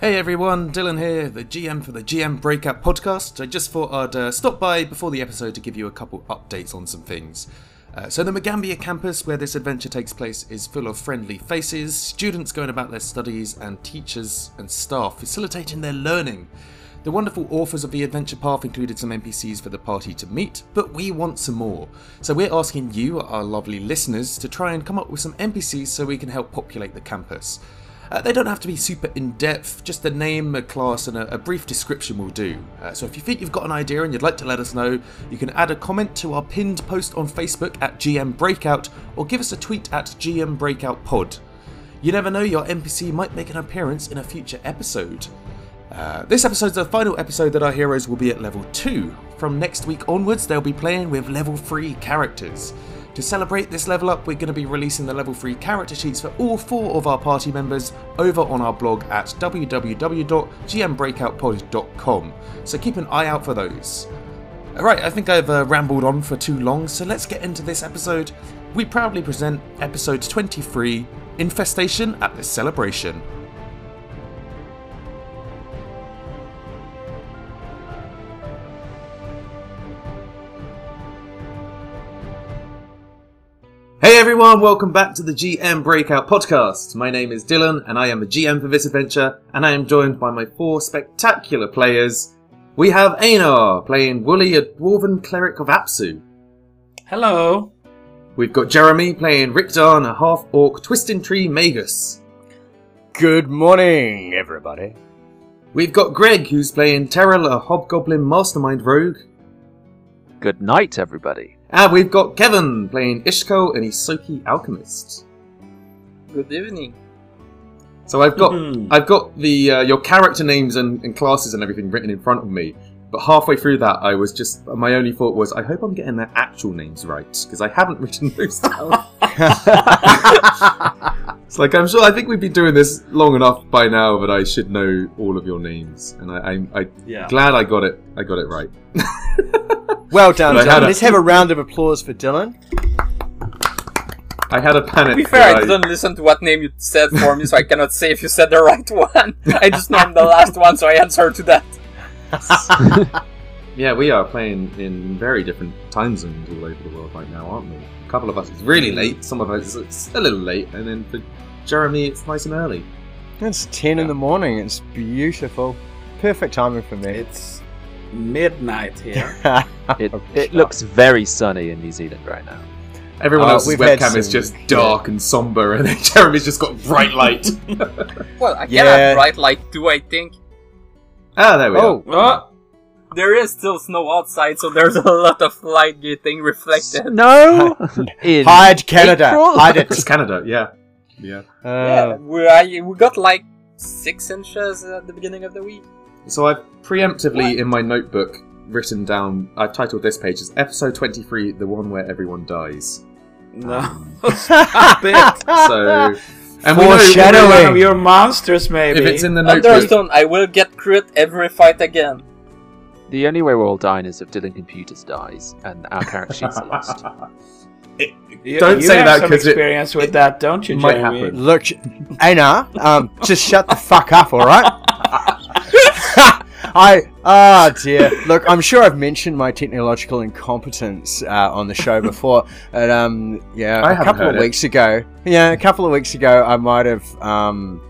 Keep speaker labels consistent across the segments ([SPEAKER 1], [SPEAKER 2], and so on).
[SPEAKER 1] Hey everyone, Dylan here, the GM for the GM Breakup podcast. I just thought I'd uh, stop by before the episode to give you a couple updates on some things. Uh, so, the Magambia campus where this adventure takes place is full of friendly faces, students going about their studies, and teachers and staff facilitating their learning. The wonderful authors of the adventure path included some NPCs for the party to meet, but we want some more. So we're asking you, our lovely listeners, to try and come up with some NPCs so we can help populate the campus. Uh, they don't have to be super in depth, just a name, a class, and a, a brief description will do. Uh, so if you think you've got an idea and you'd like to let us know, you can add a comment to our pinned post on Facebook at GM Breakout or give us a tweet at GM Breakout Pod. You never know, your NPC might make an appearance in a future episode. Uh, this episode's the final episode that our heroes will be at level 2. From next week onwards, they'll be playing with level 3 characters. To celebrate this level up, we're going to be releasing the level 3 character sheets for all four of our party members over on our blog at www.gmbreakoutpod.com, so keep an eye out for those. Alright, I think I've uh, rambled on for too long, so let's get into this episode. We proudly present episode 23 Infestation at the Celebration. Hey everyone, welcome back to the GM Breakout Podcast. My name is Dylan and I am the GM for this adventure, and I am joined by my four spectacular players. We have Einar playing Wooly, a dwarven cleric of Apsu.
[SPEAKER 2] Hello.
[SPEAKER 1] We've got Jeremy playing Rikdon, a half orc twisting tree magus.
[SPEAKER 3] Good morning, everybody.
[SPEAKER 1] We've got Greg, who's playing Terrell, a hobgoblin mastermind rogue.
[SPEAKER 4] Good night, everybody.
[SPEAKER 1] And we've got Kevin playing Ishko, an Isoki alchemist.
[SPEAKER 2] Good evening.
[SPEAKER 1] So I've got
[SPEAKER 2] Mhm.
[SPEAKER 1] I've got the uh, your character names and, and classes and everything written in front of me. But halfway through that, I was just my only thought was I hope I'm getting their actual names right because I haven't written those down.
[SPEAKER 2] Oh.
[SPEAKER 1] it's like I'm sure I think we've been doing this long enough by now that I should know all of your names, and I, I'm I,
[SPEAKER 2] Yeah.
[SPEAKER 1] glad I got it. I got it right.
[SPEAKER 3] Well done,
[SPEAKER 1] But I had
[SPEAKER 3] Dylan.
[SPEAKER 1] a-
[SPEAKER 3] Let's have a round of applause for Dylan.
[SPEAKER 1] I had a panic.
[SPEAKER 2] To be fair, I
[SPEAKER 1] that
[SPEAKER 2] didn't listen to what name you said for me, so I cannot say if you said the right one. I just know I'm the last one, so I answer to that.
[SPEAKER 1] Yeah, we are playing in very different time zones all over the world right now, aren't we? A couple of us it's
[SPEAKER 3] Mm.
[SPEAKER 1] really late, some of us it's a little late, and then for Jeremy it's nice and early.
[SPEAKER 3] It's 10 in the morning. It's beautiful. Perfect timing for me.
[SPEAKER 5] It's midnight here.
[SPEAKER 4] It, it looks very sunny in New Zealand right now.
[SPEAKER 1] Everyone
[SPEAKER 3] Uh,
[SPEAKER 1] else's
[SPEAKER 3] we've had
[SPEAKER 1] webcam is
[SPEAKER 3] some-
[SPEAKER 1] just dark and somber, and then Jeremy's just got bright light.
[SPEAKER 2] Well, I can
[SPEAKER 3] Yeah.
[SPEAKER 2] have right light too, I think.
[SPEAKER 1] ah, there we
[SPEAKER 3] Oh,
[SPEAKER 1] are.
[SPEAKER 2] Oh, there is still snow outside, so there's a lot of light getting reflected.
[SPEAKER 4] No, in
[SPEAKER 3] hide Canada.
[SPEAKER 4] April?
[SPEAKER 3] Hide it.
[SPEAKER 1] It's Canada, yeah. Yeah.
[SPEAKER 2] Yeah,
[SPEAKER 3] Uh,
[SPEAKER 2] we, I, we got like six inches at the beginning of the week.
[SPEAKER 1] So I've preemptively in my notebook written down, I've titled this page as Episode 23, the one where everyone dies. Um,
[SPEAKER 5] No.
[SPEAKER 1] So. And we know- we
[SPEAKER 3] Foreshadowing. Oh,
[SPEAKER 1] know
[SPEAKER 5] One of your monsters, maybe.
[SPEAKER 1] if it's in the notebook,
[SPEAKER 2] Understone, I will get crit every fight again.
[SPEAKER 4] the only way we're all dying is if Dylan Computers dies and our character sheets are lost.
[SPEAKER 5] you,
[SPEAKER 1] Don't
[SPEAKER 5] you
[SPEAKER 1] say
[SPEAKER 5] have
[SPEAKER 1] that
[SPEAKER 5] some
[SPEAKER 1] 'cause it-
[SPEAKER 5] experience with that, don't you,
[SPEAKER 1] might
[SPEAKER 5] Jeremy?
[SPEAKER 1] happen.
[SPEAKER 3] look, Ana, um, just shut the fuck up, all right? I ah dear. Look, I'm sure I've mentioned my technological incompetence uh, on the show before, and um, yeah,
[SPEAKER 1] I
[SPEAKER 3] a
[SPEAKER 1] haven't
[SPEAKER 3] couple
[SPEAKER 1] heard
[SPEAKER 3] of
[SPEAKER 1] it.
[SPEAKER 3] weeks ago. Yeah, a couple of weeks ago, I might have um,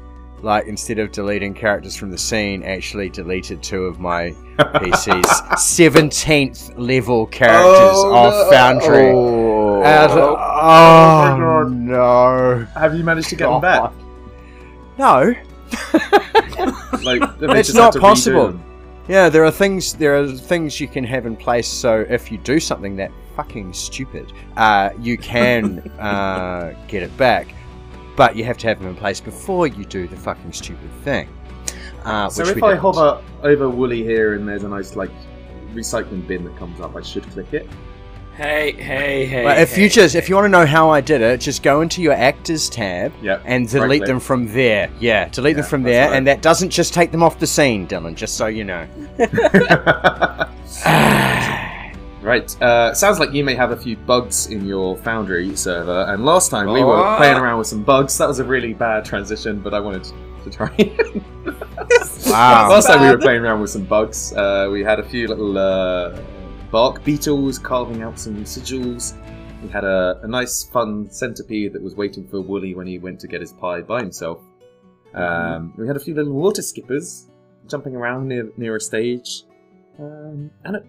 [SPEAKER 3] like instead of deleting characters from the scene, actually deleted two of my PC's seventeenth level characters
[SPEAKER 1] Oh,
[SPEAKER 3] off
[SPEAKER 1] no.
[SPEAKER 3] Foundry.
[SPEAKER 4] Oh.
[SPEAKER 3] And I was like,
[SPEAKER 1] Oh,
[SPEAKER 3] oh,
[SPEAKER 1] my
[SPEAKER 3] no!
[SPEAKER 1] have you managed to get them back?
[SPEAKER 3] No.
[SPEAKER 1] Like, they
[SPEAKER 3] It's
[SPEAKER 1] just had
[SPEAKER 3] not
[SPEAKER 1] to redo
[SPEAKER 3] possible.
[SPEAKER 1] them.
[SPEAKER 3] Yeah, there are things there are things you can have in place. So if you do something that fucking stupid, uh, you can uh, get it back, but you have to have them in place before you do the fucking stupid thing. Uh,
[SPEAKER 1] So
[SPEAKER 3] which
[SPEAKER 1] if
[SPEAKER 3] we
[SPEAKER 1] I
[SPEAKER 3] didn't.
[SPEAKER 1] hover over Woolly here and there's a nice like recycling bin that comes up, I should click it.
[SPEAKER 5] Hey, hey, hey.
[SPEAKER 3] Well, if you
[SPEAKER 5] hey.
[SPEAKER 3] just if you want to know how I did it, just go into your actors tab
[SPEAKER 1] Yeah.
[SPEAKER 3] and delete them from there. Yeah, delete them
[SPEAKER 1] Yeah,
[SPEAKER 3] from
[SPEAKER 1] that's
[SPEAKER 3] there,
[SPEAKER 1] right.
[SPEAKER 3] and that doesn't just take them off the scene, Dylan. Just so you know.
[SPEAKER 1] right. Uh, sounds like you may have a few bugs in your Foundry server. And last time we were
[SPEAKER 5] Oh.
[SPEAKER 1] playing around with some bugs. That was a really bad transition, but I wanted to Octatarian.
[SPEAKER 3] Wow.
[SPEAKER 1] Last time we were playing around with some bugs, uh, we had a few little uh, bark beetles carving out some sigils. We had a, a nice, fun centipede that was waiting for Wooly when he went to get his pie by himself. Um, we had a few little water skippers jumping around near, near a stage. Um, and it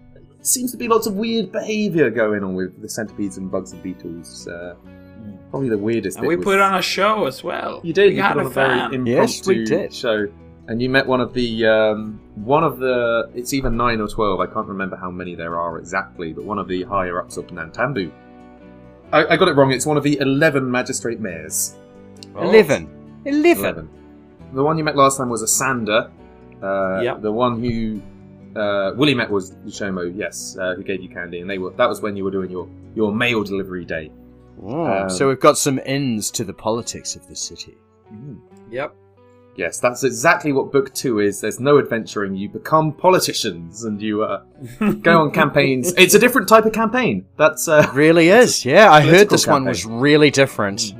[SPEAKER 1] seems to be lots of weird behaviour going on with the centipedes and bugs and beetles. Uh, probably the weirdest
[SPEAKER 6] Hmm. And
[SPEAKER 1] bit
[SPEAKER 6] we
[SPEAKER 1] was-
[SPEAKER 6] put on a show as well.
[SPEAKER 1] you did.
[SPEAKER 6] We
[SPEAKER 1] you
[SPEAKER 6] had
[SPEAKER 1] put on
[SPEAKER 6] a
[SPEAKER 1] a very
[SPEAKER 6] fan.
[SPEAKER 1] impromptu
[SPEAKER 3] Yes, we did.
[SPEAKER 1] show, and you met one of the um, one of the. It's either nine or twelve. I can't remember how many there are exactly, but one of the higher ups of Nantambu. I, I got it wrong. It's one of the eleven magistrate mayors.
[SPEAKER 3] Eleven. Eleven.
[SPEAKER 1] Eleven. The one you met last time was Asanda. Uh,
[SPEAKER 6] Yep.
[SPEAKER 1] The one who uh, Willie met was Ushomo. Yes, uh, who gave you candy, and they were. That was when you were doing your your mail delivery day.
[SPEAKER 3] Oh,
[SPEAKER 1] Um,
[SPEAKER 3] so we've got some ins to the politics of the city.
[SPEAKER 2] Yep.
[SPEAKER 1] Yes, that's exactly what book two is. There's no adventuring. You become politicians and you uh, go on campaigns. It's a different type of campaign. That's uh,
[SPEAKER 3] It really is. Yeah, I heard
[SPEAKER 1] political
[SPEAKER 3] this one was really different.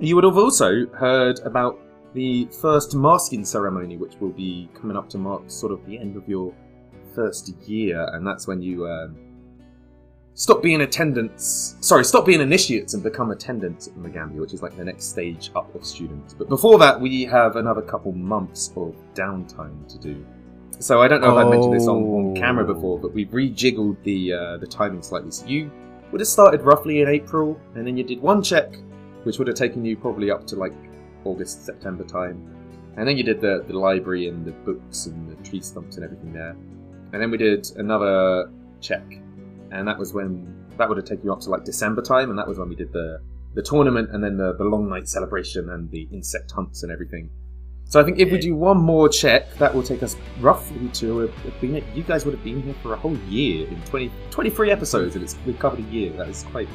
[SPEAKER 1] you would have also heard about the first masking ceremony, which will be coming up to mark sort of the end of your first year, and that's when you um, stop being attendants. Sorry, stop being initiates and become attendants at the Magambia, which is like the next stage up of students. But before that, we have another couple months of downtime to do. So I don't know if I mentioned this on, on camera
[SPEAKER 3] Oh.
[SPEAKER 1] before, but we rejiggled the uh, the timing slightly. So you would have started roughly in April, and then you did one check, which would have taken you probably up to like August, September time. And then you did the, the library and the books and the tree stumps and everything there. And then we did another check, and that was when that would have taken you up to like December time, and that was when we did the the tournament and then the, the long night celebration and the insect hunts and everything. So I think if we do one more check, that will take us roughly to a, a been you guys would have been here for a whole year in 20, 23 episodes, and it's we've covered a year. That is quite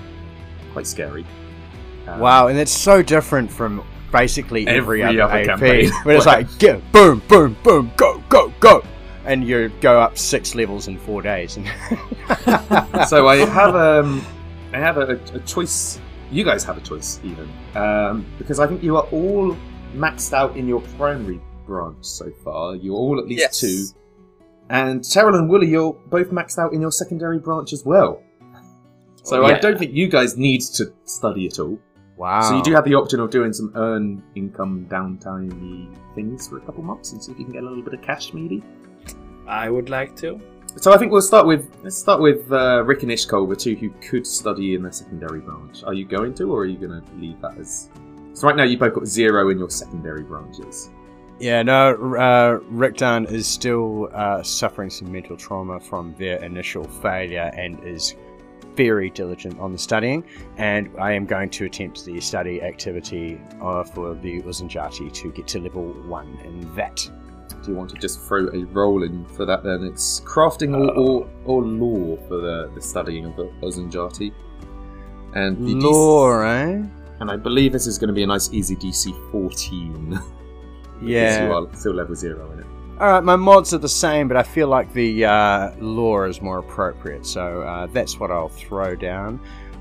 [SPEAKER 1] quite scary. Um,
[SPEAKER 3] Wow, and it's so different from basically every,
[SPEAKER 1] Every
[SPEAKER 3] other,
[SPEAKER 1] other
[SPEAKER 3] AP.
[SPEAKER 1] campaign.
[SPEAKER 3] Where it's like, yeah, boom, boom, boom, go, go, go. And you go up six levels in four days. And
[SPEAKER 1] so I have um, I have a, a choice. You guys have a choice, even um, because I think you are all maxed out in your primary branch so far. You're all at least
[SPEAKER 2] Yes.
[SPEAKER 1] two, and Terrell and Willie, you're both maxed out in your secondary branch as well. So I
[SPEAKER 6] Yeah.
[SPEAKER 1] don't think you guys need to study at all.
[SPEAKER 3] wow.
[SPEAKER 1] So you do have the option of doing some earn income downtime things for a couple months and see if you can get a little bit of cash, maybe.
[SPEAKER 6] I would like to.
[SPEAKER 1] So I think we'll start with let's start with uh, Rick and Ishkol, the two who could study in their secondary branch. Are you going to, or are you going to leave that as? So right now you both got zero in your secondary branches.
[SPEAKER 3] Yeah, no, uh, Rickdan is still uh, suffering some mental trauma from their initial failure and is very diligent on the studying. And I am going to attempt the study activity uh, for the Uzanjati to get to level one in that.
[SPEAKER 1] Do you want to just throw a roll in for that? Then it's crafting or or, or law for the, the studying of the Ozanjati. And the DC
[SPEAKER 3] Lore, eh?
[SPEAKER 1] and I believe this is going to be a nice easy DC fourteen. because
[SPEAKER 3] Yeah.
[SPEAKER 1] you are still level zero in it.
[SPEAKER 3] All right, my mods are the same, but I feel like the uh, lore is more appropriate, so uh, that's what I'll throw down.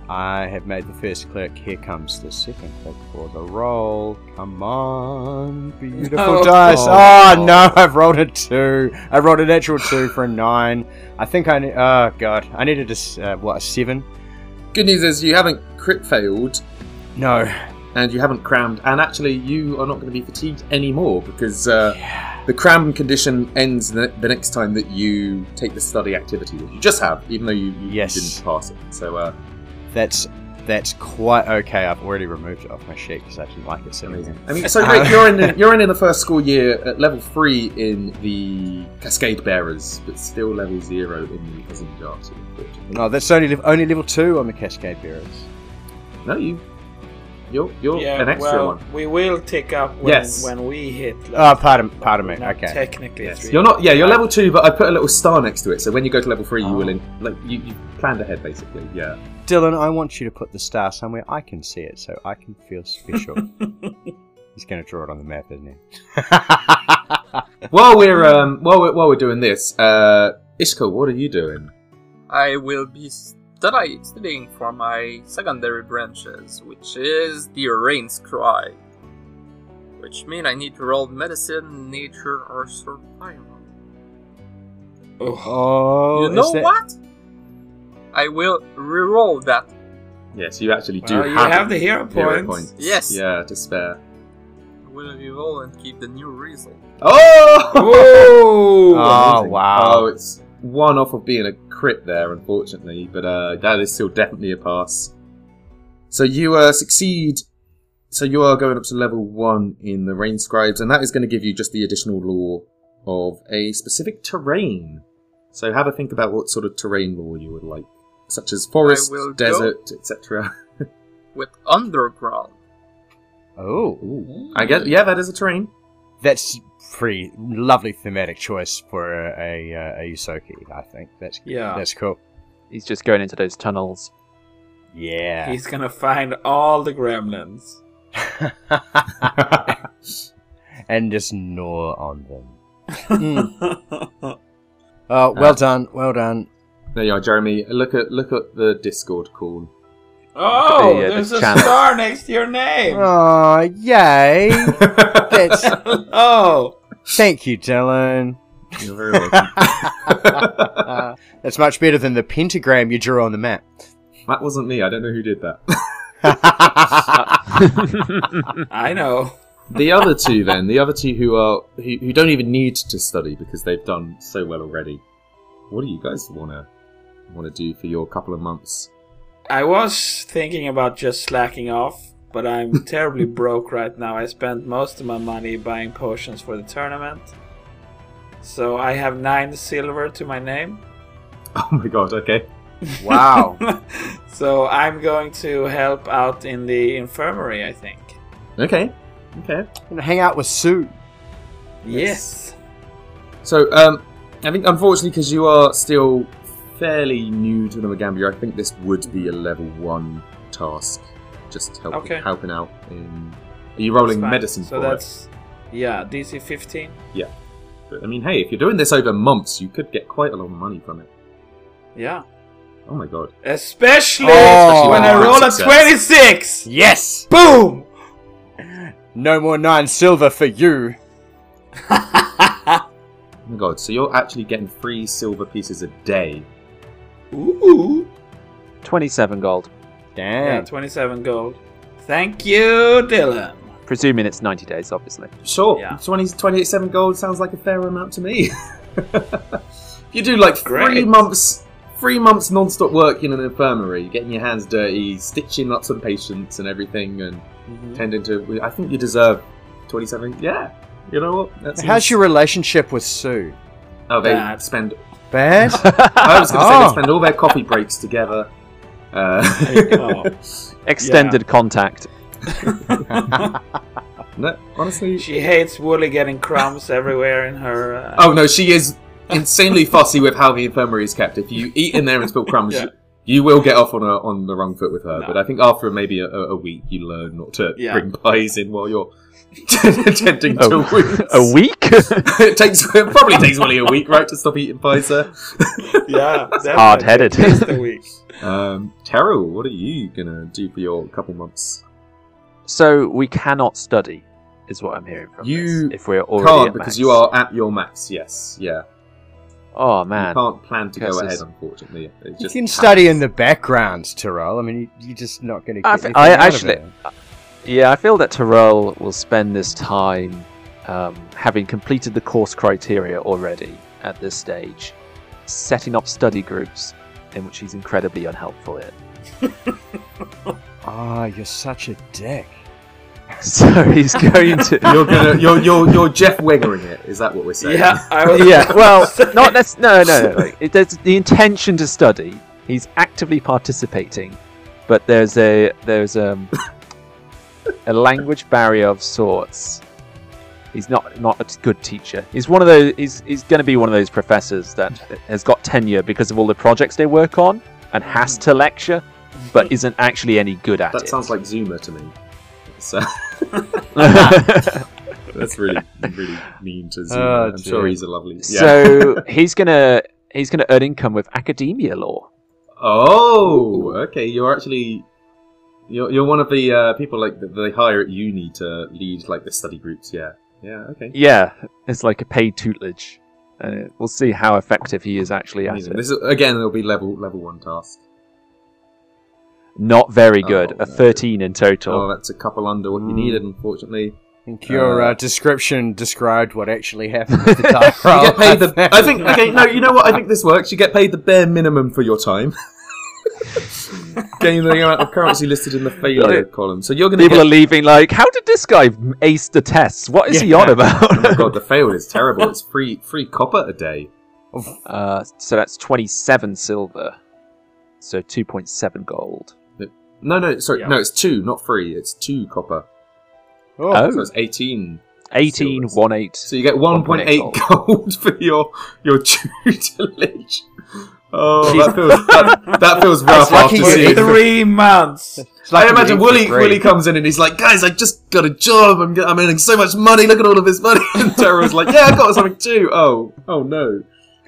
[SPEAKER 3] I have made the first click. Here comes the second click for the roll. Come on, beautiful
[SPEAKER 2] No.
[SPEAKER 3] dice.
[SPEAKER 4] Oh.
[SPEAKER 3] Oh, no, I've rolled a two. I rolled a natural two for a nine. I think I need. Oh god, I needed a s- uh, what a seven?
[SPEAKER 1] Good news is you haven't crit failed,
[SPEAKER 3] No.
[SPEAKER 1] and you haven't crammed, and actually you are not going to be fatigued anymore because uh, the cram condition ends the, the next time that you take the study activity that you just have, even though you, you
[SPEAKER 3] Yes.
[SPEAKER 1] didn't pass it. So uh,
[SPEAKER 3] That's that's quite okay. I've already removed it off my sheet because I didn't like it sitting there.
[SPEAKER 1] I mean, so
[SPEAKER 3] Uh,
[SPEAKER 1] Rick, you're in the, you're in, in the first school year at level three in the Cascade Bearers, but still level zero in the Azimjati, unfortunately.
[SPEAKER 3] No, that's only lev- only level two on the Cascade Bearers.
[SPEAKER 1] No, you you're you're
[SPEAKER 6] yeah,
[SPEAKER 1] an extra
[SPEAKER 6] well,
[SPEAKER 1] one.
[SPEAKER 6] we will tick up when,
[SPEAKER 1] Yes.
[SPEAKER 6] when we hit.
[SPEAKER 3] Oh,
[SPEAKER 6] level-
[SPEAKER 3] pardon, pardon me.
[SPEAKER 6] We're not
[SPEAKER 3] Okay.
[SPEAKER 6] Technically,
[SPEAKER 1] Yes,
[SPEAKER 6] three.
[SPEAKER 1] you're not. Yeah, you're level two, but I put a little star next to it. So when you go to level three, you
[SPEAKER 3] Oh.
[SPEAKER 1] will in like you, you planned ahead basically. Yeah.
[SPEAKER 3] Dylan, I want you to put the star somewhere I can see it so I can feel special. He's going to draw it on the map, isn't he?
[SPEAKER 1] while we're um while we're, while we're doing this, uh, Ishko, what are you doing?
[SPEAKER 2] I will be study- studying for my secondary branches, which is the Rain Scry. which mean I need to roll medicine, nature, or survival.
[SPEAKER 3] Oh,
[SPEAKER 2] you
[SPEAKER 3] is
[SPEAKER 2] know
[SPEAKER 3] that-
[SPEAKER 2] what? I will reroll that.
[SPEAKER 1] Yes, you actually do
[SPEAKER 6] Well, you
[SPEAKER 1] have,
[SPEAKER 6] have the hero
[SPEAKER 1] hero
[SPEAKER 6] points.
[SPEAKER 1] points.
[SPEAKER 2] Yes.
[SPEAKER 1] Yeah, to spare.
[SPEAKER 2] I will reroll and keep the new result.
[SPEAKER 1] Oh!
[SPEAKER 6] Whoa!
[SPEAKER 3] Oh
[SPEAKER 1] Amazing.
[SPEAKER 3] wow!
[SPEAKER 1] Oh, it's one off of being a crit there, unfortunately, but uh, that is still definitely a pass. So you uh, succeed. So you are going up to level one in the Rain Scribes, and that is going to give you just the additional lore of a specific terrain. So have a think about what sort of terrain lore you would like, such as forest,
[SPEAKER 2] will go-
[SPEAKER 1] desert, etc.
[SPEAKER 2] With underground.
[SPEAKER 3] oh,
[SPEAKER 1] Ooh. I guess yeah, that is a terrain.
[SPEAKER 3] that's pretty lovely thematic choice for a a, uh, a Yusoki. I think that's
[SPEAKER 6] Yeah.
[SPEAKER 3] that's cool.
[SPEAKER 4] Oh. He's just going into those tunnels.
[SPEAKER 3] Yeah.
[SPEAKER 6] He's gonna find all the gremlins.
[SPEAKER 3] and just gnaw on them. Mm. Oh, well done, well done.
[SPEAKER 1] There you are, Jeremy. Look at look at the Discord call.
[SPEAKER 6] oh,
[SPEAKER 4] The, uh, the
[SPEAKER 6] there's a
[SPEAKER 4] channel.
[SPEAKER 6] star next to your name.
[SPEAKER 3] Oh, yay! That's,
[SPEAKER 6] Hello.
[SPEAKER 3] thank you, Dylan.
[SPEAKER 1] You're very welcome.
[SPEAKER 3] That's much better than the pentagram you drew on the map.
[SPEAKER 1] That wasn't me. I don't know who did that.
[SPEAKER 6] I know.
[SPEAKER 1] the other two, then, the other two who are who, who don't even need to study because they've done so well already. What do you guys wanna wanna do for your couple of months?
[SPEAKER 6] I was thinking about just slacking off, but I'm terribly broke right now. I spent most of my money buying potions for the tournament. So I have nine silver to my name.
[SPEAKER 1] Oh my god. Okay.
[SPEAKER 3] wow.
[SPEAKER 6] so I'm going to help out in the infirmary, I think.
[SPEAKER 1] Okay. Okay.
[SPEAKER 3] Gonna hang out with Sue.
[SPEAKER 6] Yes.
[SPEAKER 1] So, um, I think unfortunately because you are still fairly new to the Magambia, I think this would be a level one task. Just help,
[SPEAKER 6] Okay.
[SPEAKER 1] helping out. In, are you rolling
[SPEAKER 6] That's fine.
[SPEAKER 1] medicine for
[SPEAKER 6] So
[SPEAKER 1] it?
[SPEAKER 6] that's yeah, DC 15.
[SPEAKER 1] But, I mean, hey, if you're doing this over months, you could get quite a lot of money from it.
[SPEAKER 6] Yeah.
[SPEAKER 1] Oh my god.
[SPEAKER 6] Especially
[SPEAKER 3] Oh.
[SPEAKER 6] when I roll a
[SPEAKER 1] Success.
[SPEAKER 6] 26.
[SPEAKER 3] Yes!
[SPEAKER 6] Boom.
[SPEAKER 3] No more nine silver for you.
[SPEAKER 1] Oh my god, so you're actually getting three silver pieces a day.
[SPEAKER 6] Ooh.
[SPEAKER 4] 27 gold,
[SPEAKER 6] Yeah,
[SPEAKER 3] Damn.
[SPEAKER 6] 27 gold. Thank you, Dylan.
[SPEAKER 4] presuming it's 90 days, obviously.
[SPEAKER 1] Sure,
[SPEAKER 6] Yeah.
[SPEAKER 1] 20, 27 gold sounds like a fair amount to me. you do like three
[SPEAKER 6] Great.
[SPEAKER 1] months three months non-stop work in an infirmary, getting your hands dirty, stitching up some patients and everything and
[SPEAKER 6] Mm-hmm.
[SPEAKER 1] tending to I think you deserve 27 yeah. You know what? That's
[SPEAKER 3] How's your relationship with Sue?
[SPEAKER 1] Oh they
[SPEAKER 6] Bad.
[SPEAKER 1] spend
[SPEAKER 3] Bad?
[SPEAKER 1] I was gonna say
[SPEAKER 3] Oh.
[SPEAKER 1] they spend all their coffee breaks together. Uh,
[SPEAKER 6] Oh.
[SPEAKER 4] Extended contact.
[SPEAKER 1] no, honestly
[SPEAKER 6] she hates Wooly getting crumbs everywhere in her. Uh,
[SPEAKER 1] Oh no, she is insanely fussy with how the infirmary is kept. If you eat in there and spill crumbs,
[SPEAKER 6] Yeah.
[SPEAKER 1] you, you will get off on a, on the wrong foot with her.
[SPEAKER 6] No.
[SPEAKER 1] But I think after maybe a, a a week, you learn not to
[SPEAKER 6] Yeah.
[SPEAKER 1] bring pies in while you're attending to
[SPEAKER 4] Oh,
[SPEAKER 1] wounds.
[SPEAKER 4] A week?
[SPEAKER 1] it takes it probably takes Willie a week, right, to stop eating pies, sir. Oh.
[SPEAKER 6] yeah, definitely.
[SPEAKER 4] hard-headed.
[SPEAKER 6] It's the week.
[SPEAKER 1] Um, Terrell, what are you gonna do for your couple months?
[SPEAKER 4] so we cannot study, is what I'm hearing from
[SPEAKER 1] You
[SPEAKER 4] this, if we're already
[SPEAKER 1] Can't
[SPEAKER 4] at
[SPEAKER 1] because
[SPEAKER 4] max.
[SPEAKER 1] you are at your max. Yes, yeah.
[SPEAKER 4] Oh man,
[SPEAKER 1] You can't plan to go
[SPEAKER 4] Curses.
[SPEAKER 1] ahead, unfortunately. It
[SPEAKER 3] You
[SPEAKER 1] just
[SPEAKER 3] can study in
[SPEAKER 1] happens.
[SPEAKER 3] the background, Tyrell. I mean, you, you're just not going to get
[SPEAKER 4] I f-
[SPEAKER 3] anything
[SPEAKER 4] I
[SPEAKER 3] out of
[SPEAKER 4] actually-
[SPEAKER 3] it.
[SPEAKER 4] yeah, I feel that Terrell will spend this time um, having completed the course criteria already at this stage, setting up study groups in which he's incredibly unhelpful in.
[SPEAKER 3] Ah, you're such a dick.
[SPEAKER 4] So he's going to.
[SPEAKER 1] You're gonna you're you're you're Jeff Wiggering it. Is that what we're saying?
[SPEAKER 6] Yeah, I was.
[SPEAKER 4] yeah, well, not that's no, no. no, Like, it, there's the intention to study. He's actively participating, but there's a there's um a language barrier of sorts. He's not not a good teacher. He's one of those. He's he's going to be one of those professors that has got tenure because of all the projects they work on and has to lecture, but isn't actually any good at
[SPEAKER 1] Mm. That
[SPEAKER 4] it.
[SPEAKER 1] sounds like Zuma to me. So that's really, really mean to Zuma.
[SPEAKER 3] Oh,
[SPEAKER 1] I'm sure
[SPEAKER 3] dear.
[SPEAKER 1] he's a lovely. Yeah.
[SPEAKER 4] so he's gonna he's gonna earn income with academia law.
[SPEAKER 1] oh, okay. You're actually You're, you're one of the uh, people like that they hire at uni to lead like the study groups. Yeah. Yeah. Okay.
[SPEAKER 4] Yeah, it's like a paid tutelage. Uh, we'll see how effective he is actually at
[SPEAKER 1] Amazing.
[SPEAKER 4] it.
[SPEAKER 1] This is, again, it'll be level level one task.
[SPEAKER 4] Not very good.
[SPEAKER 1] Oh,
[SPEAKER 4] a
[SPEAKER 1] no.
[SPEAKER 4] 13 in total.
[SPEAKER 1] Oh, that's a couple under what you
[SPEAKER 3] Mm.
[SPEAKER 1] needed, unfortunately.
[SPEAKER 3] think your
[SPEAKER 1] Uh,
[SPEAKER 3] uh, description described what actually happened with the dice roll.
[SPEAKER 1] You get paid the. I think. Okay, no, you know what? I think this works. You get paid the bare minimum for your time. Gain the amount of currency listed in the failure column. So you're going to
[SPEAKER 4] People
[SPEAKER 1] get.
[SPEAKER 4] are leaving like, how did this guy ace the tests? What is he on
[SPEAKER 1] Oh
[SPEAKER 3] Yeah.
[SPEAKER 1] my
[SPEAKER 4] about?
[SPEAKER 1] god, the fail is terrible. It's free free copper a day.
[SPEAKER 4] uh, so that's 27 silver. So 2.7 gold.
[SPEAKER 1] No, no, sorry,
[SPEAKER 6] Yeah.
[SPEAKER 1] no, it's two, not free. It's two copper.
[SPEAKER 3] Oh,
[SPEAKER 1] So it's eighteen.
[SPEAKER 4] 18,
[SPEAKER 1] Silver.
[SPEAKER 4] 1, 8.
[SPEAKER 1] So you get one point eight gold for your your tutelage. Oh, that feels that, that feels rough after
[SPEAKER 3] lucky you
[SPEAKER 1] seeing.
[SPEAKER 3] did the
[SPEAKER 6] Three months.
[SPEAKER 3] it's
[SPEAKER 1] I
[SPEAKER 3] lucky
[SPEAKER 1] imagine
[SPEAKER 3] you didn't
[SPEAKER 1] Willie
[SPEAKER 3] get
[SPEAKER 1] Willie
[SPEAKER 3] great.
[SPEAKER 1] comes in and he's like, "Guys, I just got a job. I'm, I'm earning so much money. Look at all of this money." And Terror's like, "Yeah, I got something too. Oh, oh no,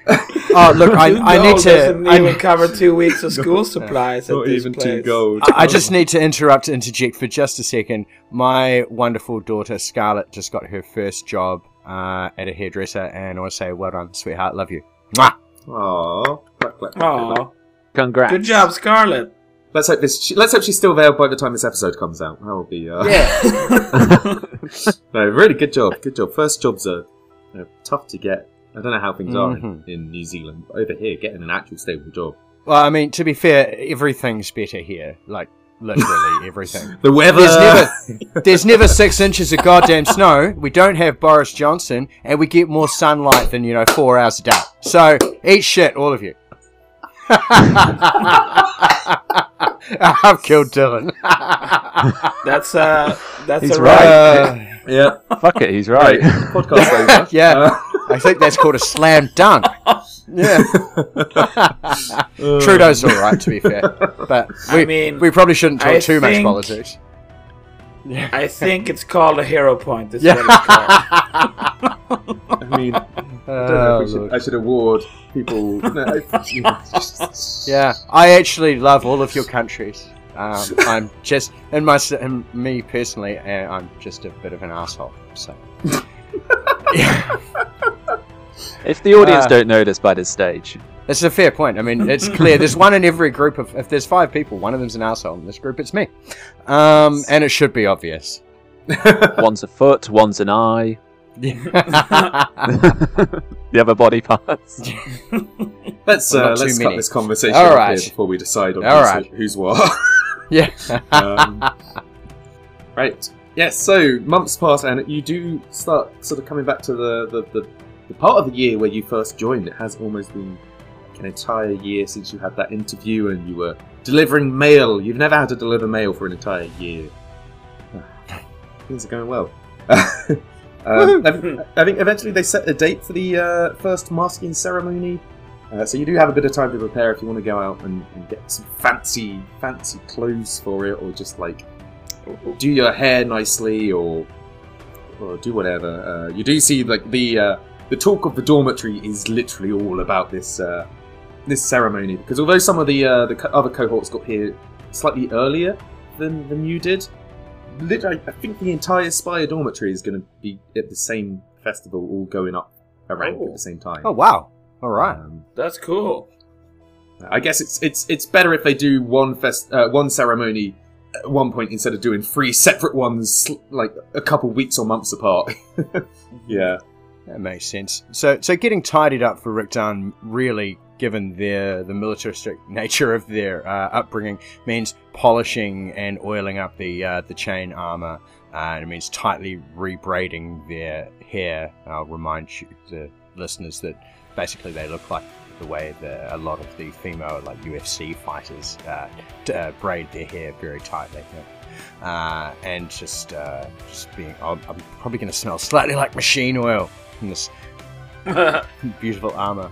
[SPEAKER 3] Oh, look, I,
[SPEAKER 6] Two
[SPEAKER 3] I need
[SPEAKER 6] gold
[SPEAKER 3] to.
[SPEAKER 6] doesn't
[SPEAKER 3] I,
[SPEAKER 6] even cover two weeks of school supplies. at
[SPEAKER 1] not
[SPEAKER 6] this
[SPEAKER 1] even two
[SPEAKER 6] place.
[SPEAKER 1] gold."
[SPEAKER 3] I I just need to interrupt, interject for just a second. My wonderful daughter Scarlett just got her first job uh, at a hairdresser, and I want to say, well done, sweetheart. Love you. Mwah.
[SPEAKER 1] Aww. Clap, clap, clap, clap.
[SPEAKER 6] Oh,
[SPEAKER 4] Congrats.
[SPEAKER 6] good job, Scarlet.
[SPEAKER 1] Let's hope this. Let's hope she's still there by the time this episode comes out. That would be. Uh... no, really good job. Good job. First jobs are you know, tough to get. I don't know how things are in,
[SPEAKER 3] Mhm.
[SPEAKER 1] in New Zealand. but Over here, getting an actual stable job.
[SPEAKER 3] Well, I mean, to be fair, everything's better here. Like, literally everything.
[SPEAKER 1] The weather.
[SPEAKER 3] There's never, there's never six inches of goddamn snow. We don't have Boris Johnson, and we get more sunlight than you know four hours a day. So eat shit, all of you. I've killed Dylan.
[SPEAKER 6] That's a that's
[SPEAKER 4] He's
[SPEAKER 6] a
[SPEAKER 4] right.
[SPEAKER 3] Uh,
[SPEAKER 1] Yeah.
[SPEAKER 4] Fuck it, he's
[SPEAKER 1] Right.
[SPEAKER 4] right.
[SPEAKER 1] Podcast over.
[SPEAKER 3] Yeah.
[SPEAKER 1] Uh,
[SPEAKER 3] I think that's called a slam dunk. Yeah.
[SPEAKER 1] Uh,
[SPEAKER 3] Trudeau's all right, to be fair, but we,
[SPEAKER 6] I mean,
[SPEAKER 3] we probably shouldn't talk
[SPEAKER 6] I
[SPEAKER 3] too much
[SPEAKER 6] think-
[SPEAKER 3] politics.
[SPEAKER 6] I think it's called a hero point. Is
[SPEAKER 3] Yeah.
[SPEAKER 6] what it's called.
[SPEAKER 1] I mean, I don't know
[SPEAKER 3] Oh,
[SPEAKER 1] if we should, I should award people. No, I-
[SPEAKER 3] yeah, I actually love all of your countries. Um, I'm just, and my, and me personally, uh, I'm just a bit of an asshole. So
[SPEAKER 4] if the audience
[SPEAKER 3] Uh,
[SPEAKER 4] don't know this by this stage,
[SPEAKER 3] it's a fair point. I mean, it's clear. There's one in every group of. If there's five people, one of them's an asshole. In this group, it's me. Um, and it should be obvious.
[SPEAKER 4] one's a foot, one's an eye, the other body parts.
[SPEAKER 1] Let's
[SPEAKER 3] Well,
[SPEAKER 1] uh,
[SPEAKER 3] not too
[SPEAKER 1] let's cut
[SPEAKER 3] many.
[SPEAKER 1] this conversation
[SPEAKER 3] All
[SPEAKER 1] off here
[SPEAKER 3] right.
[SPEAKER 1] before we decide on
[SPEAKER 3] All
[SPEAKER 1] who's,
[SPEAKER 3] right.
[SPEAKER 1] who's what.
[SPEAKER 3] yeah.
[SPEAKER 1] um, right. Yes. So months pass, and you do start sort of coming back to the the, the the part of the year where you first joined. It has almost been an entire year since you had that interview, and you were delivering mail. You've never had to deliver mail for an entire year. Things are going well. um, I, think, I think eventually they set a date for the uh, first masking ceremony. Uh, so you do have a bit of time to prepare if you want to go out and, and get some fancy, fancy clothes for it, or just like do your hair nicely, or or do whatever. Uh, you do see like the uh, the talk of the dormitory is literally all about this uh, this ceremony because although some of the uh, the co- other cohorts got here slightly earlier than than you did, literally, I think the entire Spire dormitory is going to be at the same festival, all going up around at
[SPEAKER 6] Oh.
[SPEAKER 1] the same time.
[SPEAKER 3] Oh wow. All right.
[SPEAKER 1] Um,
[SPEAKER 6] That's cool.
[SPEAKER 1] I guess it's it's it's better if they do one fest uh, one ceremony at one point instead of doing three separate ones sl- like a couple weeks or months apart. yeah.
[SPEAKER 3] That makes sense. So, so getting tidied up for Rikdan, really, given their the militaristic nature of their uh, upbringing, means polishing and oiling up the uh, the chain armor, uh, and it means tightly rebraiding their hair. I'll remind you, the listeners that basically they look like the way the, a lot of the female like UFC fighters uh, t- uh, braid their hair very tightly. yeah. Uh, and just, uh, just being, I'm, I'm probably going to smell slightly like machine oil in this
[SPEAKER 1] Um,
[SPEAKER 3] beautiful armor.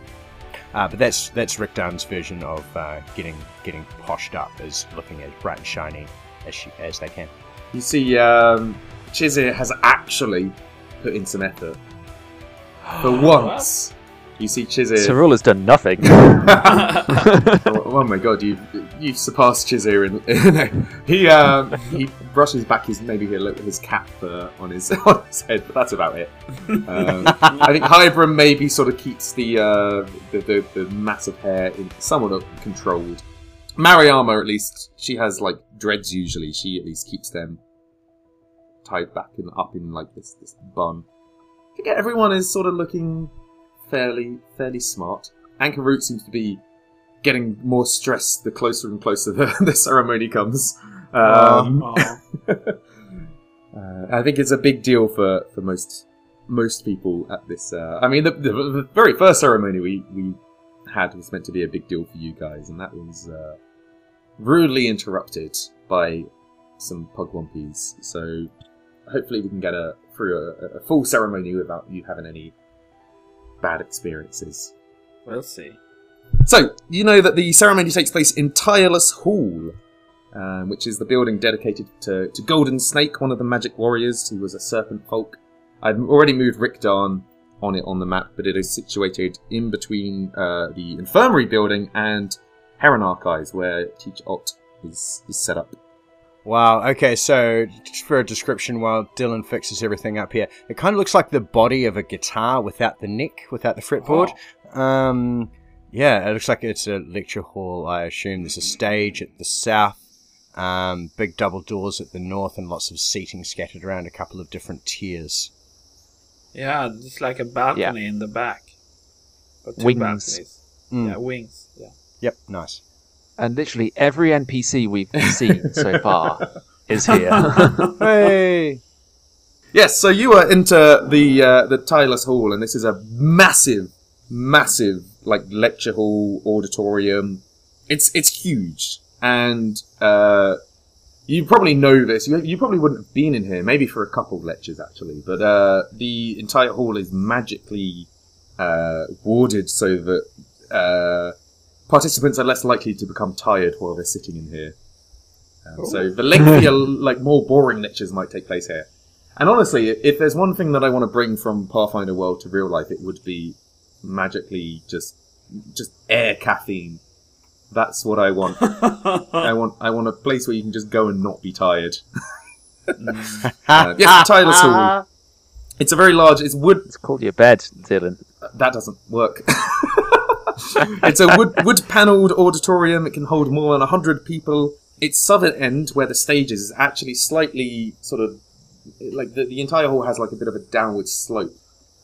[SPEAKER 3] Uh, but that's that's Rick Dunn's version of uh, getting getting poshed up, is looking as bright and shiny as she, as they can.
[SPEAKER 1] You see, um, Chizir has actually put in some effort for once. You see Chizir.
[SPEAKER 4] Cyril has done nothing.
[SPEAKER 1] oh, oh my god, you've you've surpassed Chizir in no, he um, he brushes back his maybe a little- his cap uh, on his on his head, but that's about it. Um, I think Hybrim maybe sort of keeps the uh, the, the the mass of hair in somewhat controlled. Mariama at least she has like dreads usually. She at least keeps them tied back and up in like this this bun. I think everyone is sort of looking fairly fairly smart. Anchor Root seems to be getting more stressed the closer and closer the, the ceremony comes. Um,
[SPEAKER 6] Oh.
[SPEAKER 1] uh, I think it's a big deal for, for most most people at this. Uh, I mean, the, the, the very first ceremony we, we had was meant to be a big deal for you guys, and that was uh, rudely interrupted by some pugwumpies. So hopefully we can get a through a, a full ceremony without you having any bad experiences.
[SPEAKER 6] We'll see.
[SPEAKER 1] So, you know that the ceremony takes place in Tireless Hall, um, which is the building dedicated to, to Golden Snake, one of the magic warriors who was a serpent folk. I've already moved Rickdarn on it on the map, but it is situated in between uh, the infirmary building and Heron Archives, where Teach Opt is, is set up.
[SPEAKER 3] Wow. Okay. So, for a description, while Dylan fixes everything up here, it kind of looks like the body of a guitar without the neck, without the fretboard. Um, yeah, it looks like it's a lecture hall. I assume there's a stage at the south, um, big double doors at the north, and lots of seating scattered around a couple of different tiers.
[SPEAKER 6] Yeah, it's like a balcony in the back. But two
[SPEAKER 4] Wings.
[SPEAKER 6] balconies.
[SPEAKER 3] Mm.
[SPEAKER 6] Yeah, wings. Yeah.
[SPEAKER 3] Yep. Nice.
[SPEAKER 4] and literally every NPC we've seen so far is here.
[SPEAKER 3] Hey.
[SPEAKER 1] Yes, so you are into the uh, the Tylus Hall, and this is a massive, massive like lecture hall auditorium. It's it's huge, and uh, you probably know this. You, you probably wouldn't have been in here, maybe for a couple of lectures actually. But uh, the entire hall is magically uh, warded so that uh, participants are less likely to become tired while they're sitting in here. Um, so the lengthier, like more boring lectures might take place here. And honestly, if there's one thing that I want to bring from Pathfinder World to real life, it would be magically just just air caffeine. That's what I want. I want I want a place where you can just go and not be tired. Uh, yes, Tyler's Hall. It's a very large. It's wood.
[SPEAKER 4] it's called your bed, Dylan.
[SPEAKER 1] That doesn't work. it's a wood wood panelled auditorium. It can hold more than hundred people. Its southern end, where the stage is, is actually slightly sort of like the, the entire hall has like a bit of a downward slope.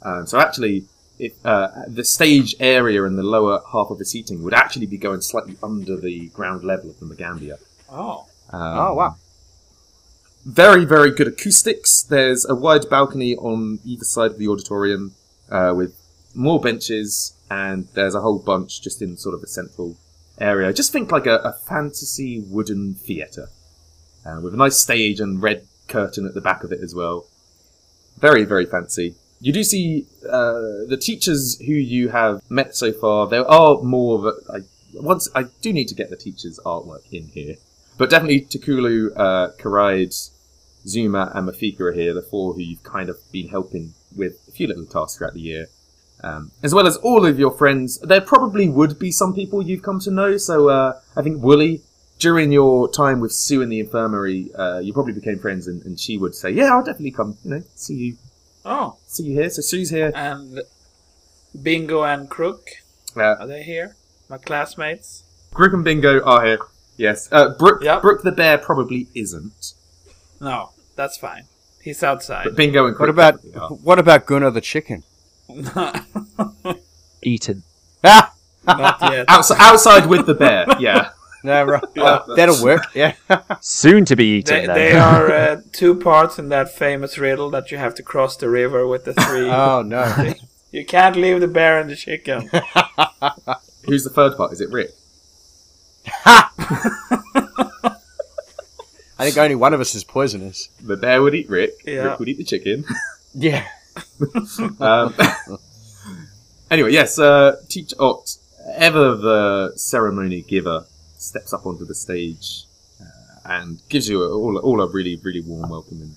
[SPEAKER 1] Um, so actually, if, uh, the stage area and the lower half of the seating would actually be going slightly under the ground level of the Magambia.
[SPEAKER 6] Oh.
[SPEAKER 3] oh wow.
[SPEAKER 1] Um, Very, very good acoustics. There's a wide balcony on either side of the auditorium uh, with more benches, and there's a whole bunch just in sort of a central area. Just think like a, a fantasy wooden theatre uh, with a nice stage and red curtain at the back of it as well. Very, very fancy. You do see uh, the teachers who you have met so far. There are more that I once I do need to get the teachers' artwork in here, but definitely Takulu, uh, Karaid, Zuma, and Mafika are here. The four who you've kind of been helping with a few little tasks throughout the year, um, as well as all of your friends. There probably would be some people you've come to know. So uh, I think Wooly. During your time with Sue in the infirmary, uh, you probably became friends, and, and she would say, "Yeah, I'll definitely come. You know, see you
[SPEAKER 6] Oh.
[SPEAKER 1] see you here. So Sue's here.
[SPEAKER 6] And Bingo and Crook,
[SPEAKER 1] Uh,
[SPEAKER 6] are they here? My classmates?
[SPEAKER 1] Brooke and Bingo are here. Yes. Uh, Brooke,
[SPEAKER 6] Yep.
[SPEAKER 1] Brooke the bear probably isn't,
[SPEAKER 6] No, that's fine. He's outside.
[SPEAKER 1] but Bingo and
[SPEAKER 3] What
[SPEAKER 1] Crook
[SPEAKER 3] about
[SPEAKER 1] definitely are.
[SPEAKER 3] what about Gunnar the chicken?
[SPEAKER 4] Eaten.
[SPEAKER 3] Ah.
[SPEAKER 6] Not yet.
[SPEAKER 1] Outs- outside with the bear? Yeah.
[SPEAKER 3] No, right. that'll work. Yeah.
[SPEAKER 4] Soon to be eaten,
[SPEAKER 6] They,
[SPEAKER 4] then.
[SPEAKER 6] they are uh, two parts in that famous riddle that you have to cross the river with the three.
[SPEAKER 3] oh no.
[SPEAKER 6] You can't leave the bear and the chicken.
[SPEAKER 1] Who's the third part? Is it Rick?
[SPEAKER 3] I think only one of us is poisonous.
[SPEAKER 1] The bear would eat Rick.
[SPEAKER 6] Yeah.
[SPEAKER 1] Rick would eat the chicken.
[SPEAKER 3] Yeah.
[SPEAKER 1] Um, anyway, yes. Uh, Teach Oct, ever the ceremony giver, steps up onto the stage uh, and gives you a, all, all a really really warm welcome and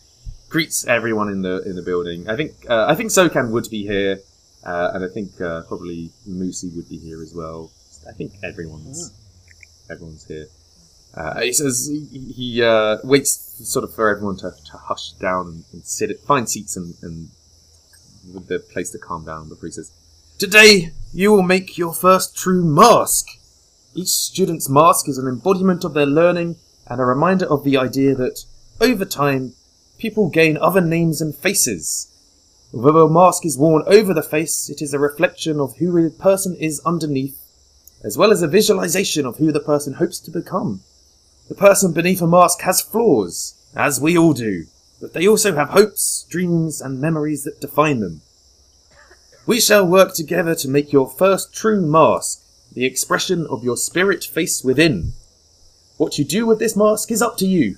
[SPEAKER 1] greets everyone in the in the building. I think uh, I think Sokan would be here. Uh, and I think uh, probably Moosey would be here as well. I think everyone's everyone's here. Uh, he says he, he uh, waits sort of for everyone to, to hush down and, and sit, at, find seats and, and with the place to calm down before he says, "Today you will make your first true mask. Each student's mask is an embodiment of their learning and a reminder of the idea that over time people gain other names and faces." Although a mask is worn over the face, it is a reflection of who a person is underneath, as well as a visualization of who the person hopes to become. The person beneath a mask has flaws, as we all do, but they also have hopes, dreams, and memories that define them. We shall work together to make your first true mask, the expression of your spirit face within. What you do with this mask is up to you.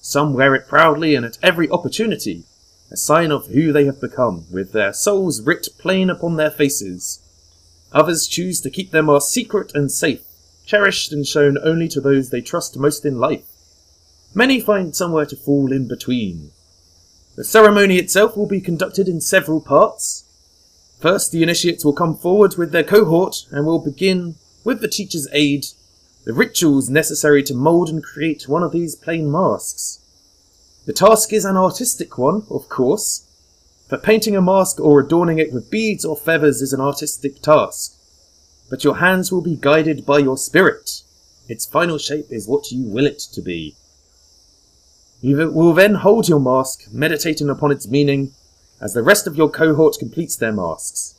[SPEAKER 1] Some wear it proudly and at every opportunity, a sign of who they have become, with their souls writ plain upon their faces. Others choose to keep their mask secret and safe, cherished and shown only to those they trust most in life. Many find somewhere to fall in between. The ceremony itself will be conducted in several parts. First, the initiates will come forward with their cohort and will begin, with the teacher's aid, the rituals necessary to mould and create one of these plain masks. The task is an artistic one, of course, but painting a mask or adorning it with beads or feathers is an artistic task. But your hands will be guided by your spirit. Its final shape is what you will it to be. You th- will then hold your mask, meditating upon its meaning, as the rest of your cohort completes their masks.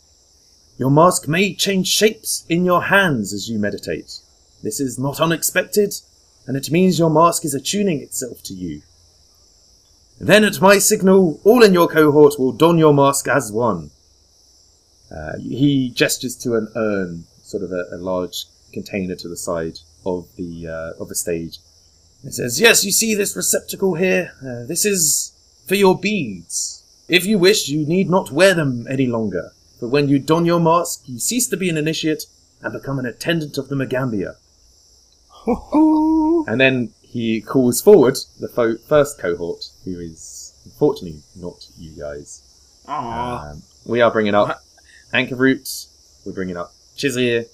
[SPEAKER 1] Your mask may change shapes in your hands as you meditate. This is not unexpected, and it means your mask is attuning itself to you. Then, at my signal, all in your cohort will don your mask as one. Uh, he gestures to an urn, sort of a, a large container to the side of the uh, of the stage. He says, "Yes, you see this receptacle here. Uh, this is for your beads. If you wish, you need not wear them any longer. But when you don your mask, you cease to be an initiate and become an attendant of the Megambia." And then he calls forward the fo- first cohort, who is unfortunately not you guys.
[SPEAKER 6] Aww.
[SPEAKER 1] Um, we are bringing up Ankerroot, we're bringing up Chizir,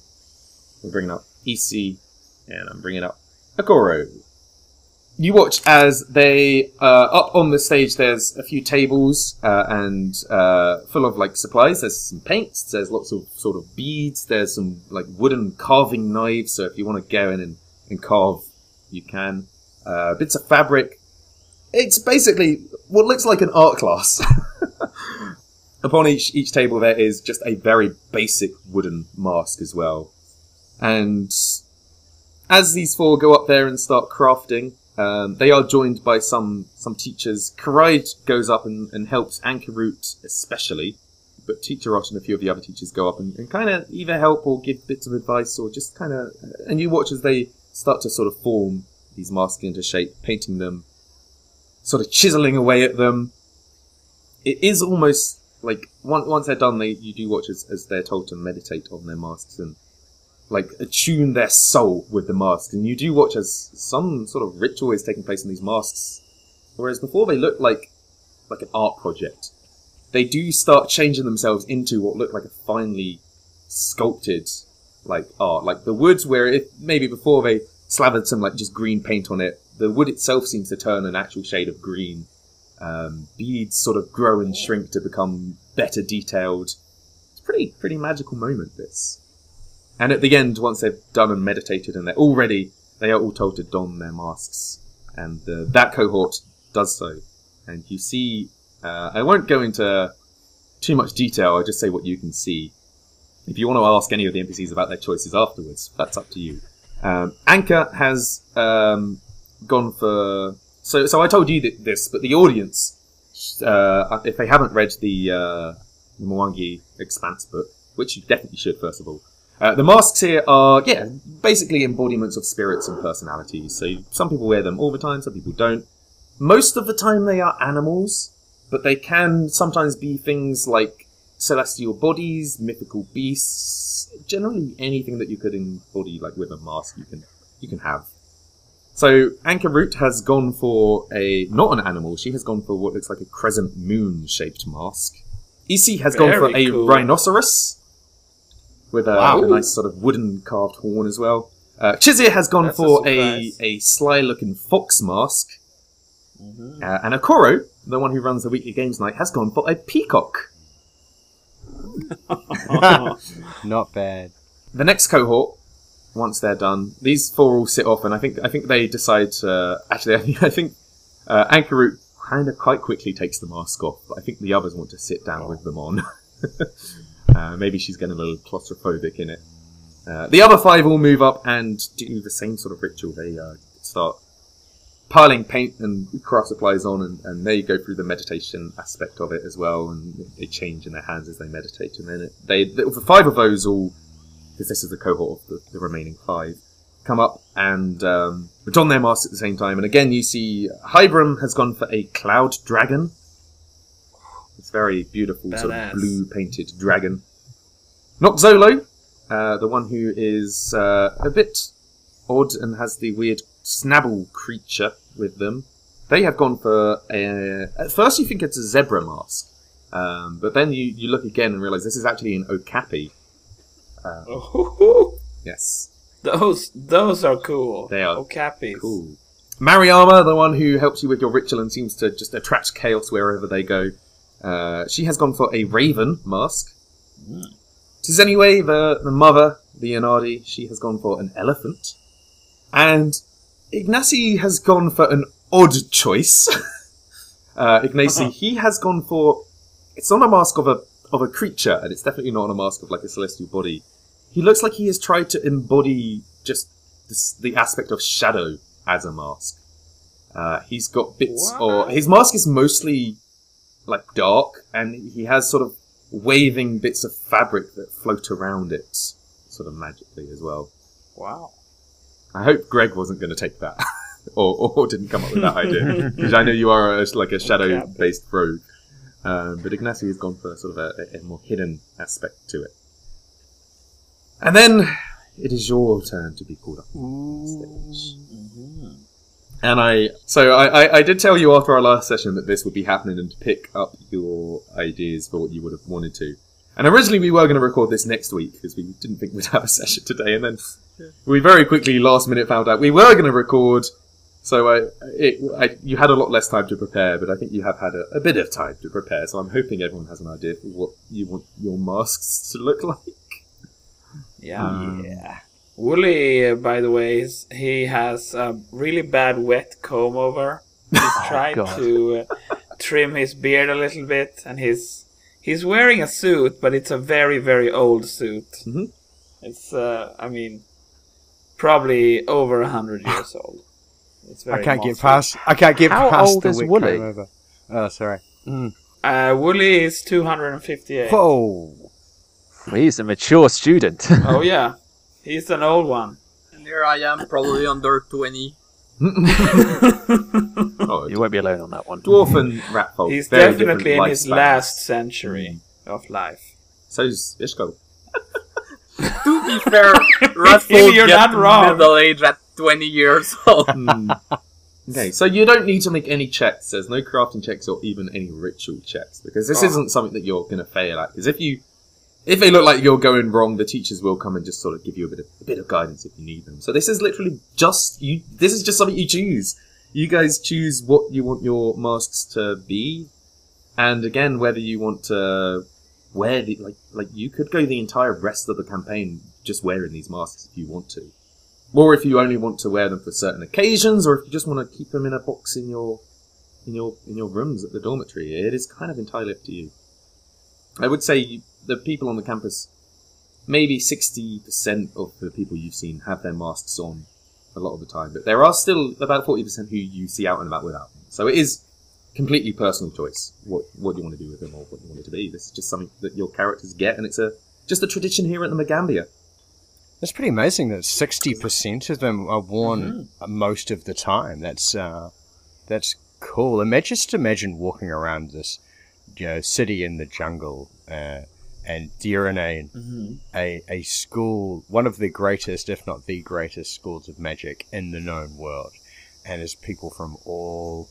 [SPEAKER 1] we're bringing up Isi, and I'm bringing up Agoro. You watch as they, uh, up on the stage, there's a few tables uh, and uh, full of like supplies. There's some paints, there's lots of sort of beads, there's some like wooden carving knives, so if you want to go in and, and carve, you can. Uh, bits of fabric. It's basically what looks like an art class. upon each each table there is just a very basic wooden mask as well. And as these four go up there and start crafting, um, they are joined by some some teachers. Karide goes up and, and helps Ankerroot especially, but Teacher Rot and a few of the other teachers go up and, and kind of either help or give bits of advice or just kind of. And you watch as they start to sort of form these masks into shape, painting them, sort of chiseling away at them, it is almost like once once they're done, they you do watch as, as they're told to meditate on their masks and like attune their soul with the mask, and you do watch as some sort of ritual is taking place in these masks, whereas before they looked like like an art project, they do start changing themselves into what looked like a finely sculpted like art, like the woods where if maybe before they slathered some like just green paint on it, the wood itself seems to turn an actual shade of green um, beads sort of grow and shrink to become better detailed. It's a pretty pretty magical moment this. And at the end, once they've done and meditated and they're all ready, they are all told to don their masks, and uh, that cohort does so. And you see, uh, I won't go into too much detail. I'll just say what you can see. If you want to ask any of the NPCs about their choices afterwards, that's up to you. Um, Anchor has um, gone for. So, so I told you th- this, but the audience, uh, if they haven't read the uh, Mwangi Expanse book, which you definitely should, first of all, uh, the masks here are, yeah, basically embodiments of spirits and personalities. So some people wear them all the time, some people don't. Most of the time they are animals, but they can sometimes be things like celestial bodies, mythical beasts, generally anything that you could embody, like with a mask, you can you can have. So Anchor Root has gone for a not an animal. She has gone for what looks like a crescent moon shaped mask, EC has gone for
[SPEAKER 6] Very
[SPEAKER 1] a
[SPEAKER 6] cool.
[SPEAKER 1] rhinoceros with a,
[SPEAKER 3] Wow.
[SPEAKER 1] a nice sort of wooden carved horn as well. Uh, Chizir has gone
[SPEAKER 6] That's a
[SPEAKER 1] for a, a,
[SPEAKER 6] surprise.
[SPEAKER 1] sly looking fox mask.
[SPEAKER 6] Mm-hmm.
[SPEAKER 1] Uh, and Okoro, the one who runs the weekly games night, has gone for a peacock.
[SPEAKER 3] Not bad.
[SPEAKER 1] The next cohort, once they're done, these four all sit off, and I think I think they decide. Uh, actually, I think I think uh, Ankerut kind of quite quickly takes the mask off. But I think the others want to sit down with them on. uh, maybe she's getting a little claustrophobic in it. Uh, the other five all move up and do the same sort of ritual. They uh, start piling paint and craft supplies on, and, and they go through the meditation aspect of it as well, and they change in their hands as they meditate. And then it, they, the five of those all because this is the cohort of the, the remaining five, come up and um, don their masks at the same time. And again, you see Hybrim has gone for a cloud dragon. It's very beautiful, sort
[SPEAKER 6] Badass.
[SPEAKER 1] of blue painted dragon. Not Zolo, uh, the one who is uh, a bit odd and has the weird snabble creature with them. They have gone for a. At first, you think it's a zebra mask. Um, but then you, you look again and realize this is actually an okapi.
[SPEAKER 6] Oh,
[SPEAKER 1] Yes.
[SPEAKER 6] those those are cool.
[SPEAKER 1] They are
[SPEAKER 6] Okapis.
[SPEAKER 1] Cool. Mariama, the one who helps you with your ritual and seems to just attract chaos wherever they go, uh, she has gone for a raven mask. Tis anyway the, the mother, the Yanadi, she has gone for an elephant. And Ignacy has gone for an odd choice. uh, Ignacy, he has gone for. It's on a mask of a of a creature, and it's definitely not on a mask of like a celestial body. He looks like he has tried to embody just this, the aspect of shadow as a mask. Uh, he's got bits, or his mask is mostly like dark, and he has sort of waving bits of fabric that float around it, sort of magically as well.
[SPEAKER 6] Wow.
[SPEAKER 1] I hope Greg wasn't going to take that, or, or didn't come up with that idea, because I know you are a, like a shadow-based rogue. Um, but Ignacio has gone for sort of a, a more hidden aspect to it. And then it is your turn to be called up on stage.
[SPEAKER 6] Mm-hmm.
[SPEAKER 1] And I, so I, I, I did tell you after our last session that this would be happening and to pick up your ideas for what you would have wanted to. And originally we were going to record this next week because we didn't think we'd have a session today. And then we very quickly, last minute, found out we were going to record. So I, it, I, you had a lot less time to prepare, but I think you have had a, a bit of time to prepare. So I'm hoping everyone has an idea for what you want your masks to look like.
[SPEAKER 6] Yeah. Um, Wooly, uh, by the way, is- he has a really bad wet comb over. He's
[SPEAKER 3] Oh,
[SPEAKER 6] tried
[SPEAKER 4] God.
[SPEAKER 6] to uh, trim his beard a little bit, and he's he's wearing a suit, but it's a very very old suit.
[SPEAKER 3] Mm-hmm.
[SPEAKER 1] Mhm.
[SPEAKER 6] It's uh, I mean, probably over a hundred years old. It's very
[SPEAKER 3] Ah. I can't get
[SPEAKER 6] mossy.
[SPEAKER 3] past. I can't get
[SPEAKER 4] How
[SPEAKER 3] past
[SPEAKER 4] old
[SPEAKER 3] the
[SPEAKER 4] is
[SPEAKER 3] wet
[SPEAKER 4] Wooly?
[SPEAKER 3] comb over. Oh, sorry.
[SPEAKER 6] Uh, Wooly is two hundred and fifty-eight.
[SPEAKER 3] Whoa.
[SPEAKER 4] Well, he's a mature student.
[SPEAKER 6] Oh yeah, he's an old one.
[SPEAKER 2] And here I am, probably under 20.
[SPEAKER 1] Oh,
[SPEAKER 4] you won't be alone on that one.
[SPEAKER 1] dwarf and rat folk.
[SPEAKER 6] He's
[SPEAKER 1] very
[SPEAKER 6] definitely in
[SPEAKER 1] different
[SPEAKER 6] his
[SPEAKER 1] lifespans.
[SPEAKER 6] last century
[SPEAKER 3] Mm.
[SPEAKER 6] of life.
[SPEAKER 1] So's Ishko.
[SPEAKER 2] To be fair,
[SPEAKER 6] Maybe
[SPEAKER 2] Ratful
[SPEAKER 6] you're
[SPEAKER 2] get
[SPEAKER 6] not wrong.
[SPEAKER 2] middle age at 20 years old.
[SPEAKER 1] Okay, so you don't need to make any checks. There's no crafting checks or even any ritual checks because this isn't something that you're going to fail at. Because if you, if they look like you're going wrong, the teachers will come and just sort of give you a bit of a bit of guidance if you need them. So this is literally just you. This is just something you choose. You guys choose what you want your masks to be, and again whether you want to wear the like like you could go the entire rest of the campaign just wearing these masks if you want to or if you only want to wear them for certain occasions, or if you just want to keep them in a box in your in your in your rooms at the dormitory. It is kind of entirely up to you. I would say you, the people on the campus, maybe sixty percent of the people you've seen have their masks on a lot of the time, but there are still about forty percent who you see out and about without them. So it is completely personal choice what what you want to do with them or what you want it to be. This is just something that your characters get, and it's a just a tradition here at the Magambia.
[SPEAKER 3] That's pretty amazing that 60% of them are worn most of the time. That's uh, that's cool. Imagine, just imagine walking around this you know, city in the jungle uh, and there in a, a, a school, one of the greatest, if not the greatest, schools of magic in the known world. And there's people from all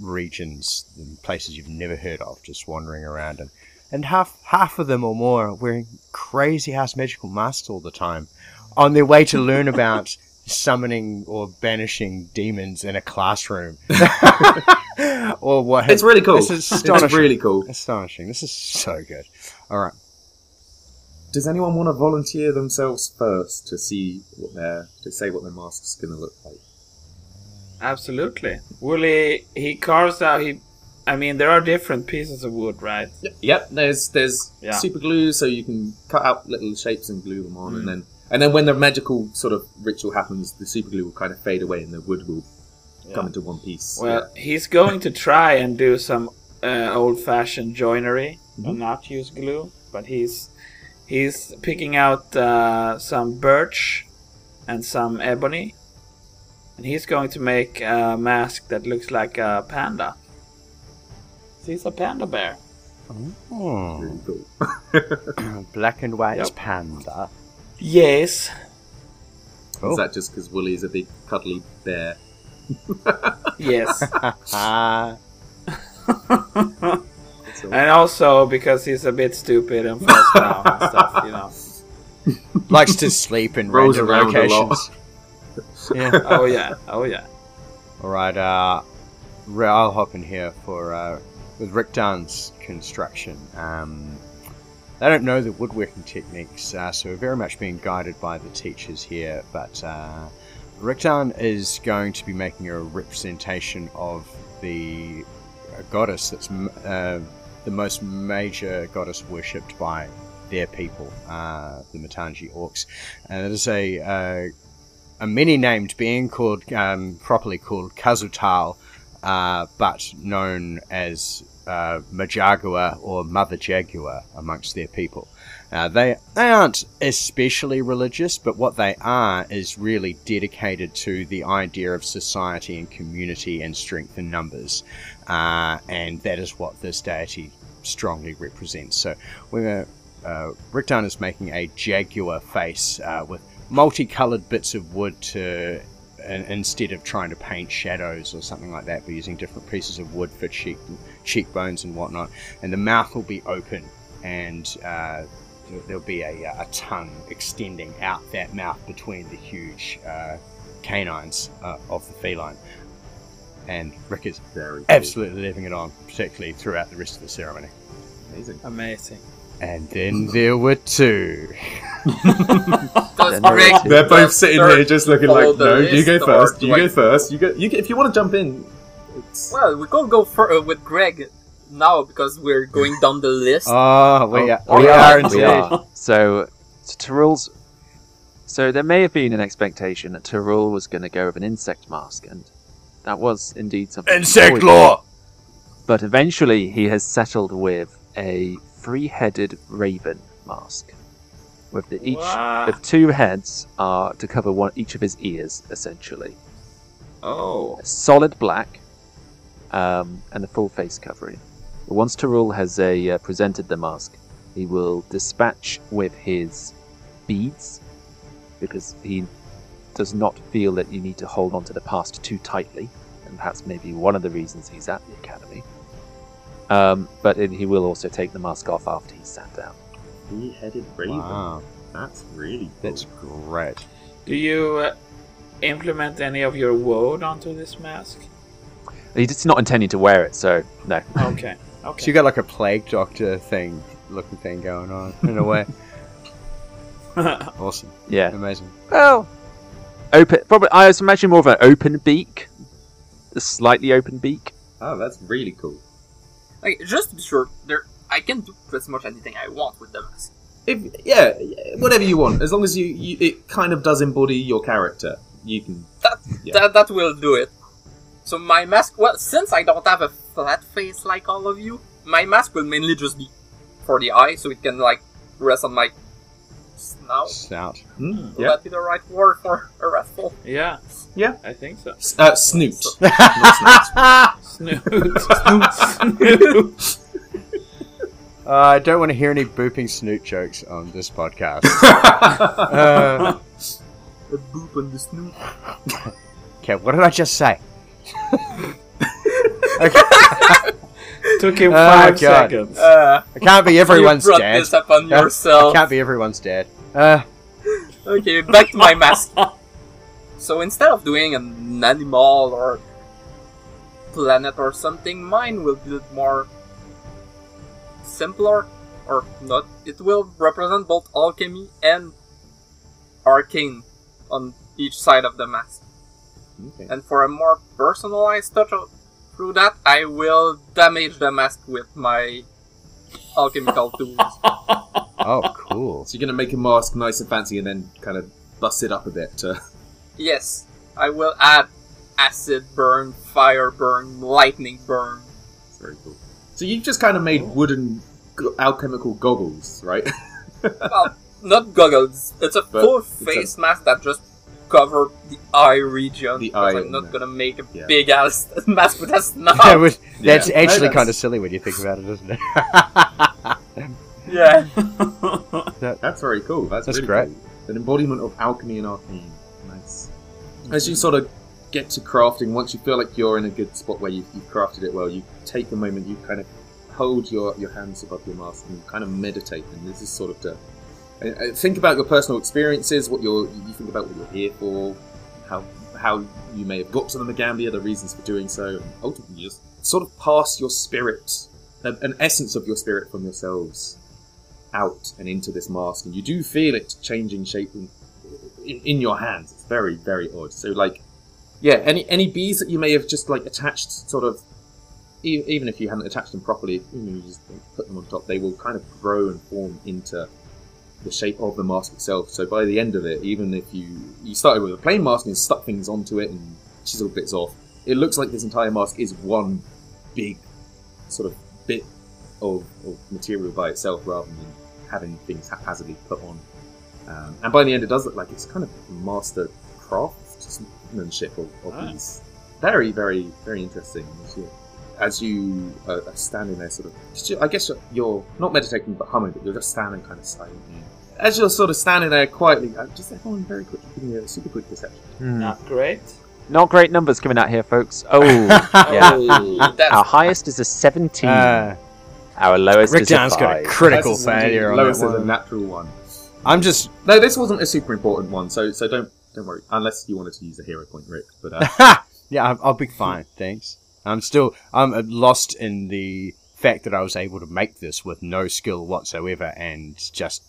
[SPEAKER 3] regions and places you've never heard of, just wandering around, and and half half of them or more are wearing crazy ass magical masks all the time, on their way to learn about summoning or banishing demons in a classroom, or what?
[SPEAKER 1] It's really cool.
[SPEAKER 3] This is
[SPEAKER 1] It's
[SPEAKER 3] astonishing.
[SPEAKER 1] really cool.
[SPEAKER 3] astonishing. This is so good. All right.
[SPEAKER 1] Does anyone want to volunteer themselves first to see what their to say what their mask's gonna look like?
[SPEAKER 6] Absolutely. Woolly, he carves out. He, I mean, there are different pieces of wood, right?
[SPEAKER 1] Yep. Yep. There's there's
[SPEAKER 6] Yeah.
[SPEAKER 1] super glue, so you can cut out little shapes and glue them on, and then and then when the magical sort of ritual happens, the super glue will kind of fade away, and the wood will come into one piece.
[SPEAKER 6] Well, he's going to try and do some uh, old-fashioned joinery, and not use glue. But he's he's picking out uh, some birch and some ebony, and he's going to make a mask that looks like a panda. He's a panda bear.
[SPEAKER 1] Yeah. Really cool.
[SPEAKER 3] Hmm. Black and white
[SPEAKER 6] Yep.
[SPEAKER 3] panda.
[SPEAKER 6] Yes.
[SPEAKER 3] Cool.
[SPEAKER 1] Is that just because Wooly's a big cuddly bear?
[SPEAKER 6] Yes.
[SPEAKER 3] Ah,
[SPEAKER 6] and also because he's a bit stupid and falls down and stuff, you know.
[SPEAKER 3] likes to sleep in
[SPEAKER 1] Rolls
[SPEAKER 3] random
[SPEAKER 1] around a lot.
[SPEAKER 3] locations. yeah.
[SPEAKER 6] Oh yeah, oh yeah.
[SPEAKER 3] All right. Uh, Ra- I'll hop in here for uh, with Rick Dunn's construction. Um, they don't know the woodworking techniques, uh, so we're very much being guided by the teachers here. But uh, Riktan is going to be making a representation of the uh, goddess that's m- uh, the most major goddess worshipped by their people, uh, the Matangi Orcs. And it is a uh, a many named being called, um, properly called Kazutal, uh, but known as uh, Majagua or Mother Jaguar amongst their people. Uh, they, they aren't especially religious, but what they are is really dedicated to the idea of society and community and strength in numbers. Uh, and that is what this deity strongly represents. So we're going to uh, Rickdown is making a jaguar face uh, with multicolored bits of wood to in- instead of trying to paint shadows or something like that, but using different pieces of wood for cheek cheekbones and whatnot. And the mouth will be open, and uh, there- there'll be a, uh, a tongue extending out that mouth between the huge uh, canines uh, of the feline. And Rick is
[SPEAKER 1] Very cool.
[SPEAKER 3] absolutely leaving it on, particularly throughout the rest of the ceremony.
[SPEAKER 1] amazing.
[SPEAKER 6] Amazing.
[SPEAKER 3] And then there were two.
[SPEAKER 2] Does
[SPEAKER 4] Then
[SPEAKER 2] Rick-
[SPEAKER 4] They're
[SPEAKER 1] They're both
[SPEAKER 2] does
[SPEAKER 1] sitting
[SPEAKER 2] Dirk
[SPEAKER 1] there just looking
[SPEAKER 2] follow
[SPEAKER 1] like,
[SPEAKER 2] the
[SPEAKER 1] no, you
[SPEAKER 2] list,
[SPEAKER 1] go
[SPEAKER 2] or
[SPEAKER 1] first,
[SPEAKER 2] do
[SPEAKER 1] you
[SPEAKER 2] I-
[SPEAKER 1] go first, you go, you go, if you want to jump in, it's,
[SPEAKER 2] Well, we can't go for, uh, with Greg now because we're going down the list.
[SPEAKER 3] Oh, we are, we
[SPEAKER 4] We
[SPEAKER 3] are
[SPEAKER 4] are.
[SPEAKER 3] indeed.
[SPEAKER 4] We are. So, so Tyrrell's. So there may have been an expectation that Tyrrell was going to go with an insect mask, and that was indeed something. Insect law. But eventually, he has settled with a three-headed raven mask, with the each
[SPEAKER 6] Wha-
[SPEAKER 4] the two heads are to cover one each of his ears, essentially.
[SPEAKER 6] Oh.
[SPEAKER 4] solid black, um, and a full face covering. But once Tarul has a, uh, presented the mask, he will dispatch with his beads because he does not feel that you need to hold on to the past too tightly, and that's maybe one of the reasons he's at the academy. Um, but then he will also take the mask off after he's sat down.
[SPEAKER 1] three-headed raven.
[SPEAKER 3] Wow,
[SPEAKER 1] That's really cool.
[SPEAKER 3] that's great.
[SPEAKER 6] Do you uh, implement any of your woad onto this mask?
[SPEAKER 4] He's not intending to wear it, so no.
[SPEAKER 6] Okay. Okay.
[SPEAKER 3] So you got like a plague doctor thing, looking thing going on in a way. awesome,
[SPEAKER 4] yeah.
[SPEAKER 3] amazing.
[SPEAKER 4] Well, open. Probably, I was imagining more of an open beak, a slightly open beak.
[SPEAKER 1] oh, that's really cool.
[SPEAKER 2] Like, just to be sure, there I can do pretty much anything I want with the mask.
[SPEAKER 1] If, yeah, whatever you want, as long as you, you, it kind of does embody your character. You can,
[SPEAKER 2] That,
[SPEAKER 1] Yeah.
[SPEAKER 2] that that will do it. So my mask, well, since I don't have a flat face like all of you, my mask will mainly just be for the eye, so it can like rest on my snout.
[SPEAKER 3] Snout.
[SPEAKER 1] Hmm,
[SPEAKER 2] Will
[SPEAKER 1] yeah.
[SPEAKER 2] that be the right word for a restful?
[SPEAKER 6] yeah.
[SPEAKER 1] Yeah.
[SPEAKER 6] I think so.
[SPEAKER 1] S- Uh, snoot. Not snout.
[SPEAKER 6] Snoot. Snoot.
[SPEAKER 3] Uh, I don't want to hear any booping snoot jokes on this podcast. uh,
[SPEAKER 2] A boop on the snoot.
[SPEAKER 3] okay, what did I just say?
[SPEAKER 6] Took him
[SPEAKER 3] Oh, God.
[SPEAKER 6] five seconds.
[SPEAKER 2] Uh,
[SPEAKER 3] I can't be everyone's
[SPEAKER 2] you brought
[SPEAKER 3] dad.
[SPEAKER 2] this upon
[SPEAKER 3] Yeah, I
[SPEAKER 2] yourself.
[SPEAKER 3] can't be everyone's dad. Uh,
[SPEAKER 2] Okay, back to my mask. so instead of doing an animal or planet or something, mine will be more simpler or not. It will represent both alchemy and arcane on each side of the mask.
[SPEAKER 1] Okay.
[SPEAKER 2] And for a more personalized touch of- through that, I will damage the mask with my alchemical tools.
[SPEAKER 3] oh, cool.
[SPEAKER 1] So you're gonna make a mask nice and fancy, and then kind of bust it up a bit. To...
[SPEAKER 2] Yes, I will add acid burn, fire burn, lightning burn.
[SPEAKER 1] It's very cool. Oh. So you've just kind of made wooden go- alchemical goggles, right?
[SPEAKER 2] well, not goggles. It's a
[SPEAKER 1] But
[SPEAKER 2] full
[SPEAKER 1] it's a-
[SPEAKER 2] face mask that just cover the eye region.
[SPEAKER 1] The
[SPEAKER 2] because
[SPEAKER 1] eye,
[SPEAKER 2] I'm not
[SPEAKER 1] yeah.
[SPEAKER 2] gonna make a
[SPEAKER 1] Yeah.
[SPEAKER 2] big ass mask with a snout.
[SPEAKER 3] That was- that's
[SPEAKER 1] Yeah.
[SPEAKER 3] actually
[SPEAKER 1] No, that's-
[SPEAKER 3] kind of silly when you think about it, isn't it?
[SPEAKER 2] yeah.
[SPEAKER 1] That's very cool. That's,
[SPEAKER 3] That's
[SPEAKER 1] really
[SPEAKER 3] great.
[SPEAKER 1] cool. An embodiment of alchemy and arcane. Nice. As you sort of get to crafting, once you feel like you're in a good spot where you've, you've crafted it well, you take a moment, you kind of hold your, your hands above your mask and you kind of meditate. And this is sort of the. and- and Think about your personal experiences, what you're. You think about what you're here for, how how you may have got to the Magambia, the reasons for doing so, and ultimately you just sort of pass your spirit, an an essence of your spirit from yourselves out and into this mask, and you do feel it changing shape in, in, in your hands. It's very, very odd. So, like, yeah, any any bees that you may have just like attached, sort of, e- even if you hadn't attached them properly, you, know, you just like, put them on top, they will kind of grow and form into the shape of the mask itself. So by the end of it, even if you you started with a plain mask and stuck things onto it and chiseled bits off, it looks like this entire mask is one big sort of bit of, of material by itself rather than having things haphazardly put on. Um, and by the end, it does look like it's kind of master craftsmanship of, of
[SPEAKER 6] Nice.
[SPEAKER 1] these. Very, very, very interesting. As you, as you are, are standing there, sort of, just you- I guess you're, you're not meditating but humming, but you're just standing kind of silently. As you're sort of standing there quietly, uh, just everyone very quickly give me a super quick perception.
[SPEAKER 3] Hmm.
[SPEAKER 6] Not great.
[SPEAKER 4] Not great numbers coming out here, folks. Oh, Yeah.
[SPEAKER 6] Oh,
[SPEAKER 2] That's
[SPEAKER 4] our highest is a 17.
[SPEAKER 3] Uh,
[SPEAKER 4] our lowest
[SPEAKER 3] Rick
[SPEAKER 4] is a
[SPEAKER 3] Down's got a
[SPEAKER 4] 5.
[SPEAKER 3] critical
[SPEAKER 1] Lowest is indeed-
[SPEAKER 3] failure on that
[SPEAKER 1] Lowest is a
[SPEAKER 3] one.
[SPEAKER 1] natural one.
[SPEAKER 3] I'm just
[SPEAKER 1] No, this wasn't a super important one, so so don't don't worry. Unless you wanted to use a hero point, Rick. But uh,
[SPEAKER 3] yeah, I'll, I'll be fine, thanks. I'm still I'm uh, lost in the fact that I was able to make this with no skill whatsoever, and just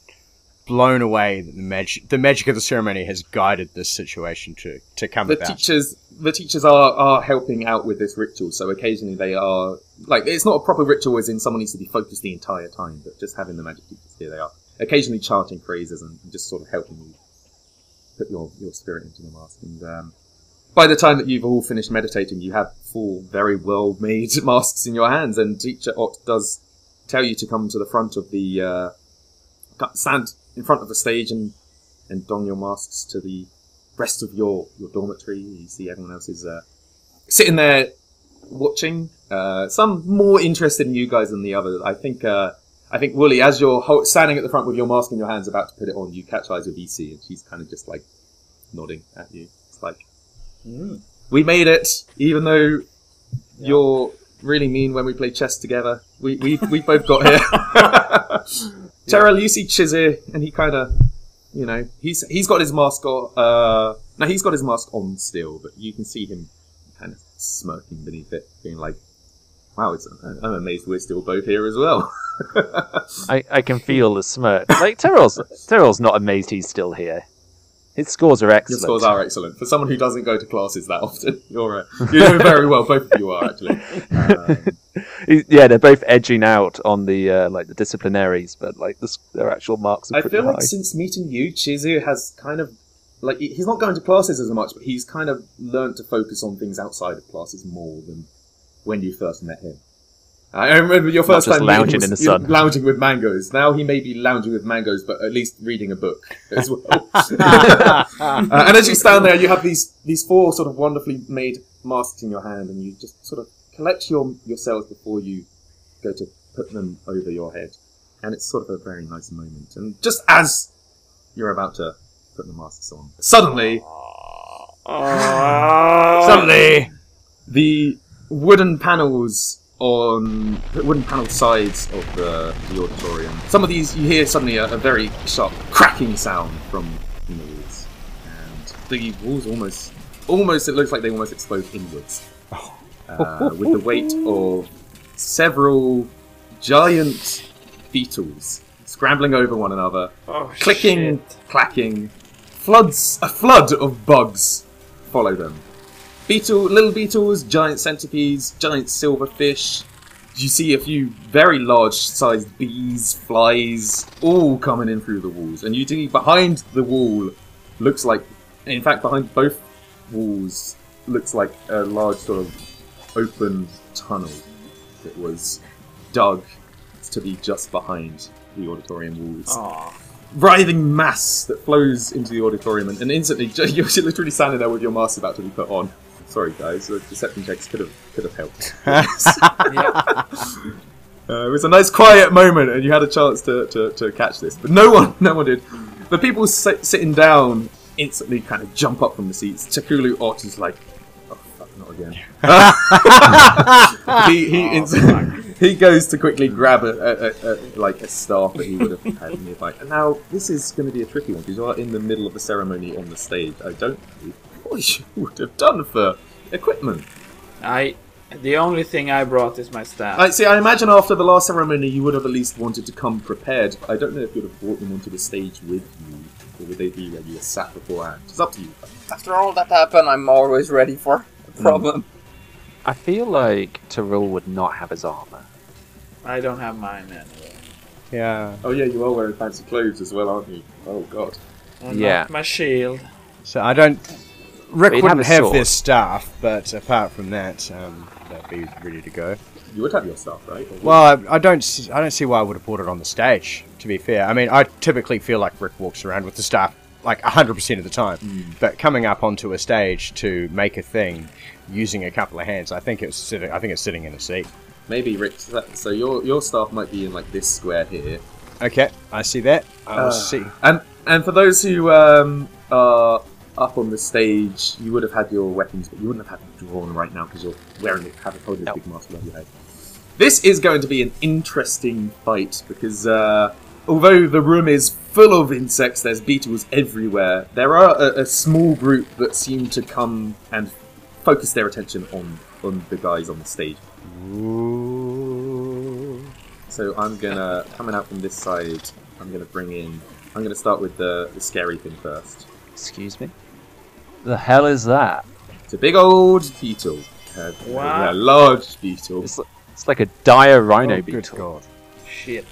[SPEAKER 3] blown away that the magic the magic of the ceremony has guided this situation to to come
[SPEAKER 1] the
[SPEAKER 3] about.
[SPEAKER 1] teachers the teachers are are helping out with this ritual. So occasionally they are like it's not a proper ritual, as in someone needs to be focused the entire time. But just having the magic teachers here, they are occasionally chanting phrases and just sort of helping you put your your spirit into the mask. And um, by the time that you've all finished meditating, you have four very well made masks in your hands. And teacher Ott does tell you to come to the front of the uh, stand in front of the stage and and don your masks to the rest of your, your dormitory. You see everyone else is uh, sitting there watching. Uh, some more interested in you guys than the others. I think uh, I think Wooly, as you're ho- standing at the front with your mask in your hands, about to put it on, you catch eyes with EC, and she's kind of just like nodding at you. It's like we made it, even though you're really mean when we play chess together. We we we both got here. Terra, you see Chizir, and he kind of you know, he's he's got his mask on. Uh, no, he's got his mask on still, but you can see him kind of smirking beneath it, being like, "Wow, it's, I'm amazed we're still both here as well."
[SPEAKER 4] I, I can feel the smirk. Like, Terrell's, Terrell's not amazed he's still here. His scores are
[SPEAKER 1] Your
[SPEAKER 4] excellent.
[SPEAKER 1] scores are excellent for someone who doesn't go to classes that often. You're uh, you're doing very well. Both of you are actually. Um,
[SPEAKER 4] He- Yeah, they're both edging out on the uh, like the disciplinaries, but like the, s- their actual marks are
[SPEAKER 1] I
[SPEAKER 4] pretty
[SPEAKER 1] feel
[SPEAKER 4] high.
[SPEAKER 1] like since meeting you, Chizu has kind of like he- he's not going to classes as much, but he's kind of learned to focus on things outside of classes more than when you first met him. I I remember your
[SPEAKER 4] Not
[SPEAKER 1] first
[SPEAKER 4] just
[SPEAKER 1] time meeting
[SPEAKER 4] lounging
[SPEAKER 1] was-
[SPEAKER 4] in the
[SPEAKER 1] you were
[SPEAKER 4] sun.
[SPEAKER 1] lounging with mangoes. Now he may be lounging with mangoes, but at least reading a book as well. Uh, and as you stand there, you have these these four sort of wonderfully made masks in your hand, and you just sort of collect your yourselves before you go to put them over your head. And it's sort of a very nice moment. And just as you're about to put the masks on, suddenly
[SPEAKER 6] oh,
[SPEAKER 3] Suddenly,
[SPEAKER 1] Uh, the wooden panels on wooden panel sides of the, the auditorium. Some of these you hear suddenly a, a very sharp cracking sound from from the walls, and the walls almost almost it looks like they almost explode inwards uh, with the weight of several giant beetles scrambling over one another
[SPEAKER 6] Oh,
[SPEAKER 1] clicking,
[SPEAKER 6] shit.
[SPEAKER 1] clacking. Floods, a flood of bugs follow them. Beetle, little beetles, giant centipedes, giant silverfish. You see a few very large-sized bees, flies, all coming in through the walls, and you see behind the wall looks like, in fact, behind both walls looks like a large sort of open tunnel that was dug to be just behind the auditorium walls
[SPEAKER 6] Aw.
[SPEAKER 1] writhing mass that flows into the auditorium, and, and instantly you're literally standing there with your mask about to be put on. Sorry, guys, the deception checks could have could have helped.
[SPEAKER 6] Yeah.
[SPEAKER 1] Uh, it was a nice quiet moment, and you had a chance to, to, to catch this, but no one no one did. The people sit, sitting down instantly kind of jump up from the seats. Takulu Ott is like, oh fuck, not again. he oh he, ins- he goes to quickly grab a, a, a, a like a staff that he would have had nearby. And now this is going to be a tricky one because you are in the middle of a ceremony on the stage. I don't know what you would have done for equipment.
[SPEAKER 6] I. The only thing I brought is my staff.
[SPEAKER 1] I see. I imagine after the last ceremony, you would have at least wanted to come prepared. But I don't know if you'd have brought them onto the stage with you, or would they be where you were sat beforehand. It's up to you.
[SPEAKER 2] After all that happened, I'm always ready for
[SPEAKER 1] Mm.
[SPEAKER 2] a problem.
[SPEAKER 4] I feel like Tyrell would not have his armor.
[SPEAKER 6] I don't have mine anyway.
[SPEAKER 3] Yeah.
[SPEAKER 1] Oh yeah, you are wearing fancy clothes as well, aren't you? Oh god.
[SPEAKER 6] And
[SPEAKER 4] Yeah.
[SPEAKER 6] My shield.
[SPEAKER 3] So I don't. Rick
[SPEAKER 4] We'd have
[SPEAKER 3] wouldn't
[SPEAKER 4] a
[SPEAKER 3] have,
[SPEAKER 4] sword.
[SPEAKER 3] this staff, but apart from that, um, they'd be ready to go.
[SPEAKER 1] You would have your stuff, right? Or-
[SPEAKER 3] Well, I, I don't. s- I don't see why I would have bought it on the stage. To be fair, I mean, I typically feel like Rick walks around with the staff like hundred percent of the time. But coming up onto a stage to make a thing using a couple of hands, I think it's sitting. I think it's sitting in a seat.
[SPEAKER 1] Maybe Rick. So your your staff might be in like this square here.
[SPEAKER 3] Okay, I see that. I'll
[SPEAKER 1] Uh,
[SPEAKER 3] see.
[SPEAKER 1] And and for those who um, are up on the stage, you would have had your weapons, but you wouldn't have had them drawn right now because you're wearing it, have a holding this big mask above your head. This is going to be an interesting fight because uh, although the room is full of insects, there's beetles everywhere. There are a, a small group that seem to come and focus their attention on on the guys on the stage. So I'm gonna coming out from this side. I'm gonna bring in. I'm gonna start with the, the scary thing first.
[SPEAKER 4] Excuse me. The hell is that?
[SPEAKER 1] It's a big old beetle. Uh, A,
[SPEAKER 6] Wow.
[SPEAKER 1] a large beetle.
[SPEAKER 4] It's, li- it's like a dire rhino
[SPEAKER 3] Oh, good
[SPEAKER 4] beetle.
[SPEAKER 3] God.
[SPEAKER 6] Shit.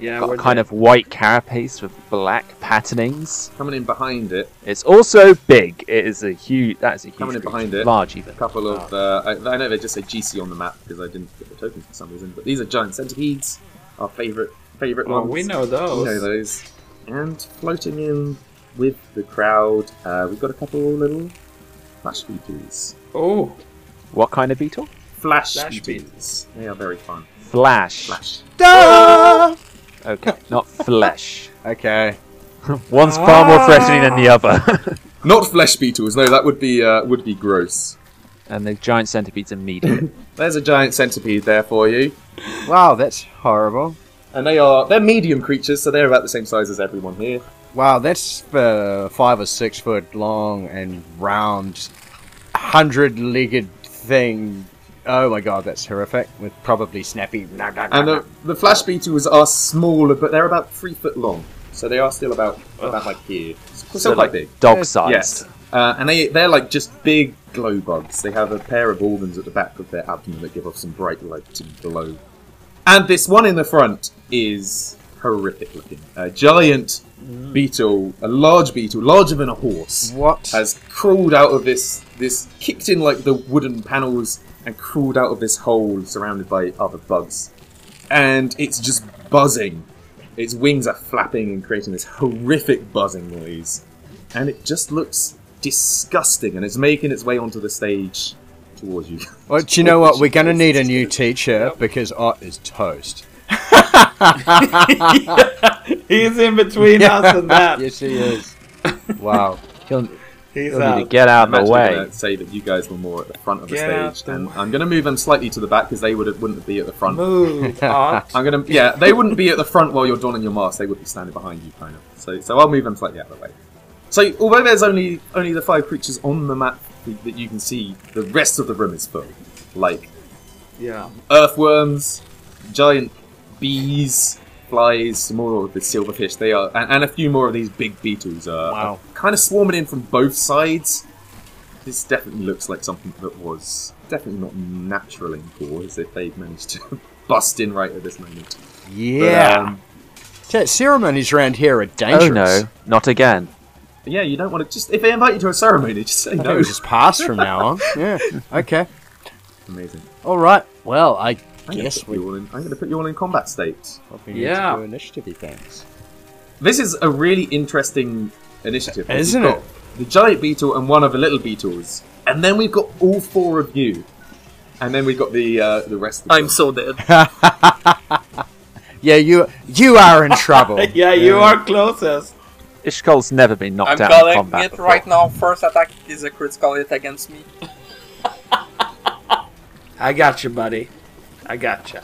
[SPEAKER 6] Yeah.
[SPEAKER 4] Got
[SPEAKER 6] we're
[SPEAKER 4] a kind
[SPEAKER 6] dead.
[SPEAKER 4] of white carapace with black patternings.
[SPEAKER 1] Coming in behind it.
[SPEAKER 4] It's also big. It is a huge. That's a huge.
[SPEAKER 1] Coming in
[SPEAKER 4] creature.
[SPEAKER 1] behind it.
[SPEAKER 4] Large even.
[SPEAKER 1] A couple of.
[SPEAKER 6] Oh.
[SPEAKER 1] Uh, I, I know they just say GC on the map because I didn't get the tokens for some reason. But these are giant centipedes. Our favorite favorite
[SPEAKER 6] Oh,
[SPEAKER 1] ones.
[SPEAKER 6] we know those.
[SPEAKER 1] You know those. And floating in with the crowd, uh, we've got a couple little flash beetles.
[SPEAKER 6] Oh,
[SPEAKER 4] What kind of beetle?
[SPEAKER 1] Flash,
[SPEAKER 6] Flash
[SPEAKER 1] beetles. They are very fun.
[SPEAKER 4] Flash.
[SPEAKER 1] Flash.
[SPEAKER 4] Okay, not flesh.
[SPEAKER 3] Okay.
[SPEAKER 4] One's far more threatening than
[SPEAKER 1] Ah.
[SPEAKER 4] the other.
[SPEAKER 1] Not flesh beetles. No, that would be uh, would be gross.
[SPEAKER 4] and the giant centipede's immediate.
[SPEAKER 1] There's a giant centipede there for you,
[SPEAKER 3] Wow, that's horrible.
[SPEAKER 1] and they are they're medium creatures, so they're about the same size as everyone here.
[SPEAKER 3] Wow, that's uh, five or six foot long and round, hundred legged thing. Oh my god, that's horrific. With probably snappy.
[SPEAKER 1] And the, the flash beetles are smaller, but they're about three foot long, so they are still about about like here, still
[SPEAKER 4] So,
[SPEAKER 1] quite
[SPEAKER 4] like,
[SPEAKER 1] big.
[SPEAKER 4] Dog sized.
[SPEAKER 1] Yes, uh, and they they're like just big glow bugs. They have a pair of organs at the back of their abdomen that give off some bright light and glow. And this one in the front is horrific looking. A giant beetle, a large beetle, larger than a horse.
[SPEAKER 3] What?
[SPEAKER 1] has crawled out of this this kicked in like the wooden panels and crawled out of this hole surrounded by other bugs and it's just buzzing its wings are flapping and creating this horrific buzzing noise and it just looks disgusting and it's making its way onto the stage towards you
[SPEAKER 3] Well, do you know what? We're going to need a new teacher because Art is toast.
[SPEAKER 6] he's in between us and that.
[SPEAKER 3] he is. Wow.
[SPEAKER 4] He'll,
[SPEAKER 6] He's
[SPEAKER 4] You'll need to
[SPEAKER 6] out.
[SPEAKER 4] get out
[SPEAKER 1] I'm
[SPEAKER 4] of the
[SPEAKER 1] actually
[SPEAKER 4] way.
[SPEAKER 1] gonna say that you guys were more at the front of the
[SPEAKER 6] Get out
[SPEAKER 1] stage,
[SPEAKER 6] the
[SPEAKER 1] and
[SPEAKER 6] way.
[SPEAKER 1] I'm going to move them slightly to the back because they would have, wouldn't be at the front.
[SPEAKER 6] Move, Art.
[SPEAKER 1] I'm going to yeah, they wouldn't be at the front while you're donning your mask. They would be standing behind you, kind of. So so I'll move them slightly out of the way. So although there's only only the five creatures on the map th- that you can see, the rest of the room is full, like
[SPEAKER 6] Yeah.
[SPEAKER 1] earthworms, giant bees, flies, some more of the silverfish. They are, and, and a few more of these big beetles are,
[SPEAKER 3] Wow.
[SPEAKER 1] kind of swarming in from both sides. This definitely looks like something that was definitely not natural in core, as if they've managed to bust in right at this moment. But,
[SPEAKER 3] Yeah.
[SPEAKER 1] um,
[SPEAKER 3] So ceremonies around here are
[SPEAKER 4] Oh
[SPEAKER 3] dangerous.
[SPEAKER 4] no, not again.
[SPEAKER 1] yeah, you don't want to just if they invite you to a ceremony, just say
[SPEAKER 3] I think
[SPEAKER 1] no.
[SPEAKER 3] we just pass from now on. Yeah. Okay.
[SPEAKER 1] Amazing.
[SPEAKER 3] All right. Well, I
[SPEAKER 1] I'm gonna
[SPEAKER 3] guess
[SPEAKER 1] put you
[SPEAKER 3] we
[SPEAKER 1] all in- I'm going to put you all in combat state.
[SPEAKER 3] probably need
[SPEAKER 6] Yeah.
[SPEAKER 3] to do initiative events.
[SPEAKER 1] This is a really interesting initiative, because
[SPEAKER 3] Isn't
[SPEAKER 1] we've
[SPEAKER 3] it?
[SPEAKER 1] got The giant beetle and one of the little beetles, and then we've got all four of you, and then we've got the uh, the rest. Of
[SPEAKER 2] I'm
[SPEAKER 1] them.
[SPEAKER 2] so dead.
[SPEAKER 3] Yeah, you you are in trouble.
[SPEAKER 6] Yeah, you are closest.
[SPEAKER 4] Ishkol's never been knocked
[SPEAKER 2] I'm
[SPEAKER 4] out in
[SPEAKER 2] calling
[SPEAKER 4] combat
[SPEAKER 2] it
[SPEAKER 4] before.
[SPEAKER 2] right now. First attack is a critical hit against me.
[SPEAKER 6] I got you, buddy. I got you.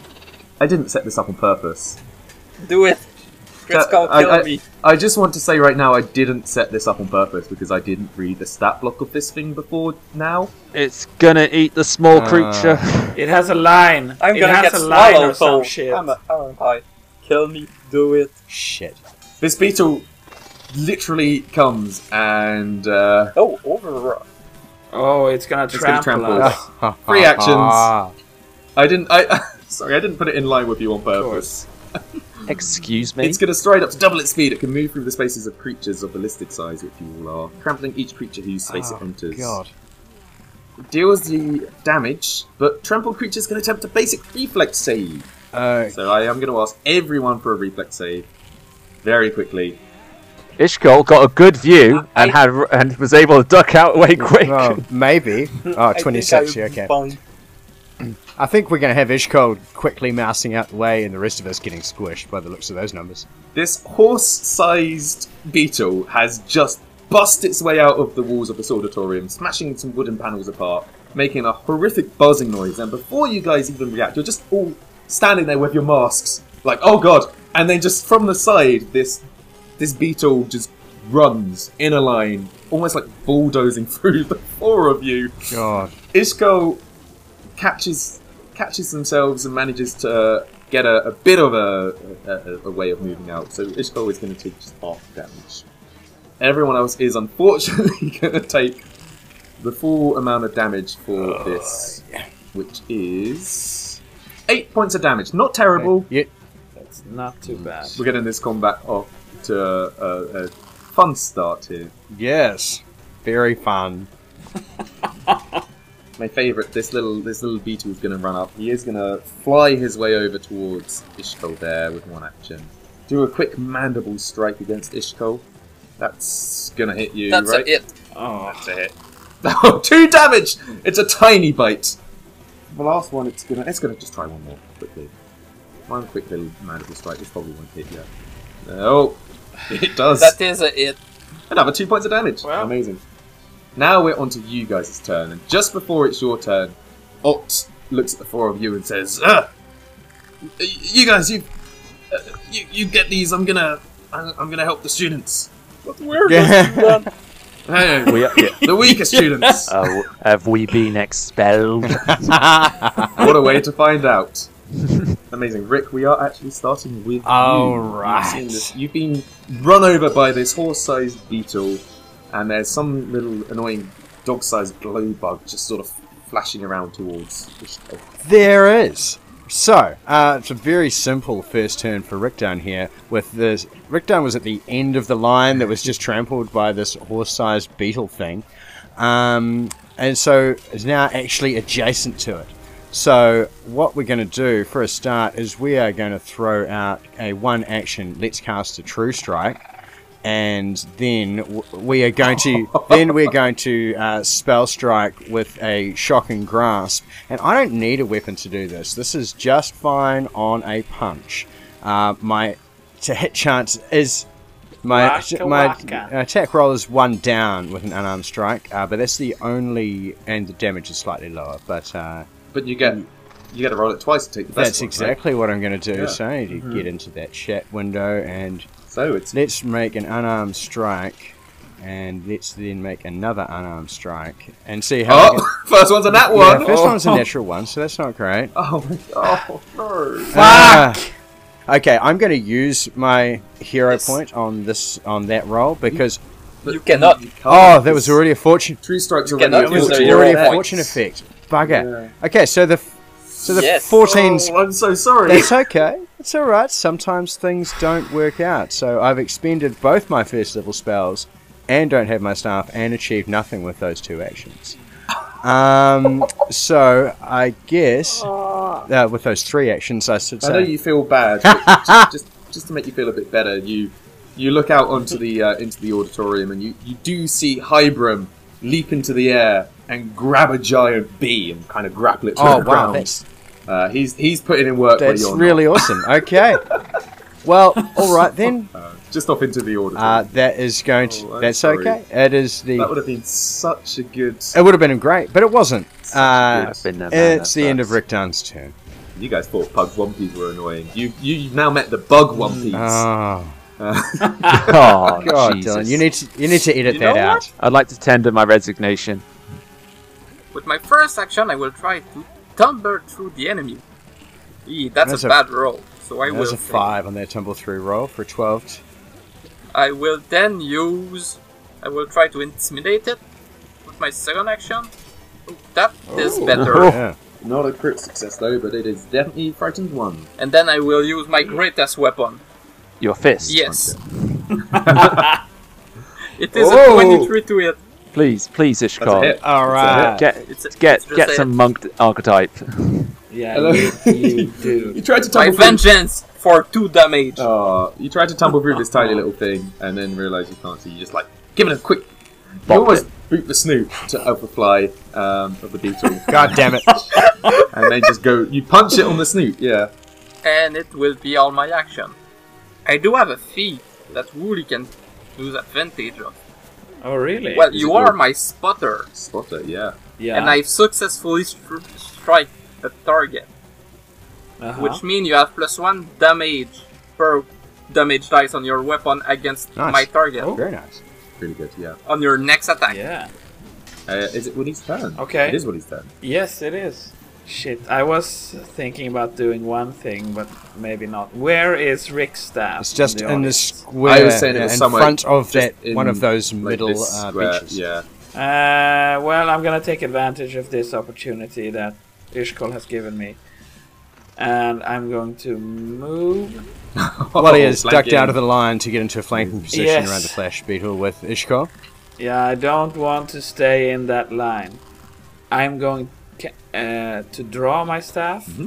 [SPEAKER 1] I didn't set this up on purpose.
[SPEAKER 2] Do it. Critical
[SPEAKER 1] Uh, I-
[SPEAKER 2] kill
[SPEAKER 1] I-
[SPEAKER 2] me.
[SPEAKER 1] I just want to say right now, I didn't set this up on purpose because I didn't read the stat block of this thing before now.
[SPEAKER 4] It's gonna eat the small
[SPEAKER 1] Ah.
[SPEAKER 3] Uh,
[SPEAKER 4] creature.
[SPEAKER 6] It has a line.
[SPEAKER 2] I'm
[SPEAKER 6] it
[SPEAKER 2] gonna
[SPEAKER 6] has
[SPEAKER 2] get
[SPEAKER 6] a line or
[SPEAKER 2] swallowed.
[SPEAKER 6] some
[SPEAKER 2] though.
[SPEAKER 6] shit.
[SPEAKER 2] I'm a, I'm a high. Kill me. Do it.
[SPEAKER 3] Shit.
[SPEAKER 1] This beetle literally comes and uh,
[SPEAKER 2] Oh, overrun.
[SPEAKER 6] Oh, it's gonna
[SPEAKER 1] It's gonna
[SPEAKER 6] trample,
[SPEAKER 1] trample
[SPEAKER 6] us.
[SPEAKER 1] Free actions. I didn't. I sorry, I didn't put it in line with you on purpose.
[SPEAKER 4] Excuse me.
[SPEAKER 1] It's going to stride up to double its speed. It can move through the spaces of creatures of the listed size, which you all are, trampling each creature whose space it enters.
[SPEAKER 3] God.
[SPEAKER 1] It deals the damage, but trampled creatures can attempt a basic reflex save.
[SPEAKER 3] Uh,
[SPEAKER 1] So I am going to ask everyone for a reflex save very quickly.
[SPEAKER 4] Ishkol got a good view and had and was able to duck out way quick.
[SPEAKER 3] well, maybe. Oh, 26, yeah, okay. I think we're going to have Ishkol quickly mousing out the way and the rest of us getting squished by the looks of those numbers.
[SPEAKER 1] This horse-sized beetle has just bust its way out of the walls of this auditorium, smashing some wooden panels apart, making a horrific buzzing noise. And before you guys even react, you're just all standing there with your masks, like "Oh God!" And then just from the side, this this beetle just runs in a line, almost like bulldozing through the four of you.
[SPEAKER 3] God.
[SPEAKER 1] Ishko catches catches themselves and manages to uh, get a, a bit of a, a, a way of moving out. So Ishko is going to take just half damage. Everyone else is unfortunately going to take the full amount of damage for this, which is eight points of damage. Not terrible.
[SPEAKER 3] Yeah,
[SPEAKER 6] That's not too bad.
[SPEAKER 1] We're getting this combat off to a, a fun start here.
[SPEAKER 3] yes. Very fun.
[SPEAKER 1] my favorite. This little this little beetle is going to run up. He is going to fly his way over towards Ishkol there with one action. Do a quick mandible strike against Ishkol. That's going to hit you,
[SPEAKER 2] That's
[SPEAKER 1] right?
[SPEAKER 2] it.
[SPEAKER 6] Oh,
[SPEAKER 1] That's a hit. Oh, two damage. It's a tiny bite. The last one, it's gonna, it's gonna just try one more quickly. One quick little mandible strike. This probably won't hit yet. No, it does.
[SPEAKER 2] That is a it.
[SPEAKER 1] Another two points of damage.
[SPEAKER 6] Wow.
[SPEAKER 1] Amazing. Now we're onto you guys' turn, and just before it's your turn, Oct looks at the four of you and says, Ugh, y- "You guys, you, uh, you, you get these. I'm gonna, I'm, I'm gonna help the students.
[SPEAKER 3] Yeah.
[SPEAKER 1] Hey,
[SPEAKER 4] We, yeah.
[SPEAKER 1] the weaker students.
[SPEAKER 4] Uh, w- have we been expelled?
[SPEAKER 1] what a way to find out. Amazing, Rick. We are actually starting with
[SPEAKER 3] All
[SPEAKER 1] you.
[SPEAKER 3] right.
[SPEAKER 1] You've, seen this- you've been run over by this horse-sized beetle, and there's some little annoying dog-sized glow bug just sort of flashing around towards. Ishtar.
[SPEAKER 3] There is. So, uh, it's a very simple first turn for Rickdown here. With this, Rickdown was at the end of the line that was just trampled by this horse-sized beetle thing, um, and so is now actually adjacent to it. So, what we're going to do for a start is we are going to throw out a one-action Let's Cast a True Strike, and then w- we are going to then we're going to uh, spell strike with a shocking grasp and i don't need a weapon to do this this is just fine on a punch uh, my to hit chance is My
[SPEAKER 6] Waka
[SPEAKER 3] my
[SPEAKER 6] waka.
[SPEAKER 3] attack roll is one down with an unarmed strike, uh, but that's the only, and the damage is slightly lower. But uh,
[SPEAKER 1] But you get you get to roll it twice to take the best
[SPEAKER 3] that's
[SPEAKER 1] one, right?
[SPEAKER 3] exactly what Mm-hmm. I'm going to do.
[SPEAKER 1] Yeah.
[SPEAKER 3] So I need to get into that chat window, and
[SPEAKER 1] So it's
[SPEAKER 3] let's make an unarmed strike, and let's then make another unarmed strike, and see how. we
[SPEAKER 1] oh, first one's on that
[SPEAKER 3] can-
[SPEAKER 1] one.
[SPEAKER 3] Yeah, first
[SPEAKER 1] oh.
[SPEAKER 3] one's a natural one, so that's not great.
[SPEAKER 1] Oh, my- oh no!
[SPEAKER 3] Fuck. Uh, okay, I'm going to use my hero point on this on that roll because
[SPEAKER 2] You cannot.
[SPEAKER 3] oh, that was already a fortune.
[SPEAKER 1] Three strikes
[SPEAKER 2] cannot
[SPEAKER 1] already.
[SPEAKER 3] That was
[SPEAKER 2] use
[SPEAKER 1] already
[SPEAKER 2] your
[SPEAKER 3] already a
[SPEAKER 2] effect.
[SPEAKER 3] fortune effect. Bugger. Okay, so the f- so the
[SPEAKER 2] Yes.
[SPEAKER 3] 14's.
[SPEAKER 1] Oh, I'm so sorry.
[SPEAKER 3] That's okay. It's all right. Sometimes things don't work out. So I've expended both my first level spells and don't have my staff and achieved nothing with those two actions. Um, so I guess uh, with those three actions, I should
[SPEAKER 1] I know
[SPEAKER 3] say.
[SPEAKER 1] you feel bad, but just, just just to make you feel a bit better, you you look out onto the uh, into the auditorium and you, you do see Hybrim leap into the air and grab a giant bee and kind of grapple it to
[SPEAKER 3] oh
[SPEAKER 1] the
[SPEAKER 3] wow,
[SPEAKER 1] ground.
[SPEAKER 3] that's
[SPEAKER 1] Uh, he's he's putting in work. where
[SPEAKER 3] That's
[SPEAKER 1] you're not.
[SPEAKER 3] really awesome. Okay. Well, all right then.
[SPEAKER 1] Uh, just off into the auditorium.
[SPEAKER 3] Uh, that is going to.
[SPEAKER 1] Oh, I'm
[SPEAKER 3] that's
[SPEAKER 1] sorry.
[SPEAKER 3] okay. It is the.
[SPEAKER 1] that would have been such a good.
[SPEAKER 3] it would have been great, but it wasn't. Uh,
[SPEAKER 4] I've been there, man,
[SPEAKER 3] it's
[SPEAKER 4] that
[SPEAKER 3] the end
[SPEAKER 4] sucks.
[SPEAKER 3] of Rick Dunn's turn.
[SPEAKER 1] You guys thought Pug Wumpies were annoying. You you you've now met the Bug Wumpies.
[SPEAKER 3] Oh
[SPEAKER 1] Uh,
[SPEAKER 4] Oh,
[SPEAKER 3] God,
[SPEAKER 4] Jesus.
[SPEAKER 3] Dylan, you need to you need to edit
[SPEAKER 1] You know
[SPEAKER 3] that out.
[SPEAKER 4] I'd like to tender my resignation.
[SPEAKER 2] With my first action, I will try to tumble through the enemy. Eee, that's,
[SPEAKER 3] That's
[SPEAKER 2] a,
[SPEAKER 3] a-
[SPEAKER 2] bad roll. So I
[SPEAKER 3] That
[SPEAKER 2] will.
[SPEAKER 3] was a
[SPEAKER 2] fail.
[SPEAKER 3] five on that tumble three roll for twelve.
[SPEAKER 2] I will then use. I will try to intimidate it with my second action. Oh, that is
[SPEAKER 1] Ooh.
[SPEAKER 2] better.
[SPEAKER 3] Yeah.
[SPEAKER 1] not a crit success though, but it is definitely frightened one.
[SPEAKER 2] and then I will use my greatest weapon.
[SPEAKER 4] Your fist.
[SPEAKER 2] Yes. it is
[SPEAKER 3] Oh.
[SPEAKER 2] a 23 to it.
[SPEAKER 4] Please, please,
[SPEAKER 1] That's a
[SPEAKER 4] Ishkar.
[SPEAKER 1] hit.
[SPEAKER 3] All right.
[SPEAKER 4] Get
[SPEAKER 2] It's a,
[SPEAKER 4] get
[SPEAKER 2] it's just
[SPEAKER 4] get
[SPEAKER 2] a-
[SPEAKER 4] some monk archetype.
[SPEAKER 6] Yeah,
[SPEAKER 1] Hello.
[SPEAKER 6] you, you do.
[SPEAKER 1] You tried to
[SPEAKER 2] My
[SPEAKER 1] tumble through.
[SPEAKER 2] vengeance for 2 damage.
[SPEAKER 1] Oh, you tried to tumble through this tiny little thing and then realise you can't. So you just like give it a quick. You
[SPEAKER 4] Bonk
[SPEAKER 1] almost boot the snoot to of the fly um, of the beetle,
[SPEAKER 3] God damn it!
[SPEAKER 1] and then just go. You punch it on the snoot. Yeah.
[SPEAKER 2] and it will be all my action. I do have a feat that Wooly can use advantage of.
[SPEAKER 6] Oh, really?
[SPEAKER 2] Well,
[SPEAKER 1] is
[SPEAKER 2] you
[SPEAKER 1] it
[SPEAKER 2] are
[SPEAKER 1] good?
[SPEAKER 2] my spotter,
[SPEAKER 1] Spotter. Yeah.
[SPEAKER 6] yeah.
[SPEAKER 2] and I've successfully stri- strike a target,
[SPEAKER 6] uh-huh.
[SPEAKER 2] which means you have plus one damage per damage dice on your weapon against
[SPEAKER 3] Nice.
[SPEAKER 2] my target
[SPEAKER 6] Oh.
[SPEAKER 3] Very nice.
[SPEAKER 1] Really good. Yeah.
[SPEAKER 2] on your next attack.
[SPEAKER 6] Yeah.
[SPEAKER 1] Uh, is it Woody's turn?
[SPEAKER 6] Okay.
[SPEAKER 1] It is Woody's turn.
[SPEAKER 6] Yes, it is. Shit, I was thinking about doing one thing, but maybe not. Where is Rick's staff?
[SPEAKER 3] It's just in the
[SPEAKER 6] audience?
[SPEAKER 3] square
[SPEAKER 1] I was saying it was
[SPEAKER 3] in
[SPEAKER 1] somewhere
[SPEAKER 3] front of
[SPEAKER 1] just
[SPEAKER 3] that one
[SPEAKER 1] in,
[SPEAKER 3] of those
[SPEAKER 1] like,
[SPEAKER 3] middle
[SPEAKER 1] this
[SPEAKER 3] uh,
[SPEAKER 1] square,
[SPEAKER 3] beaches.
[SPEAKER 1] Yeah.
[SPEAKER 6] Uh, well, I'm gonna take advantage of this opportunity that Ishkol has given me, and I'm going to move.
[SPEAKER 3] Well,
[SPEAKER 1] Oh,
[SPEAKER 3] he has ducked out of the line to get into a flanking position
[SPEAKER 6] Yes.
[SPEAKER 3] around the Flash Beetle with Ishkol.
[SPEAKER 6] Yeah, I don't want to stay in that line. I'm going ca- uh, to draw my staff.
[SPEAKER 3] Mm-hmm.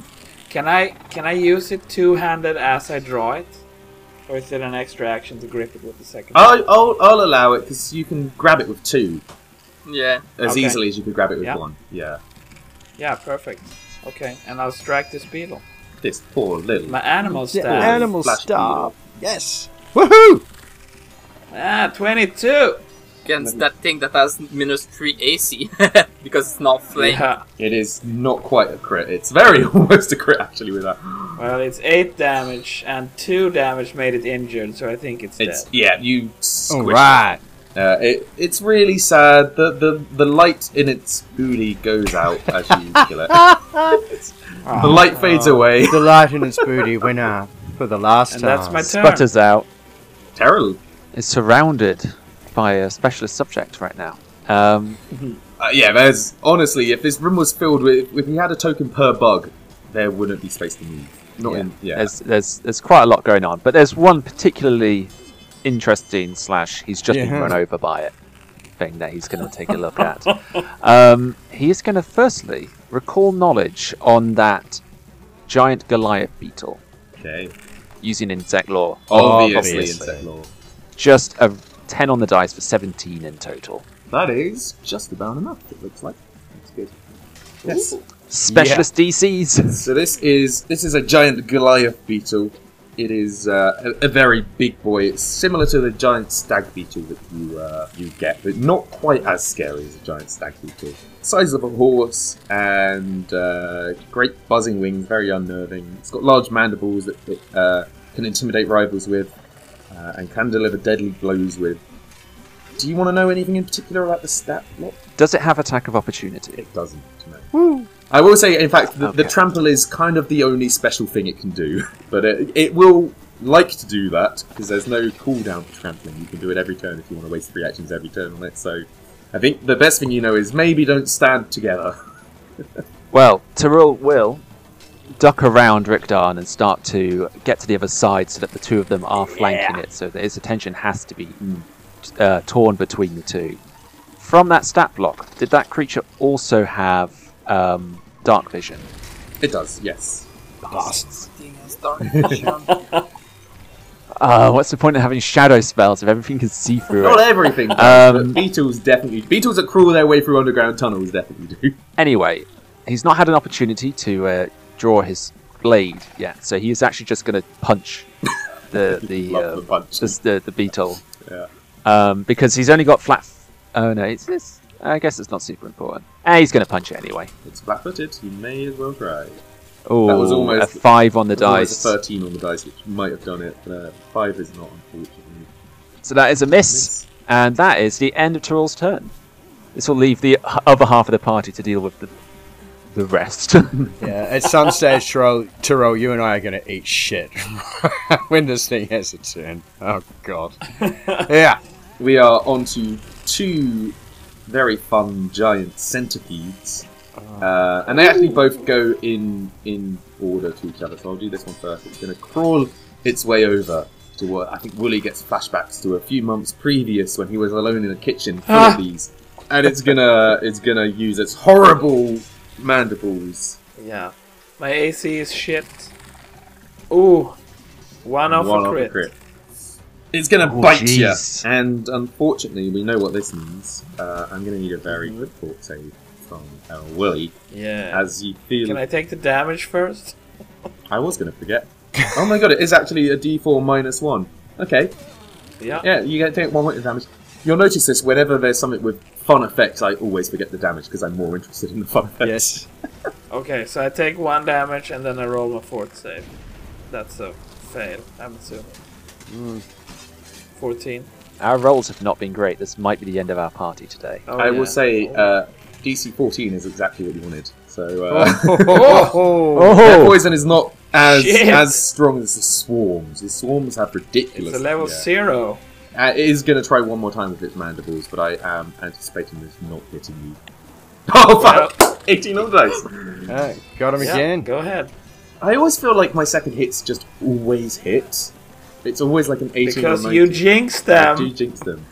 [SPEAKER 6] Can I can I use it two-handed as I draw it, or is it an extra action to grip it with the second?
[SPEAKER 1] I'll, I'll, I'll allow it because you can grab it with two
[SPEAKER 2] Yeah.
[SPEAKER 1] as
[SPEAKER 6] Okay.
[SPEAKER 1] easily as you could grab it with
[SPEAKER 6] Yeah.
[SPEAKER 1] one. Yeah.
[SPEAKER 6] Yeah, perfect. Okay, and I'll strike this beetle.
[SPEAKER 1] This poor little.
[SPEAKER 6] My animal staff.
[SPEAKER 1] animal Flash
[SPEAKER 3] star.
[SPEAKER 1] beetle.
[SPEAKER 3] Yes. Woohoo!
[SPEAKER 6] Ah, 22!
[SPEAKER 2] Against that thing that has minus 3 AC because it's not flame.
[SPEAKER 6] Yeah.
[SPEAKER 1] It is not quite a crit. It's very almost a crit actually with that.
[SPEAKER 6] Well, it's 8 damage, and 2 damage made it injured, so I think it's,
[SPEAKER 1] It's
[SPEAKER 6] dead.
[SPEAKER 1] yeah, you
[SPEAKER 3] All
[SPEAKER 1] squish. it.
[SPEAKER 3] right.
[SPEAKER 1] Uh, it, it's really sad. The, the the light in its booty goes out as you kill it. the light fades away.
[SPEAKER 3] The light in its booty went out for the last
[SPEAKER 6] And
[SPEAKER 3] time.
[SPEAKER 6] that's my turn.
[SPEAKER 4] Sputters out.
[SPEAKER 1] Terrible.
[SPEAKER 4] Is surrounded by a specialist subject right now. Um,
[SPEAKER 1] Uh, yeah, there's honestly, if this room was filled with, if we had a token per bug, there wouldn't be space to move. Not
[SPEAKER 4] Yeah.
[SPEAKER 1] in yeah.
[SPEAKER 4] There's there's there's quite a lot going on, but there's one particularly interesting slash he's just been
[SPEAKER 3] Yeah.
[SPEAKER 4] run over by it thing that he's going to take a look at. Um, he is going to firstly recall knowledge on that giant Goliath beetle
[SPEAKER 1] okay.
[SPEAKER 4] using insect law.
[SPEAKER 1] Obviously,
[SPEAKER 3] Obviously.
[SPEAKER 1] insect law.
[SPEAKER 4] Just a ten on the dice for seventeen in total.
[SPEAKER 1] That is just about enough. It looks like that's good. Yes.
[SPEAKER 4] Specialist DCs.
[SPEAKER 1] So this is this is a giant Goliath beetle. It is uh, a, a very big boy. It's similar to the giant stag beetle that you uh, you get, but not quite as scary as a giant stag beetle. Size of a horse and uh, great buzzing wings, very unnerving. It's got large mandibles that it uh, can intimidate rivals with, uh, and can deliver deadly blows with. Do you want to know anything in particular about the stat block?
[SPEAKER 4] Does it have attack of opportunity?
[SPEAKER 1] It doesn't. No. I will say, in fact, the, the
[SPEAKER 4] Okay.
[SPEAKER 1] trample is kind of the only special thing it can do, but it, it will like to do that because there's no cooldown for trampling. You can do it every turn if you want to waste three actions every turn on it. So, I think the best thing you know is maybe don't stand together.
[SPEAKER 4] Well, Tyrrell will duck around Rickdarn and start to get to the other side so that the two of them are flanking it, so that his attention has to be uh, torn between the two. From that stat block, did that creature also have um, dark vision?
[SPEAKER 1] It does, yes.
[SPEAKER 2] Thing is dark vision.
[SPEAKER 4] Uh, what's the point of having shadow spells if everything can see through
[SPEAKER 1] Not
[SPEAKER 4] it?
[SPEAKER 1] everything, does,
[SPEAKER 4] Um,
[SPEAKER 1] but beetles definitely. Beetles that crawl their way through underground tunnels definitely do.
[SPEAKER 4] Anyway, he's not had an opportunity to uh, draw his blade yet, so he is actually just going to punch the the,
[SPEAKER 1] Love
[SPEAKER 4] uh,
[SPEAKER 1] the punch.
[SPEAKER 4] just the the beetle.
[SPEAKER 1] Yeah.
[SPEAKER 4] Um, because he's only got flat. F- oh no, it's, it's I guess it's not super important. Eh, he's going to punch it anyway.
[SPEAKER 1] It's flat-footed. You may as well try.
[SPEAKER 4] Oh,
[SPEAKER 1] That was almost-
[SPEAKER 4] a five on the
[SPEAKER 1] Although there's
[SPEAKER 4] dice.
[SPEAKER 1] a thirteen on the dice, which might have done it. But, uh, five is not, unfortunately.
[SPEAKER 4] So that is a miss, and that is the end of Tyrrell's turn. This will leave the h- other half of the party to deal with the the rest.
[SPEAKER 3] Yeah, at some stage, Tyrell, Tyrell, you and I are going to eat shit when this thing has a turn. Oh, God. Yeah.
[SPEAKER 1] We are onto two very fun giant centipedes, uh, and they actually both go in in order to each other. So I'll do this one first. It's going to crawl its way over to what I think Wooly gets flashbacks to a few months previous when he was alone in a kitchen full
[SPEAKER 6] Ah.
[SPEAKER 1] of these, and it's gonna it's gonna use its horrible mandibles.
[SPEAKER 6] Yeah. My AC is shit. Ooh. One off
[SPEAKER 1] One
[SPEAKER 6] a
[SPEAKER 1] off
[SPEAKER 6] crit.
[SPEAKER 1] It's gonna
[SPEAKER 4] Oh,
[SPEAKER 1] bite
[SPEAKER 4] jeez.
[SPEAKER 1] you, and unfortunately, we know what this means. Uh, I'm gonna need a very
[SPEAKER 6] Mm-hmm.
[SPEAKER 1] good fort save from uh, Willy.
[SPEAKER 6] Yeah.
[SPEAKER 1] As you feel,
[SPEAKER 6] Can I take the damage first?
[SPEAKER 1] I was going to forget. oh my god, it is actually a d4 minus 1. Okay,
[SPEAKER 6] Yeah.
[SPEAKER 1] yeah, you get take 1 point of damage. You'll notice this whenever there's something with fun effects, I always forget the damage because I'm more interested in the fun effects.
[SPEAKER 3] Yes.
[SPEAKER 6] Okay, so I take one damage and then I roll my fourth save. That's a fail, I'm assuming. 14.
[SPEAKER 4] our rolls have not been great. This might be the end of our party today.
[SPEAKER 6] Oh,
[SPEAKER 1] I
[SPEAKER 6] yeah.
[SPEAKER 1] will say uh, DC 14 is exactly what you wanted. So
[SPEAKER 6] Oh.
[SPEAKER 1] uh, their
[SPEAKER 4] Oh,
[SPEAKER 1] poison is not as
[SPEAKER 6] Shit.
[SPEAKER 1] as strong as the swarms. The swarms have ridiculous.
[SPEAKER 6] It's a level
[SPEAKER 1] yeah.
[SPEAKER 6] zero.
[SPEAKER 1] Uh, it is going to try one more time with its mandibles, but I am anticipating this not hitting you. Oh fuck! 18 on the dice.
[SPEAKER 3] Uh, got him
[SPEAKER 6] Yeah,
[SPEAKER 3] again.
[SPEAKER 6] Go ahead.
[SPEAKER 1] I always feel like my second hits just always hit. It's always like an 18
[SPEAKER 6] Because
[SPEAKER 1] or
[SPEAKER 6] you
[SPEAKER 1] 19.
[SPEAKER 6] jinxed
[SPEAKER 1] I do
[SPEAKER 6] them.
[SPEAKER 1] jinx them.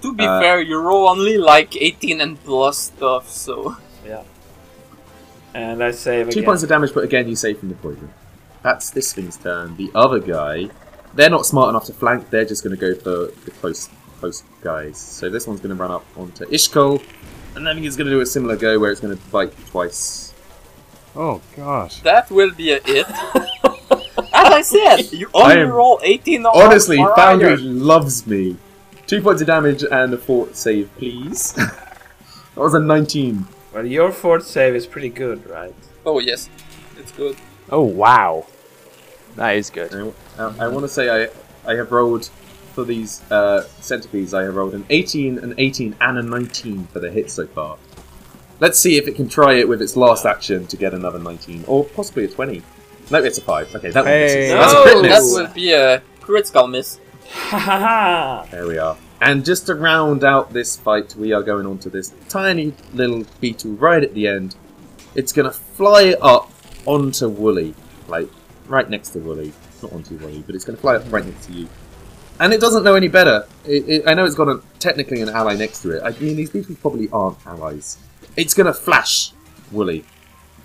[SPEAKER 2] to be
[SPEAKER 1] Uh,
[SPEAKER 2] fair, you roll only like 18 and plus stuff, so.
[SPEAKER 6] And I save
[SPEAKER 1] Two
[SPEAKER 6] again.
[SPEAKER 1] points of damage, but again, you save from the poison. That's this thing's turn. The other guy, they're not smart enough to flank. They're just going to go for the close, close guys. So this one's going to run up onto Ishkol, and then he's going to do a similar go where it's going to bite twice.
[SPEAKER 3] Oh, God.
[SPEAKER 2] That will be a it. As I said, you
[SPEAKER 1] I
[SPEAKER 2] only
[SPEAKER 1] am-
[SPEAKER 2] roll 18 or
[SPEAKER 1] Honestly,
[SPEAKER 2] or
[SPEAKER 1] Foundry
[SPEAKER 2] higher.
[SPEAKER 1] loves me. Two points of damage and a fort save, please. that was a 19.
[SPEAKER 6] Well, your fourth save is pretty good, right?
[SPEAKER 2] Oh, yes. It's good.
[SPEAKER 4] oh wow, that is good.
[SPEAKER 1] I, want to say I, I have rolled for these uh, centipedes. I have rolled an 18, an 18, and a 19 for the hit so far. Let's see if it can try it with its last action to get another 19, or possibly a 20. No, it's a five. Okay, that one misses.
[SPEAKER 3] Hey.
[SPEAKER 1] That's a
[SPEAKER 2] no,
[SPEAKER 1] crit
[SPEAKER 2] Oh, that
[SPEAKER 1] miss.
[SPEAKER 2] will be a critical miss.
[SPEAKER 6] Ha ha ha!
[SPEAKER 1] There we are. And just to round out this fight, we are going on to this tiny little beetle right at the end. It's going to fly up onto Wooly, like right next to Wooly. Not onto Wooly, but it's going to fly up right next to you. And it doesn't know any better. It, it, I know it's got a, technically an ally next to it. I mean, these beetles probably aren't allies. It's going to flash Wooly.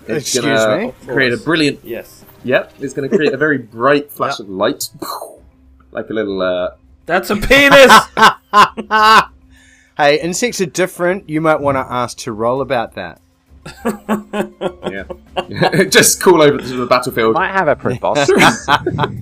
[SPEAKER 1] It's
[SPEAKER 3] Excuse
[SPEAKER 1] gonna
[SPEAKER 3] me?
[SPEAKER 1] Create a brilliant
[SPEAKER 6] Yes.
[SPEAKER 1] Yep, it's going to create a very bright flash of light, like a little uh,
[SPEAKER 6] That's a penis!
[SPEAKER 3] hey, insects are different. You might want to ask Tyrell about that.
[SPEAKER 1] Yeah. Just call over to the battlefield.
[SPEAKER 4] Might have a proboscis.
[SPEAKER 6] Oh.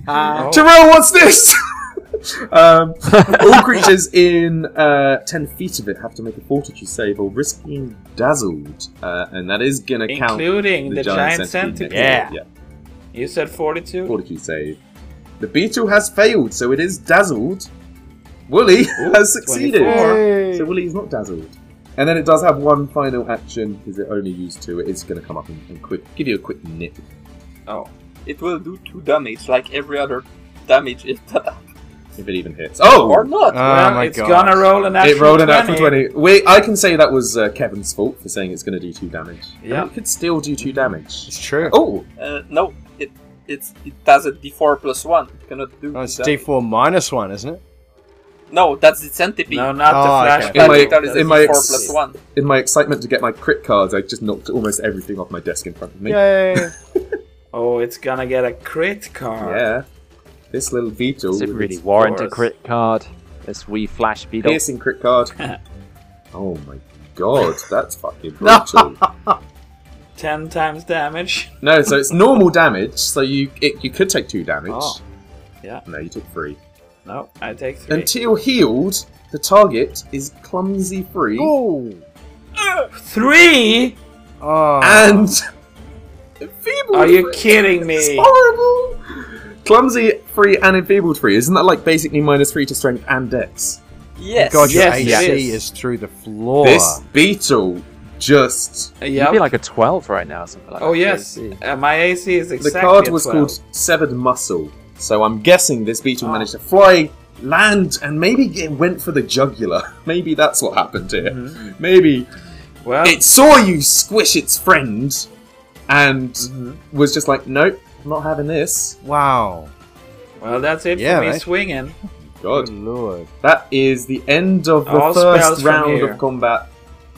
[SPEAKER 3] Uh,
[SPEAKER 1] Terrell, what's this? um, all creatures in uh, 10 feet of it have to make a fortitude save or risk being dazzled. Uh, and that is going to count.
[SPEAKER 6] Including the giant centipede.
[SPEAKER 1] next round.
[SPEAKER 6] You said 42?
[SPEAKER 1] Yeah, fortitude save. The beetle has failed, so it is dazzled. Wooly has succeeded.
[SPEAKER 6] 24.
[SPEAKER 1] So Willie is not dazzled. And then it does have one final action because it only used two. It is going to come up and, and quick give you a quick nip.
[SPEAKER 6] Oh.
[SPEAKER 2] It will do two damage like every other damage if that
[SPEAKER 3] Oh.
[SPEAKER 1] if it even hits. Oh,
[SPEAKER 2] or not.
[SPEAKER 3] Uh.
[SPEAKER 6] well,
[SPEAKER 3] my
[SPEAKER 6] it's
[SPEAKER 3] God.
[SPEAKER 6] gonna roll an
[SPEAKER 1] it rolled an natural twenty. Wait, I can say that was uh, Kevin's fault for saying it's going to do two damage. And
[SPEAKER 6] Yeah.
[SPEAKER 1] it could still do two damage.
[SPEAKER 3] It's true.
[SPEAKER 1] Oh,
[SPEAKER 2] Uh, no, it it's it has a D4 plus one. It cannot do.
[SPEAKER 3] Oh, it's
[SPEAKER 2] that.
[SPEAKER 3] D4 minus one, isn't it?
[SPEAKER 2] No, that's the centipede.
[SPEAKER 6] No, not
[SPEAKER 3] Oh, okay.
[SPEAKER 6] the
[SPEAKER 2] That
[SPEAKER 6] flashback.
[SPEAKER 1] In my-
[SPEAKER 2] that is
[SPEAKER 1] in
[SPEAKER 2] D4
[SPEAKER 1] my ex-
[SPEAKER 2] plus one.
[SPEAKER 3] Oh,
[SPEAKER 1] in my excitement to get my crit cards, I just knocked almost everything off my desk in front of me.
[SPEAKER 3] Yay!
[SPEAKER 6] Oh, it's gonna get a crit card.
[SPEAKER 1] Yeah. This little beetle.
[SPEAKER 4] Does it
[SPEAKER 1] with
[SPEAKER 4] really
[SPEAKER 1] its
[SPEAKER 4] warrant a
[SPEAKER 6] course.
[SPEAKER 4] crit card? This wee flash beetle.
[SPEAKER 1] piercing crit card. oh my god, that's fucking brutal.
[SPEAKER 6] 10 times damage.
[SPEAKER 1] no, so it's normal damage. So you it, you could take two damage.
[SPEAKER 6] Oh, yeah.
[SPEAKER 1] No, you took three.
[SPEAKER 6] No, I take 3.
[SPEAKER 1] Until healed, the target is clumsy free
[SPEAKER 3] Oh!
[SPEAKER 6] 3?
[SPEAKER 3] Oh.
[SPEAKER 1] and feeble.
[SPEAKER 6] Uh, Are you
[SPEAKER 1] free.
[SPEAKER 6] kidding
[SPEAKER 1] It's
[SPEAKER 6] me?
[SPEAKER 1] horrible. Clumsy free and enfeebled free. Isn't that like basically minus three to strength and dex?
[SPEAKER 2] Yes.
[SPEAKER 3] God, your
[SPEAKER 6] yes, it
[SPEAKER 3] AC
[SPEAKER 6] is.
[SPEAKER 3] is through the floor.
[SPEAKER 1] This beetle just.
[SPEAKER 4] You'd
[SPEAKER 6] Yep.
[SPEAKER 4] be like a 12 right now, something like that.
[SPEAKER 6] oh, yes. Uh, my AC is exactly.
[SPEAKER 1] the card
[SPEAKER 6] a
[SPEAKER 1] was
[SPEAKER 6] 12.
[SPEAKER 1] called Severed Muscle, so I'm guessing this beetle
[SPEAKER 6] Oh.
[SPEAKER 1] managed to fly, land, and maybe it went for the jugular. maybe that's what happened here.
[SPEAKER 6] Mm-hmm.
[SPEAKER 1] Maybe
[SPEAKER 6] Well,
[SPEAKER 1] it saw you squish its friend and
[SPEAKER 6] Mm-hmm.
[SPEAKER 1] was just like, nope, not having this.
[SPEAKER 3] Wow.
[SPEAKER 6] well, that's it
[SPEAKER 3] Yeah,
[SPEAKER 6] for me
[SPEAKER 3] mate.
[SPEAKER 6] swinging.
[SPEAKER 1] God.
[SPEAKER 3] Good lord.
[SPEAKER 1] That is the end of the
[SPEAKER 6] All spells
[SPEAKER 1] first
[SPEAKER 6] from
[SPEAKER 1] round
[SPEAKER 6] here.
[SPEAKER 1] of combat.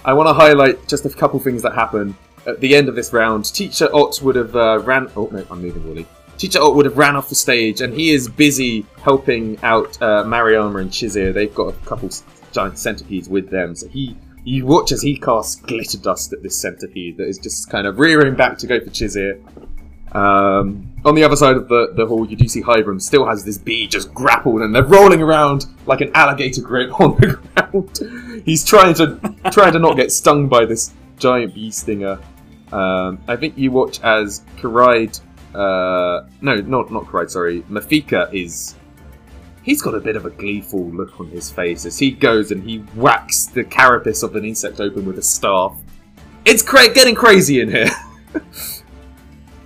[SPEAKER 1] I want to highlight just a couple things that happen. At the end of this round, Teacher Ott would have uh, ran. Oh, no, I'm moving, Wooly. Teacher Ott would have ran off the stage, and he is busy helping out uh, Mariama and Chizir. They've got a couple s- giant centipedes with them, so he. You watch as he casts glitter dust at this centipede that is just kind of rearing back to go for Chizir. Um, on the other side of the, the hall, you do see Hybrim still has this bee just grappled, and they're rolling around like an alligator grip on the ground. He's trying to trying to not get stung by this giant bee stinger. Um, I think you watch as Karide, uh, no, not not Karide, sorry, Mafika is. He's got a bit of a gleeful look on his face as he goes and he whacks the carapace of an insect open with a staff. It's cra- getting crazy in here.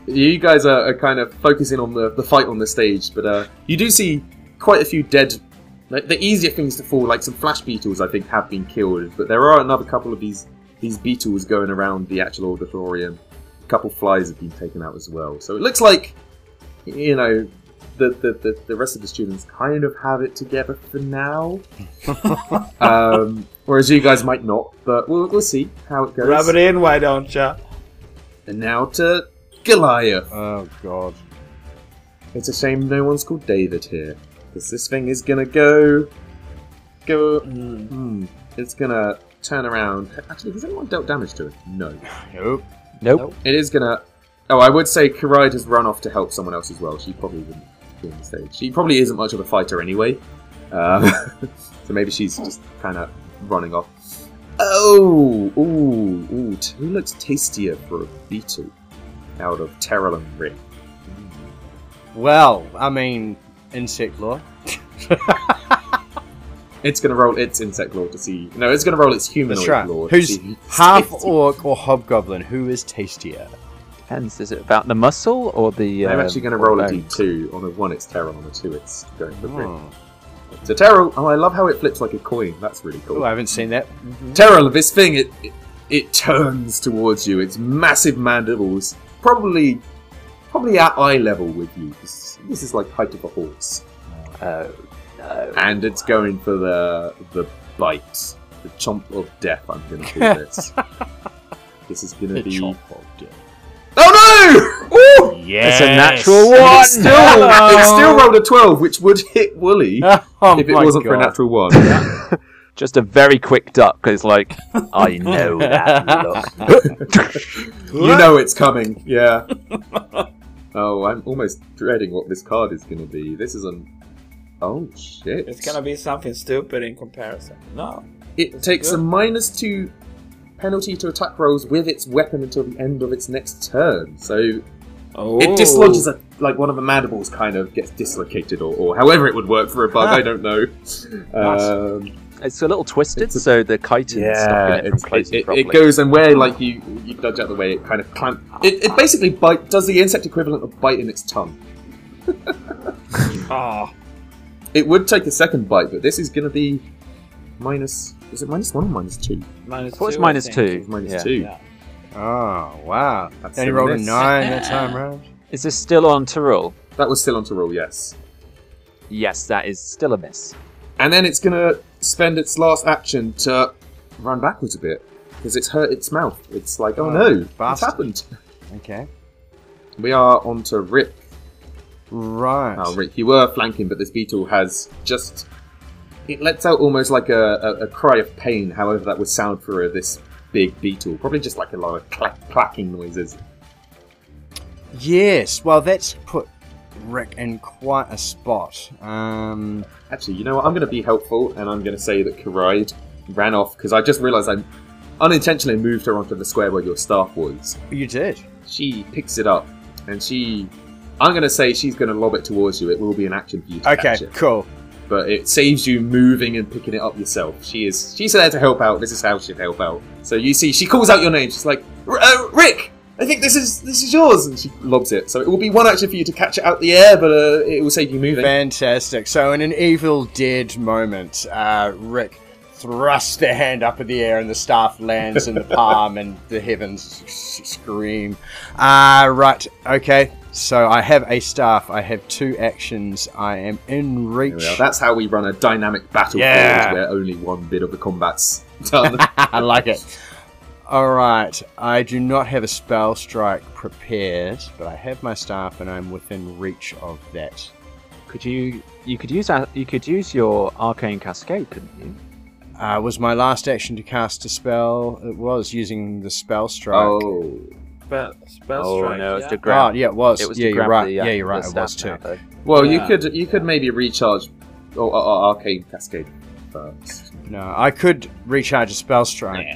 [SPEAKER 1] you guys are, are kind of focusing on the, the fight on the stage, but uh, you do see quite a few dead. Like, the easier things to fall, like some flash beetles, I think, have been killed, but there are another couple of these these beetles going around the actual auditorium. A couple flies have been taken out as well, so it looks like you know the the, the, the rest of the students kind of have it together for now. um, whereas you guys might not, but we'll, we'll see how it goes.
[SPEAKER 6] Rub it in, why don't ya?
[SPEAKER 1] And now to Goliath.
[SPEAKER 3] Oh god.
[SPEAKER 1] It's a shame no one's called David here, because this thing is gonna go, go. Hmm, it's gonna turn around. Actually, has anyone dealt damage to it? No.
[SPEAKER 3] Nope.
[SPEAKER 4] Nope.
[SPEAKER 1] It is gonna. Oh, I would say Karaid has run off to help someone else as well. She probably wouldn't be on the stage. She probably isn't much of a fighter anyway, um, so maybe she's just kind of running off. Oh, ooh, ooh! t- Who looks tastier for a beetle out of Terrell and Rick?
[SPEAKER 3] Well, I mean, insect law.
[SPEAKER 1] It's gonna roll its insect lord to see. No, it's gonna roll its humanoid
[SPEAKER 3] That's right.
[SPEAKER 1] lord. to
[SPEAKER 3] Who's
[SPEAKER 1] see who's
[SPEAKER 3] half
[SPEAKER 1] tasty.
[SPEAKER 3] orc or hobgoblin? Who is tastier?
[SPEAKER 4] Depends. Is it about the muscle or the.
[SPEAKER 1] I'm
[SPEAKER 4] um,
[SPEAKER 1] actually gonna roll a
[SPEAKER 4] bone?
[SPEAKER 1] d2. On a one, it's Terrell. On a two, it's going for Rick.
[SPEAKER 3] Oh,
[SPEAKER 1] So Terrell. Oh, I love how it flips like a coin. That's really cool.
[SPEAKER 3] Oh, I haven't seen that.
[SPEAKER 1] Terrell, this thing, it, it it turns towards you. Its massive mandibles, probably probably at eye level with you. This, this is like height of a horse,
[SPEAKER 4] Oh, no.
[SPEAKER 1] and it's going for the the bite, the chomp of death. I'm gonna call this. this is gonna be. Oh no! Ooh!
[SPEAKER 3] Yes.
[SPEAKER 4] It's a natural one!
[SPEAKER 1] It's still, it still rolled a twelve, which would hit Wooly
[SPEAKER 3] Oh
[SPEAKER 1] if it
[SPEAKER 3] my
[SPEAKER 1] wasn't for a
[SPEAKER 3] God.
[SPEAKER 1] natural one.
[SPEAKER 4] just a very quick duck because like I know that look.
[SPEAKER 1] You know it's coming. Yeah. oh, I'm almost dreading what this card is going to be. This is an. Oh shit!
[SPEAKER 6] It's gonna be something stupid in comparison. No.
[SPEAKER 1] It takes a minus two penalty to attack rolls with its weapon until the end of its next turn. So
[SPEAKER 6] Oh.
[SPEAKER 1] it dislodges a, like one of the mandibles, kind of gets dislocated, or, or however it would work for a bug. I don't know. Um,
[SPEAKER 4] it's a little twisted,
[SPEAKER 1] It's a-
[SPEAKER 4] so the chitin's
[SPEAKER 1] yeah,
[SPEAKER 4] stopping it from
[SPEAKER 1] it's- it,
[SPEAKER 4] closing
[SPEAKER 1] it- it
[SPEAKER 4] properly.
[SPEAKER 1] goes and where like you you dodge out the way, it kind of clamp. It, it basically bite does the insect equivalent of biting its tongue.
[SPEAKER 6] Ah.
[SPEAKER 1] It would take a second bite, but this is going to be minus. Is it minus one or minus two?
[SPEAKER 6] Minus
[SPEAKER 4] What's
[SPEAKER 6] two, I
[SPEAKER 4] minus
[SPEAKER 6] think.
[SPEAKER 4] two?
[SPEAKER 1] Minus
[SPEAKER 4] Yeah.
[SPEAKER 1] two.
[SPEAKER 6] Yeah.
[SPEAKER 3] Oh wow!
[SPEAKER 1] That's
[SPEAKER 3] Then he rolled a
[SPEAKER 1] serious.
[SPEAKER 3] nine that time round.
[SPEAKER 4] Is this still on Tyrol?
[SPEAKER 1] That was still on to roll, yes.
[SPEAKER 4] Yes, that is still a miss.
[SPEAKER 1] And then it's going to spend its last action to run backwards a bit because it's hurt its mouth. It's like, oh,
[SPEAKER 3] Oh,
[SPEAKER 1] no, what's
[SPEAKER 3] bastard.
[SPEAKER 1] happened?
[SPEAKER 3] Okay.
[SPEAKER 1] We are on to Rick.
[SPEAKER 3] Right.
[SPEAKER 1] Oh, Rick, you were flanking, but this beetle has just. It lets out almost like a, a, a cry of pain, however that would sound for uh, this big beetle. Probably just like a lot of clack, clacking noises.
[SPEAKER 3] Yes. Well, that's put Rick in quite a spot. Um,
[SPEAKER 1] Actually, you know what? I'm going to be helpful, and I'm going to say that Karide ran off because I just realised I unintentionally moved her onto the square where your staff was.
[SPEAKER 3] you did.
[SPEAKER 1] She picks it up, and she. I'm going to say she's going to lob it towards you. It will be an action for you to
[SPEAKER 3] Okay.
[SPEAKER 1] catch it,
[SPEAKER 3] Cool.
[SPEAKER 1] but it saves you moving and picking it up yourself. She is. She's there to help out. This is how she'd help out. So you see, she calls out your name. She's like, "R- uh, "Rick, I think this is this is yours," and she lobs it. So it will be one action for you to catch it out the air, but uh, it will save you moving.
[SPEAKER 3] Fantastic. So, in an Evil Dead moment, uh, Rick thrusts the hand up in the air and the staff lands in the palm and the heavens s- scream. Uh, right, okay. So, I have a staff, I have two actions, I am
[SPEAKER 1] There
[SPEAKER 3] in
[SPEAKER 1] we are.
[SPEAKER 3] reach.
[SPEAKER 1] That's how we run a dynamic battlefield
[SPEAKER 3] Yeah.
[SPEAKER 1] where only one bit of the combat's done.
[SPEAKER 3] I like it. All right, I do not have a spell strike prepared, but I have my staff and I'm within reach of that.
[SPEAKER 4] Could you? You could use a- you could use your arcane cascade, couldn't you?
[SPEAKER 3] Uh, was my last action to cast a spell? It was using the spell strike.
[SPEAKER 1] oh,
[SPEAKER 6] Spell, spell
[SPEAKER 4] oh
[SPEAKER 6] strike.
[SPEAKER 4] no,
[SPEAKER 6] yeah.
[SPEAKER 4] it's to grab.
[SPEAKER 3] Oh, yeah, it was.
[SPEAKER 4] It was
[SPEAKER 3] yeah,
[SPEAKER 4] to
[SPEAKER 3] you're
[SPEAKER 4] grab
[SPEAKER 3] right.
[SPEAKER 4] the, uh,
[SPEAKER 3] yeah, you're right.
[SPEAKER 4] the
[SPEAKER 3] It was too.
[SPEAKER 4] staff now, though.
[SPEAKER 1] well,
[SPEAKER 6] Yeah.
[SPEAKER 1] you could you could maybe recharge oh, or, or, or arcane cascade first.
[SPEAKER 3] No, I could recharge a spell strike.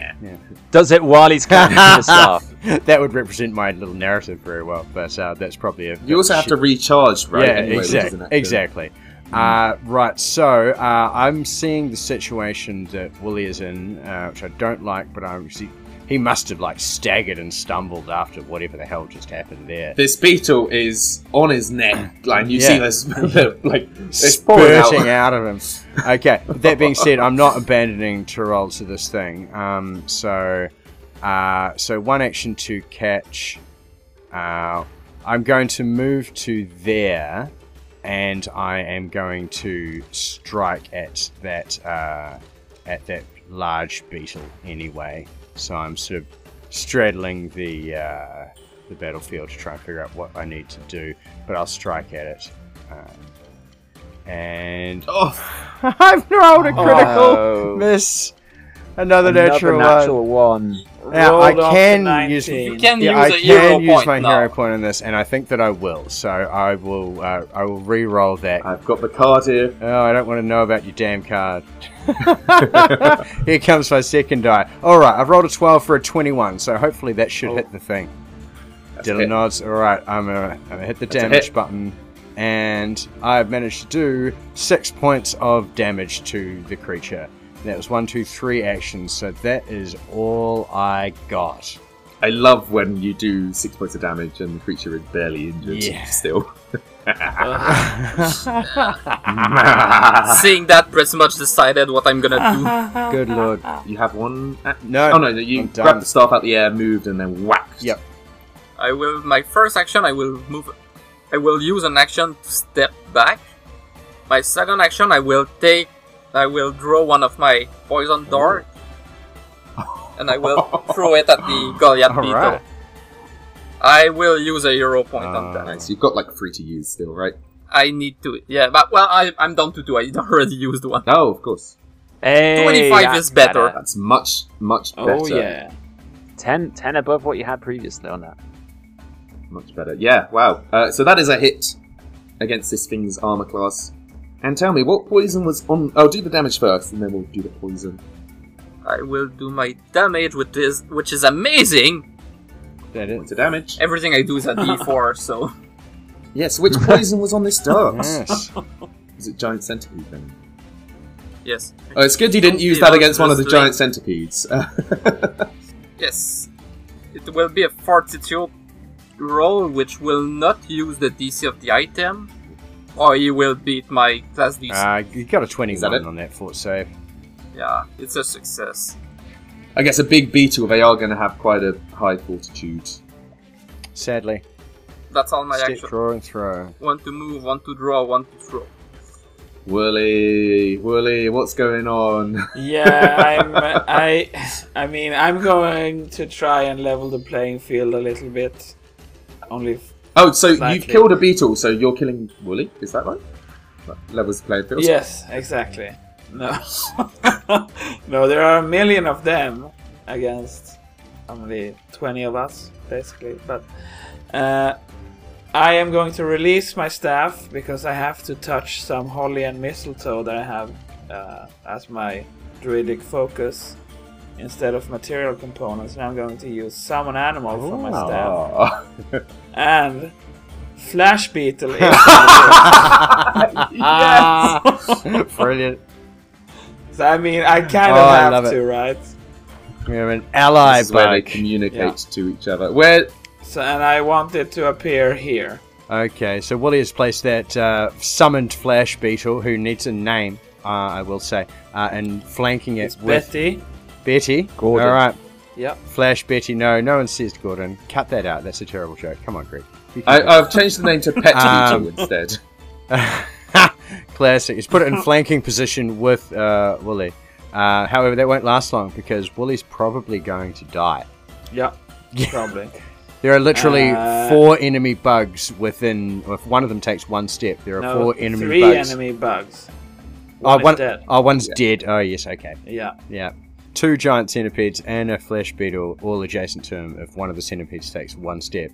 [SPEAKER 4] Does it while he's carrying the staff?
[SPEAKER 3] that would represent my little narrative very well, but uh, that's probably a.
[SPEAKER 1] You also have to recharge, right?
[SPEAKER 3] yeah,
[SPEAKER 1] anyway, which is
[SPEAKER 3] exact-
[SPEAKER 1] an action.
[SPEAKER 3] exactly. Uh, right, so uh, I'm seeing the situation that Wooly is in, uh, which I don't like, but I see he must have like staggered and stumbled after whatever the hell just happened there.
[SPEAKER 1] This beetle is on his neck, like you see
[SPEAKER 3] Yeah.
[SPEAKER 1] this, like it's pouring out.
[SPEAKER 3] spurting out. of him. Okay. That being said, I'm not abandoning Tyrol to this thing. Um, so, uh, so one action to catch. Uh, I'm going to move to there, and I am going to strike at that uh, at that large beetle anyway. So I'm sort of straddling the uh, the battlefield to try and figure out what I need to do, but I'll strike at it. Uh, and
[SPEAKER 1] Oh,
[SPEAKER 3] I've rolled a critical
[SPEAKER 4] Oh.
[SPEAKER 3] miss. Another,
[SPEAKER 4] Another
[SPEAKER 3] natural,
[SPEAKER 4] natural one.
[SPEAKER 3] one. Now, I
[SPEAKER 6] Rolled off to
[SPEAKER 3] can use
[SPEAKER 6] 19.
[SPEAKER 2] You can
[SPEAKER 3] yeah,
[SPEAKER 2] use
[SPEAKER 3] I
[SPEAKER 2] a
[SPEAKER 3] can
[SPEAKER 2] hero
[SPEAKER 3] use
[SPEAKER 2] point
[SPEAKER 3] my
[SPEAKER 2] now.
[SPEAKER 3] hero point in this, and I think that I will. So I will uh, I will re-roll that.
[SPEAKER 1] I've got the card here.
[SPEAKER 3] Oh, I don't want to know about your damn card. Here comes my second die. All right, I've rolled a twelve for a twenty-one, so hopefully that should hit the thing.
[SPEAKER 1] Oh. That's
[SPEAKER 3] Dylan
[SPEAKER 1] it.
[SPEAKER 3] nods. All right, I'm gonna, I'm gonna hit the
[SPEAKER 1] a
[SPEAKER 3] damage
[SPEAKER 1] hit.
[SPEAKER 3] button, and I've managed to do six points of damage to the creature. And that was one, two, three actions. So that is all I got.
[SPEAKER 1] I love when you do six points of damage and the creature is barely injured
[SPEAKER 3] Yeah.
[SPEAKER 1] still.
[SPEAKER 3] Ah.
[SPEAKER 2] Seeing that pretty much decided what I'm gonna
[SPEAKER 3] Good lord.
[SPEAKER 1] you have one. act-
[SPEAKER 3] No.
[SPEAKER 1] Oh no, you
[SPEAKER 3] I'm done.
[SPEAKER 1] grabbed the staff out the air, moved, and then whacked.
[SPEAKER 3] Yep.
[SPEAKER 2] do. I will. My first action, I will move. I will use an action to step back. My second action, I will take. I will draw one of my poison dart, and I will throw it at the Goliath
[SPEAKER 3] All
[SPEAKER 2] beetle.
[SPEAKER 3] right.
[SPEAKER 2] I will use a hero point on
[SPEAKER 3] Uh,
[SPEAKER 2] that.
[SPEAKER 1] Nice. You've got like three to use still, right?
[SPEAKER 2] I need to. Yeah, but well, I, I'm down to two. I already used one.
[SPEAKER 1] Oh, of course.
[SPEAKER 4] Hey,
[SPEAKER 2] 25
[SPEAKER 4] that's
[SPEAKER 2] is better.
[SPEAKER 1] That's much, much better.
[SPEAKER 6] Oh yeah.
[SPEAKER 4] 10, 10 above what you had previously on that.
[SPEAKER 1] Much better. Yeah, wow. Uh, so that is a hit against this thing's armor class. And tell me, what poison was on. Oh, do the damage first, and then we'll do the poison.
[SPEAKER 2] I will do my damage with this, which is amazing.
[SPEAKER 3] That
[SPEAKER 1] Into damage.
[SPEAKER 2] Everything I do is a D4, so
[SPEAKER 1] Yes, which poison was on this dart?
[SPEAKER 3] Yes.
[SPEAKER 1] Is it giant centipede then?
[SPEAKER 2] yes,
[SPEAKER 1] Oh, it's good you didn't use that against one of the giant centipedes.
[SPEAKER 2] yes. It will be a fortitude roll, which will not use the DC of the item, or you will beat my class DC.
[SPEAKER 3] Uh, you got a
[SPEAKER 1] Is that
[SPEAKER 3] 21
[SPEAKER 1] it?
[SPEAKER 3] on that fort save.
[SPEAKER 2] Yeah, it's a success.
[SPEAKER 1] I guess a big beetle, they are going to have quite a high fortitude.
[SPEAKER 3] Sadly,
[SPEAKER 2] That's all my
[SPEAKER 3] stick,
[SPEAKER 2] action.
[SPEAKER 3] draw, and throw.
[SPEAKER 2] One to move, one to draw, one to throw.
[SPEAKER 1] Wooly, Wooly, what's going on?
[SPEAKER 6] Yeah, I'm I I mean, I'm going to try and level the playing field a little bit. Only if,
[SPEAKER 1] Oh, so
[SPEAKER 6] Slightly.
[SPEAKER 1] you've killed a beetle, so you're killing Wooly? Is that right? That Levels the playing field.
[SPEAKER 6] Yes, exactly. No. no, there are a million of them against only 20 of us basically, but uh I am going to release my staff because I have to touch some holly and mistletoe that I have uh, as my druidic focus instead of material components, and I'm going to use summon animal for my staff
[SPEAKER 1] Ah.
[SPEAKER 6] and flash beetle. is-
[SPEAKER 3] Yes! Oh, Brilliant.
[SPEAKER 6] so, I mean, I kind
[SPEAKER 3] Oh,
[SPEAKER 6] of
[SPEAKER 3] I
[SPEAKER 6] have
[SPEAKER 3] love
[SPEAKER 6] to,
[SPEAKER 3] it.
[SPEAKER 6] right?
[SPEAKER 3] We are an ally,
[SPEAKER 1] This is where they
[SPEAKER 3] bike.
[SPEAKER 1] communicate
[SPEAKER 6] Yeah.
[SPEAKER 1] to each other. Where?
[SPEAKER 6] So, and I want it to appear here.
[SPEAKER 3] Okay, so Wooly has placed that uh, summoned Flash Beetle, who needs a name, uh, I will say, uh, and flanking it
[SPEAKER 6] It's
[SPEAKER 3] with
[SPEAKER 6] Betty.
[SPEAKER 3] Betty.
[SPEAKER 4] Gordon.
[SPEAKER 3] All right,
[SPEAKER 6] Yep.
[SPEAKER 3] Flash Betty. No, no one says Gordon. Cut that out. That's a terrible joke. Come on, Greg. You can
[SPEAKER 1] I,
[SPEAKER 3] do
[SPEAKER 1] I've changed the name to Pet
[SPEAKER 3] Um,
[SPEAKER 1] Beetle instead.
[SPEAKER 3] it. Classic. He's put it in flanking position with uh, Wooly. Uh, however, that won't last long because Wooly's probably going to die.
[SPEAKER 6] Yeah.
[SPEAKER 3] Yeah.
[SPEAKER 6] Probably.
[SPEAKER 3] There are literally
[SPEAKER 6] Uh,
[SPEAKER 3] four enemy bugs within. If one of them takes one step, there are
[SPEAKER 6] No,
[SPEAKER 3] four enemy
[SPEAKER 6] three
[SPEAKER 3] bugs.
[SPEAKER 6] enemy bugs.
[SPEAKER 3] Oh,
[SPEAKER 6] One is
[SPEAKER 3] one-
[SPEAKER 6] dead.
[SPEAKER 3] oh, one's dead. Oh, yes, okay.
[SPEAKER 6] Yeah.
[SPEAKER 3] Yeah. Two giant centipedes and a flesh beetle all adjacent to him if one of the centipedes takes one step.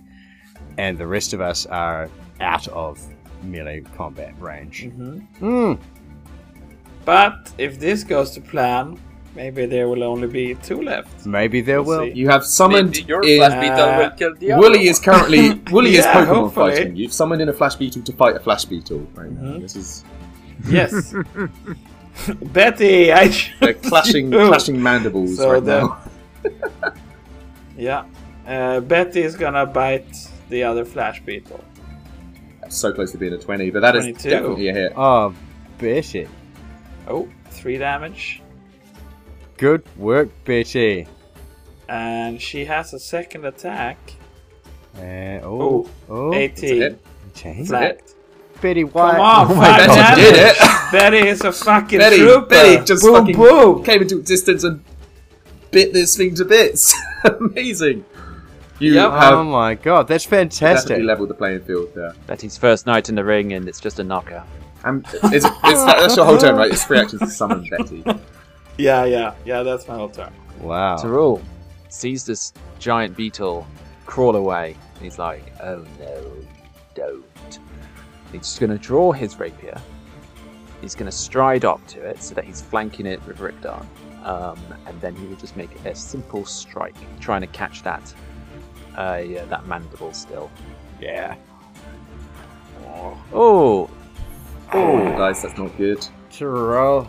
[SPEAKER 3] And the rest of us are out of melee combat range.
[SPEAKER 6] hmm
[SPEAKER 3] Mm.
[SPEAKER 6] But if this goes to plan, maybe there will only be two left.
[SPEAKER 3] Maybe there
[SPEAKER 6] We'll
[SPEAKER 3] will.
[SPEAKER 6] see.
[SPEAKER 1] You have summoned
[SPEAKER 2] Maybe your
[SPEAKER 1] in.
[SPEAKER 2] flash beetle will
[SPEAKER 6] Uh,
[SPEAKER 2] kill the other
[SPEAKER 1] Wooly is
[SPEAKER 2] one.
[SPEAKER 1] currently Wooly is
[SPEAKER 6] Yeah,
[SPEAKER 1] Pokemon
[SPEAKER 6] hopefully.
[SPEAKER 1] fighting. You've summoned in a Flash Beetle to fight a Flash Beetle right now.
[SPEAKER 6] Mhm.
[SPEAKER 1] This is
[SPEAKER 6] Yes. Betty, I.
[SPEAKER 1] they're clashing
[SPEAKER 6] you.
[SPEAKER 1] clashing mandibles
[SPEAKER 6] So
[SPEAKER 1] right
[SPEAKER 6] the-
[SPEAKER 1] now.
[SPEAKER 6] Yeah. Uh, Betty is gonna bite the other flash beetle.
[SPEAKER 1] That's so close to being a twenty, but that is
[SPEAKER 6] 22.
[SPEAKER 1] definitely a hit.
[SPEAKER 3] Oh, Betty.
[SPEAKER 6] Oh, three damage.
[SPEAKER 3] Good work, Betty.
[SPEAKER 6] And she has a second attack.
[SPEAKER 3] Uh,
[SPEAKER 6] Oh,
[SPEAKER 3] oh, oh,
[SPEAKER 6] 18.
[SPEAKER 3] okay.
[SPEAKER 6] Flat.
[SPEAKER 3] Betty White.
[SPEAKER 6] Come on,
[SPEAKER 3] oh
[SPEAKER 6] five
[SPEAKER 1] Betty
[SPEAKER 6] damage.
[SPEAKER 1] did it.
[SPEAKER 6] Betty is a fucking
[SPEAKER 1] Betty,
[SPEAKER 6] trooper.
[SPEAKER 1] Betty just
[SPEAKER 6] boom,
[SPEAKER 1] fucking
[SPEAKER 6] boom.
[SPEAKER 1] came into existence and bit this thing to bits. Amazing. You
[SPEAKER 6] Yep.
[SPEAKER 1] have
[SPEAKER 3] Oh my god, that's fantastic.
[SPEAKER 1] definitely leveled the playing field there.
[SPEAKER 4] Betty's first night in the ring, and it's just a knockout.
[SPEAKER 1] And it's, it's, that, that's your whole turn, right? It's three actions to summon Betty.
[SPEAKER 6] Yeah, yeah, yeah. That's my whole turn.
[SPEAKER 3] Wow.
[SPEAKER 4] To rule, sees this giant beetle crawl away. He's like, oh no, don't. He's just going to draw his rapier. He's going to stride up to it so that he's flanking it with Rickdarn. Um, and then he will just make a simple strike, trying to catch that uh, yeah, that mandible still.
[SPEAKER 3] Yeah.
[SPEAKER 4] Oh,
[SPEAKER 1] Oh, guys, that's not good.
[SPEAKER 3] To roll.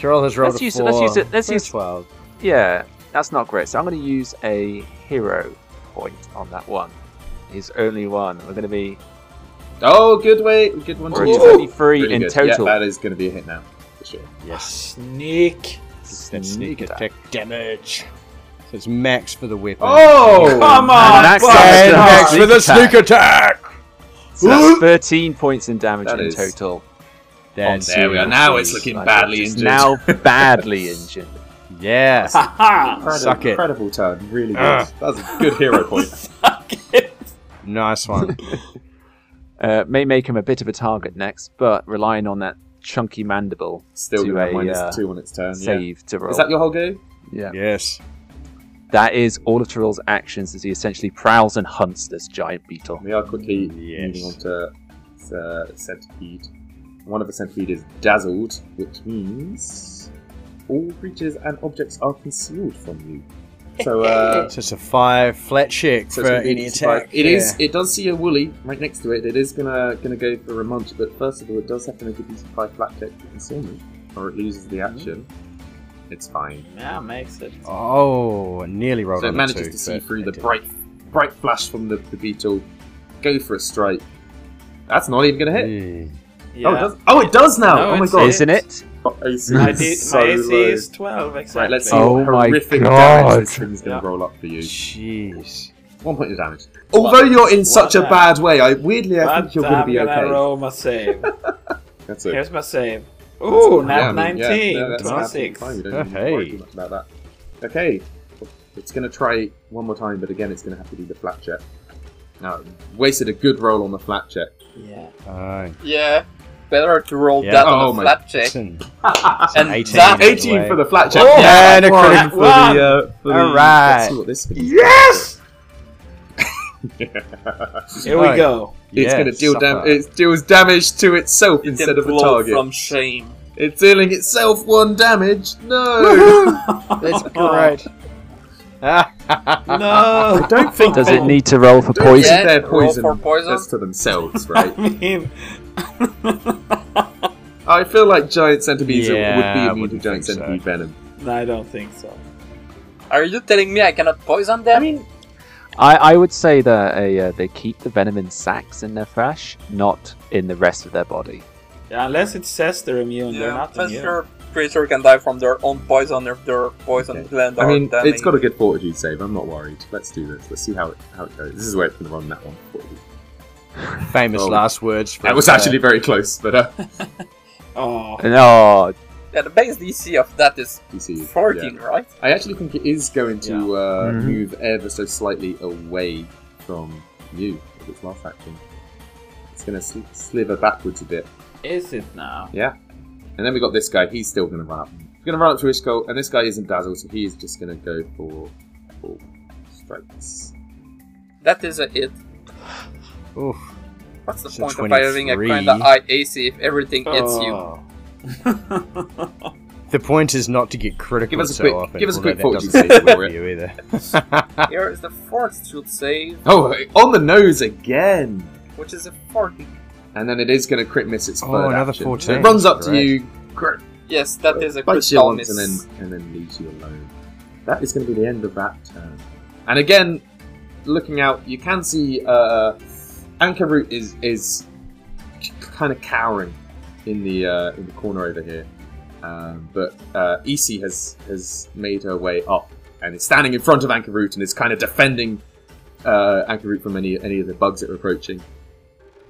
[SPEAKER 3] To roll has rolled
[SPEAKER 4] Let's
[SPEAKER 3] a
[SPEAKER 4] use it,
[SPEAKER 3] four.
[SPEAKER 4] let's use it, let's
[SPEAKER 3] for a
[SPEAKER 4] use-
[SPEAKER 3] 12.
[SPEAKER 4] Yeah, that's not great. So I'm going to use a hero point on that one. His only one. We're going to be
[SPEAKER 1] Oh, good way, good one to
[SPEAKER 4] we're at
[SPEAKER 1] use.
[SPEAKER 4] 23
[SPEAKER 1] Really
[SPEAKER 4] in
[SPEAKER 1] good.
[SPEAKER 4] total.
[SPEAKER 1] Yeah, that is going to be a hit now, for sure.
[SPEAKER 3] Yes.
[SPEAKER 6] Sneak.
[SPEAKER 3] That's sneak
[SPEAKER 4] Sneak attack.
[SPEAKER 3] attack damage. So it's max for the weapon.
[SPEAKER 1] Oh,
[SPEAKER 6] Come on,
[SPEAKER 4] Max
[SPEAKER 6] fuck.
[SPEAKER 4] damage.
[SPEAKER 3] And max
[SPEAKER 4] Sneak
[SPEAKER 3] for the
[SPEAKER 4] attack.
[SPEAKER 3] sneak attack!
[SPEAKER 4] So that's 13 points in damage
[SPEAKER 1] That
[SPEAKER 4] in
[SPEAKER 1] is-
[SPEAKER 4] total.
[SPEAKER 3] That's
[SPEAKER 1] Oh, there we are.
[SPEAKER 3] it.
[SPEAKER 1] Now it's looking
[SPEAKER 4] Like,
[SPEAKER 1] badly
[SPEAKER 4] it's
[SPEAKER 1] injured.
[SPEAKER 4] Now badly injured.
[SPEAKER 3] Yes.
[SPEAKER 6] Ha ha.
[SPEAKER 1] Incredible,
[SPEAKER 3] Suck it.
[SPEAKER 1] incredible turn, really good.
[SPEAKER 4] Ah.
[SPEAKER 3] Ugh.
[SPEAKER 1] That's a good hero point.
[SPEAKER 3] nice one.
[SPEAKER 4] Uh, may make him a bit of a target next, but relying on that chunky mandible
[SPEAKER 1] Still
[SPEAKER 4] to
[SPEAKER 1] gonna have
[SPEAKER 4] a,
[SPEAKER 1] minus
[SPEAKER 4] uh,
[SPEAKER 1] two on its turn. Um, Yeah.
[SPEAKER 4] save to roll.
[SPEAKER 1] Is that your whole go?
[SPEAKER 4] yeah.
[SPEAKER 3] Yes.
[SPEAKER 4] That is all of Tyrell's actions as he essentially prowls and hunts this giant beetle.
[SPEAKER 1] We are quickly
[SPEAKER 3] Yes.
[SPEAKER 1] moving on to uh, centipede. One of the centipede is dazzled, which means all creatures and objects are concealed from you. So, uh,
[SPEAKER 3] So it's a five flat check
[SPEAKER 1] so
[SPEAKER 3] for
[SPEAKER 1] it's gonna be
[SPEAKER 3] any
[SPEAKER 1] disadvantage.
[SPEAKER 3] attack.
[SPEAKER 1] It
[SPEAKER 3] yeah.
[SPEAKER 1] is- It does see a woolly right next to it. It is gonna gonna go for a munch, but first of all, it does have to make a decent five flat check for concealment, or it loses the
[SPEAKER 3] Mm-hmm.
[SPEAKER 1] action. It's fine.
[SPEAKER 6] Yeah, makes it.
[SPEAKER 3] Oh, nearly rolled.
[SPEAKER 1] So it
[SPEAKER 3] on a
[SPEAKER 1] manages
[SPEAKER 3] two,
[SPEAKER 1] to see
[SPEAKER 3] but
[SPEAKER 1] through
[SPEAKER 3] I
[SPEAKER 1] the
[SPEAKER 3] didn't.
[SPEAKER 1] bright, bright flash from the, the beetle. Go for a strike. That's not even going to hit.
[SPEAKER 3] Mm.
[SPEAKER 6] Yeah.
[SPEAKER 1] Oh, it does. Oh, it does now.
[SPEAKER 6] No,
[SPEAKER 1] oh my
[SPEAKER 6] it's-
[SPEAKER 1] god.
[SPEAKER 6] it's-
[SPEAKER 4] Isn't it?
[SPEAKER 1] Got AC
[SPEAKER 6] My,
[SPEAKER 1] is
[SPEAKER 6] D-
[SPEAKER 1] so
[SPEAKER 6] my AC
[SPEAKER 1] low.
[SPEAKER 6] is 12, exactly.
[SPEAKER 1] Right, let's see
[SPEAKER 4] Oh
[SPEAKER 1] what
[SPEAKER 4] my
[SPEAKER 1] horrific
[SPEAKER 4] God.
[SPEAKER 1] damage this thing's going to
[SPEAKER 6] Yeah.
[SPEAKER 1] roll up for you.
[SPEAKER 3] Jeez.
[SPEAKER 1] One point of damage. Although you're in such a
[SPEAKER 6] What?
[SPEAKER 1] bad way, I weirdly I
[SPEAKER 6] But
[SPEAKER 1] think you're going to
[SPEAKER 6] I'm
[SPEAKER 1] be
[SPEAKER 6] gonna
[SPEAKER 1] okay.
[SPEAKER 6] roll my save.
[SPEAKER 1] That's it.
[SPEAKER 6] Here's my save. Ooh,
[SPEAKER 1] Yeah, I
[SPEAKER 6] nat
[SPEAKER 1] mean,
[SPEAKER 6] 19.
[SPEAKER 1] yeah, no, that's
[SPEAKER 6] plus
[SPEAKER 1] absolutely
[SPEAKER 6] 6.
[SPEAKER 1] fine. You don't need to worry too much about that. Okay, it's going to try one more time, but again, it's going to have to be the flat check. Now, it wasted a good roll on the flat check.
[SPEAKER 6] Yeah.
[SPEAKER 3] Oh,
[SPEAKER 2] Yeah, better to roll
[SPEAKER 3] Yeah.
[SPEAKER 2] that
[SPEAKER 1] Oh
[SPEAKER 2] on
[SPEAKER 1] my-
[SPEAKER 2] a flat check.
[SPEAKER 3] it's an, it's an
[SPEAKER 2] And
[SPEAKER 3] 18.
[SPEAKER 2] that-
[SPEAKER 3] by the
[SPEAKER 1] 18
[SPEAKER 3] way.
[SPEAKER 1] for the flat check.
[SPEAKER 2] Oh,
[SPEAKER 1] yeah,
[SPEAKER 3] and a
[SPEAKER 1] one
[SPEAKER 3] crit.
[SPEAKER 1] for the, uh, for the-
[SPEAKER 3] Alright.
[SPEAKER 1] Let's see what this thing is.
[SPEAKER 6] Yes! Here
[SPEAKER 3] Right.
[SPEAKER 6] we go.
[SPEAKER 1] It's
[SPEAKER 3] Yeah,
[SPEAKER 1] going to deal
[SPEAKER 3] suffer.
[SPEAKER 1] dam- it deals damage to itself instead of a
[SPEAKER 2] Blow
[SPEAKER 1] target.
[SPEAKER 2] from shame.
[SPEAKER 1] It's dealing itself one damage. No.
[SPEAKER 3] That's great.
[SPEAKER 6] No!
[SPEAKER 1] I don't think
[SPEAKER 4] Does
[SPEAKER 1] they-
[SPEAKER 4] it need to roll for
[SPEAKER 1] Don't
[SPEAKER 4] poison?
[SPEAKER 1] think they're
[SPEAKER 2] Roll
[SPEAKER 1] poison.
[SPEAKER 2] for poison?
[SPEAKER 1] That's to themselves, right?
[SPEAKER 6] I mean,
[SPEAKER 1] I feel like giant centipedes
[SPEAKER 3] Yeah, I
[SPEAKER 1] would be immune to
[SPEAKER 3] wouldn't
[SPEAKER 1] giant
[SPEAKER 3] think so.
[SPEAKER 1] centipede venom.
[SPEAKER 6] no, I don't think so.
[SPEAKER 2] Are you telling me I cannot poison them?
[SPEAKER 4] I, I would say that uh, they keep the venom in sacks in their flesh, not in the rest of their body.
[SPEAKER 6] Yeah, unless it says they're immune, they're
[SPEAKER 2] yeah,
[SPEAKER 6] not
[SPEAKER 2] but
[SPEAKER 6] immune.
[SPEAKER 2] your creature can die from their own poison if their poison
[SPEAKER 1] Okay.
[SPEAKER 2] gland
[SPEAKER 1] I
[SPEAKER 2] are
[SPEAKER 1] mean,
[SPEAKER 2] damaged.
[SPEAKER 1] it's got a good fortitude save. I'm not worried. Let's do this. Let's see how it how it goes. This is where it's going to run that one. Fortitude.
[SPEAKER 3] Famous
[SPEAKER 1] Oh.
[SPEAKER 3] last words. From,
[SPEAKER 1] That was
[SPEAKER 3] uh,
[SPEAKER 1] actually very close, but uh,
[SPEAKER 6] Oh,
[SPEAKER 4] And, oh,
[SPEAKER 2] Yeah, the base DC of that is
[SPEAKER 1] you see, yeah.
[SPEAKER 2] 14, right?
[SPEAKER 1] I actually think it is going to
[SPEAKER 6] Yeah.
[SPEAKER 1] uh,
[SPEAKER 3] Mm-hmm.
[SPEAKER 4] Mhm.
[SPEAKER 1] move ever so slightly away from you with its last action. It's going to sl- sliver backwards a bit.
[SPEAKER 6] is it now?
[SPEAKER 1] Yeah. And then we got this guy. He's still going to run up. He's going to run up to Ishkol, and this guy isn't dazzled, so he is just going to go for four strikes.
[SPEAKER 2] That is a hit.
[SPEAKER 3] oof.
[SPEAKER 2] What's the
[SPEAKER 3] So
[SPEAKER 2] point of having a
[SPEAKER 3] 23.
[SPEAKER 2] kinda high AC if everything hits you?
[SPEAKER 6] oh.
[SPEAKER 3] The point is not to get critical
[SPEAKER 1] Give us a
[SPEAKER 3] so
[SPEAKER 1] quick-
[SPEAKER 3] often.
[SPEAKER 1] give us a
[SPEAKER 3] although
[SPEAKER 1] quick
[SPEAKER 3] that
[SPEAKER 1] fortune
[SPEAKER 3] doesn't
[SPEAKER 1] save,
[SPEAKER 3] work
[SPEAKER 1] will
[SPEAKER 3] for
[SPEAKER 1] it?
[SPEAKER 3] you either. Oh.
[SPEAKER 2] Here is the fortitude save,
[SPEAKER 1] Oh, on the nose again!
[SPEAKER 2] which is a 40.
[SPEAKER 1] And then it is going to crit miss its
[SPEAKER 3] Oh,
[SPEAKER 1] third
[SPEAKER 3] another
[SPEAKER 1] action.
[SPEAKER 3] 14.
[SPEAKER 1] So it runs up to
[SPEAKER 3] Great.
[SPEAKER 1] you, crit,
[SPEAKER 2] Yes, that is a
[SPEAKER 1] bites you
[SPEAKER 2] critical
[SPEAKER 1] once,
[SPEAKER 2] miss.
[SPEAKER 1] and then, and then leaves you alone. That is going to be the end of that turn. And again, looking out, you can see uh, Ankerroot is is kind of cowering in the uh, in the corner over here. Um, but uh, EC has has made her way up and is standing in front of Ankerroot and is kind of defending uh, Ankerroot from any any of the bugs that are approaching.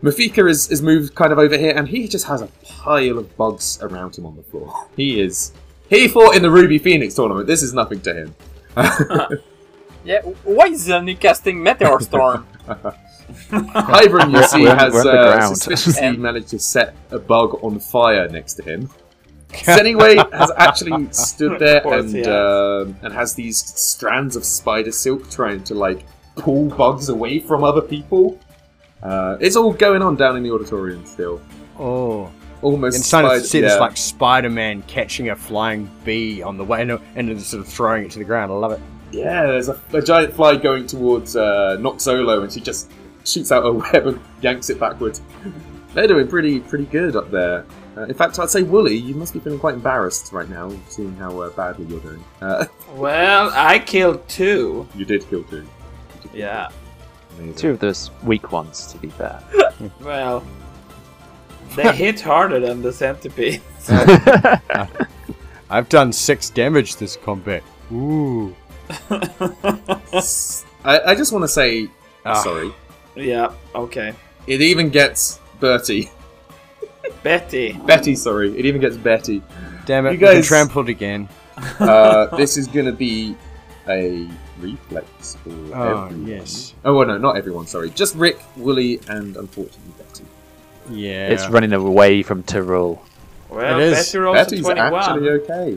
[SPEAKER 1] Mafika is, is moved kind of over here and he just has a pile of bugs around him on the floor. He is. He fought in the Ruby Phoenix tournament. This is nothing to him.
[SPEAKER 2] Yeah, why is Zelny casting Meteor Storm?
[SPEAKER 1] Hybern, you see,
[SPEAKER 4] We're-
[SPEAKER 1] has
[SPEAKER 4] we're at the
[SPEAKER 1] uh,
[SPEAKER 4] ground.
[SPEAKER 1] suspiciously
[SPEAKER 2] Um,
[SPEAKER 1] managed to set a bug on fire next to him. Senniway has actually stood there
[SPEAKER 6] Of course he
[SPEAKER 1] and
[SPEAKER 6] has.
[SPEAKER 1] um, and has these strands of spider silk trying to like pull bugs away from other people. Uh, it's all going on down in the auditorium still.
[SPEAKER 3] oh.
[SPEAKER 1] Almost
[SPEAKER 3] And starting
[SPEAKER 1] spider-
[SPEAKER 3] to see
[SPEAKER 1] yeah.
[SPEAKER 3] this like Spider Man catching a flying bee on the way and, and then sort of throwing it to the ground. I love it.
[SPEAKER 1] Yeah, there's a, a giant fly going towards uh, Noxolo, and she just shoots out a web and yanks it backwards. They're doing pretty pretty good up there. Uh, in fact, I'd say Wooly, you must be feeling quite embarrassed right now, seeing how uh, badly you're doing. Uh,
[SPEAKER 6] Well, I killed two.
[SPEAKER 1] you did kill two.
[SPEAKER 6] Yeah.
[SPEAKER 1] Amazing.
[SPEAKER 4] two of those weak ones, to be fair.
[SPEAKER 6] Well, they hit harder than the centipede.
[SPEAKER 3] I've done six damage this combat. Ooh.
[SPEAKER 1] I, I just want to say
[SPEAKER 3] Ah.
[SPEAKER 1] sorry.
[SPEAKER 6] yeah. Okay.
[SPEAKER 1] It even gets Bertie,
[SPEAKER 6] Betty.
[SPEAKER 1] Betty. Sorry, it even gets Betty.
[SPEAKER 3] Damn it,
[SPEAKER 1] You
[SPEAKER 3] you guys
[SPEAKER 1] guys-
[SPEAKER 3] trampled again.
[SPEAKER 1] Uh, this is gonna be a reflex for
[SPEAKER 3] Oh,
[SPEAKER 1] everyone.
[SPEAKER 3] yes.
[SPEAKER 1] Oh well, no, not everyone. Sorry, just Rick, Wooly, and unfortunately Betty.
[SPEAKER 3] Yeah.
[SPEAKER 4] It's running away from Tyrell.
[SPEAKER 6] Well,
[SPEAKER 3] It is.
[SPEAKER 6] Betty rolls a
[SPEAKER 1] Betty's
[SPEAKER 6] 21.
[SPEAKER 1] actually okay.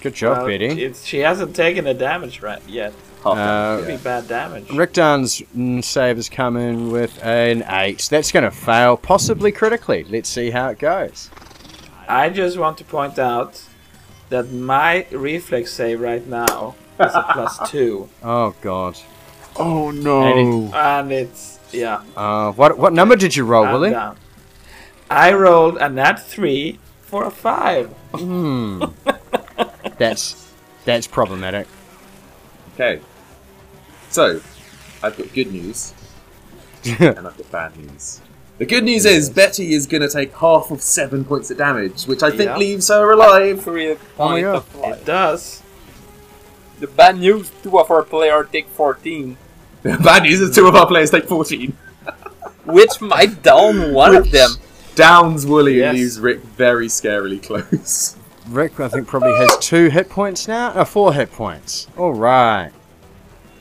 [SPEAKER 3] Good job,
[SPEAKER 6] Well,
[SPEAKER 3] Betty.
[SPEAKER 6] it's- she hasn't taken the damage right yet.
[SPEAKER 1] Half
[SPEAKER 3] Uh,
[SPEAKER 1] damage,
[SPEAKER 6] Pretty bad damage.
[SPEAKER 3] Rickdan's mm, save is coming with an eight. That's going to fail, possibly critically. Let's see how it goes.
[SPEAKER 6] I just want to point out that my reflex save right now is a plus two,
[SPEAKER 3] Oh God.
[SPEAKER 4] Oh
[SPEAKER 3] no.
[SPEAKER 6] and it's yeah.
[SPEAKER 3] Uh, what what number did you roll,
[SPEAKER 6] I'm
[SPEAKER 3] Willie?
[SPEAKER 6] down. I rolled a nat three for a five.
[SPEAKER 3] That's that's problematic.
[SPEAKER 1] Okay. So, I've got good news and I've got bad news. The good news is Betty is going to take half of seven points of damage, which I think
[SPEAKER 6] Yeah.
[SPEAKER 1] leaves her alive.
[SPEAKER 2] Three
[SPEAKER 3] Oh my
[SPEAKER 2] point
[SPEAKER 3] God.
[SPEAKER 2] of life.
[SPEAKER 6] It does.
[SPEAKER 2] The bad news: two of our players take 14,
[SPEAKER 1] The bad news is two of our players take 14.
[SPEAKER 2] which might down one of them.
[SPEAKER 1] Downs Wooly
[SPEAKER 6] Yes.
[SPEAKER 1] and leaves Rick very scarily close.
[SPEAKER 3] Rick, I think probably has two hit points now. No, four hit points. All right.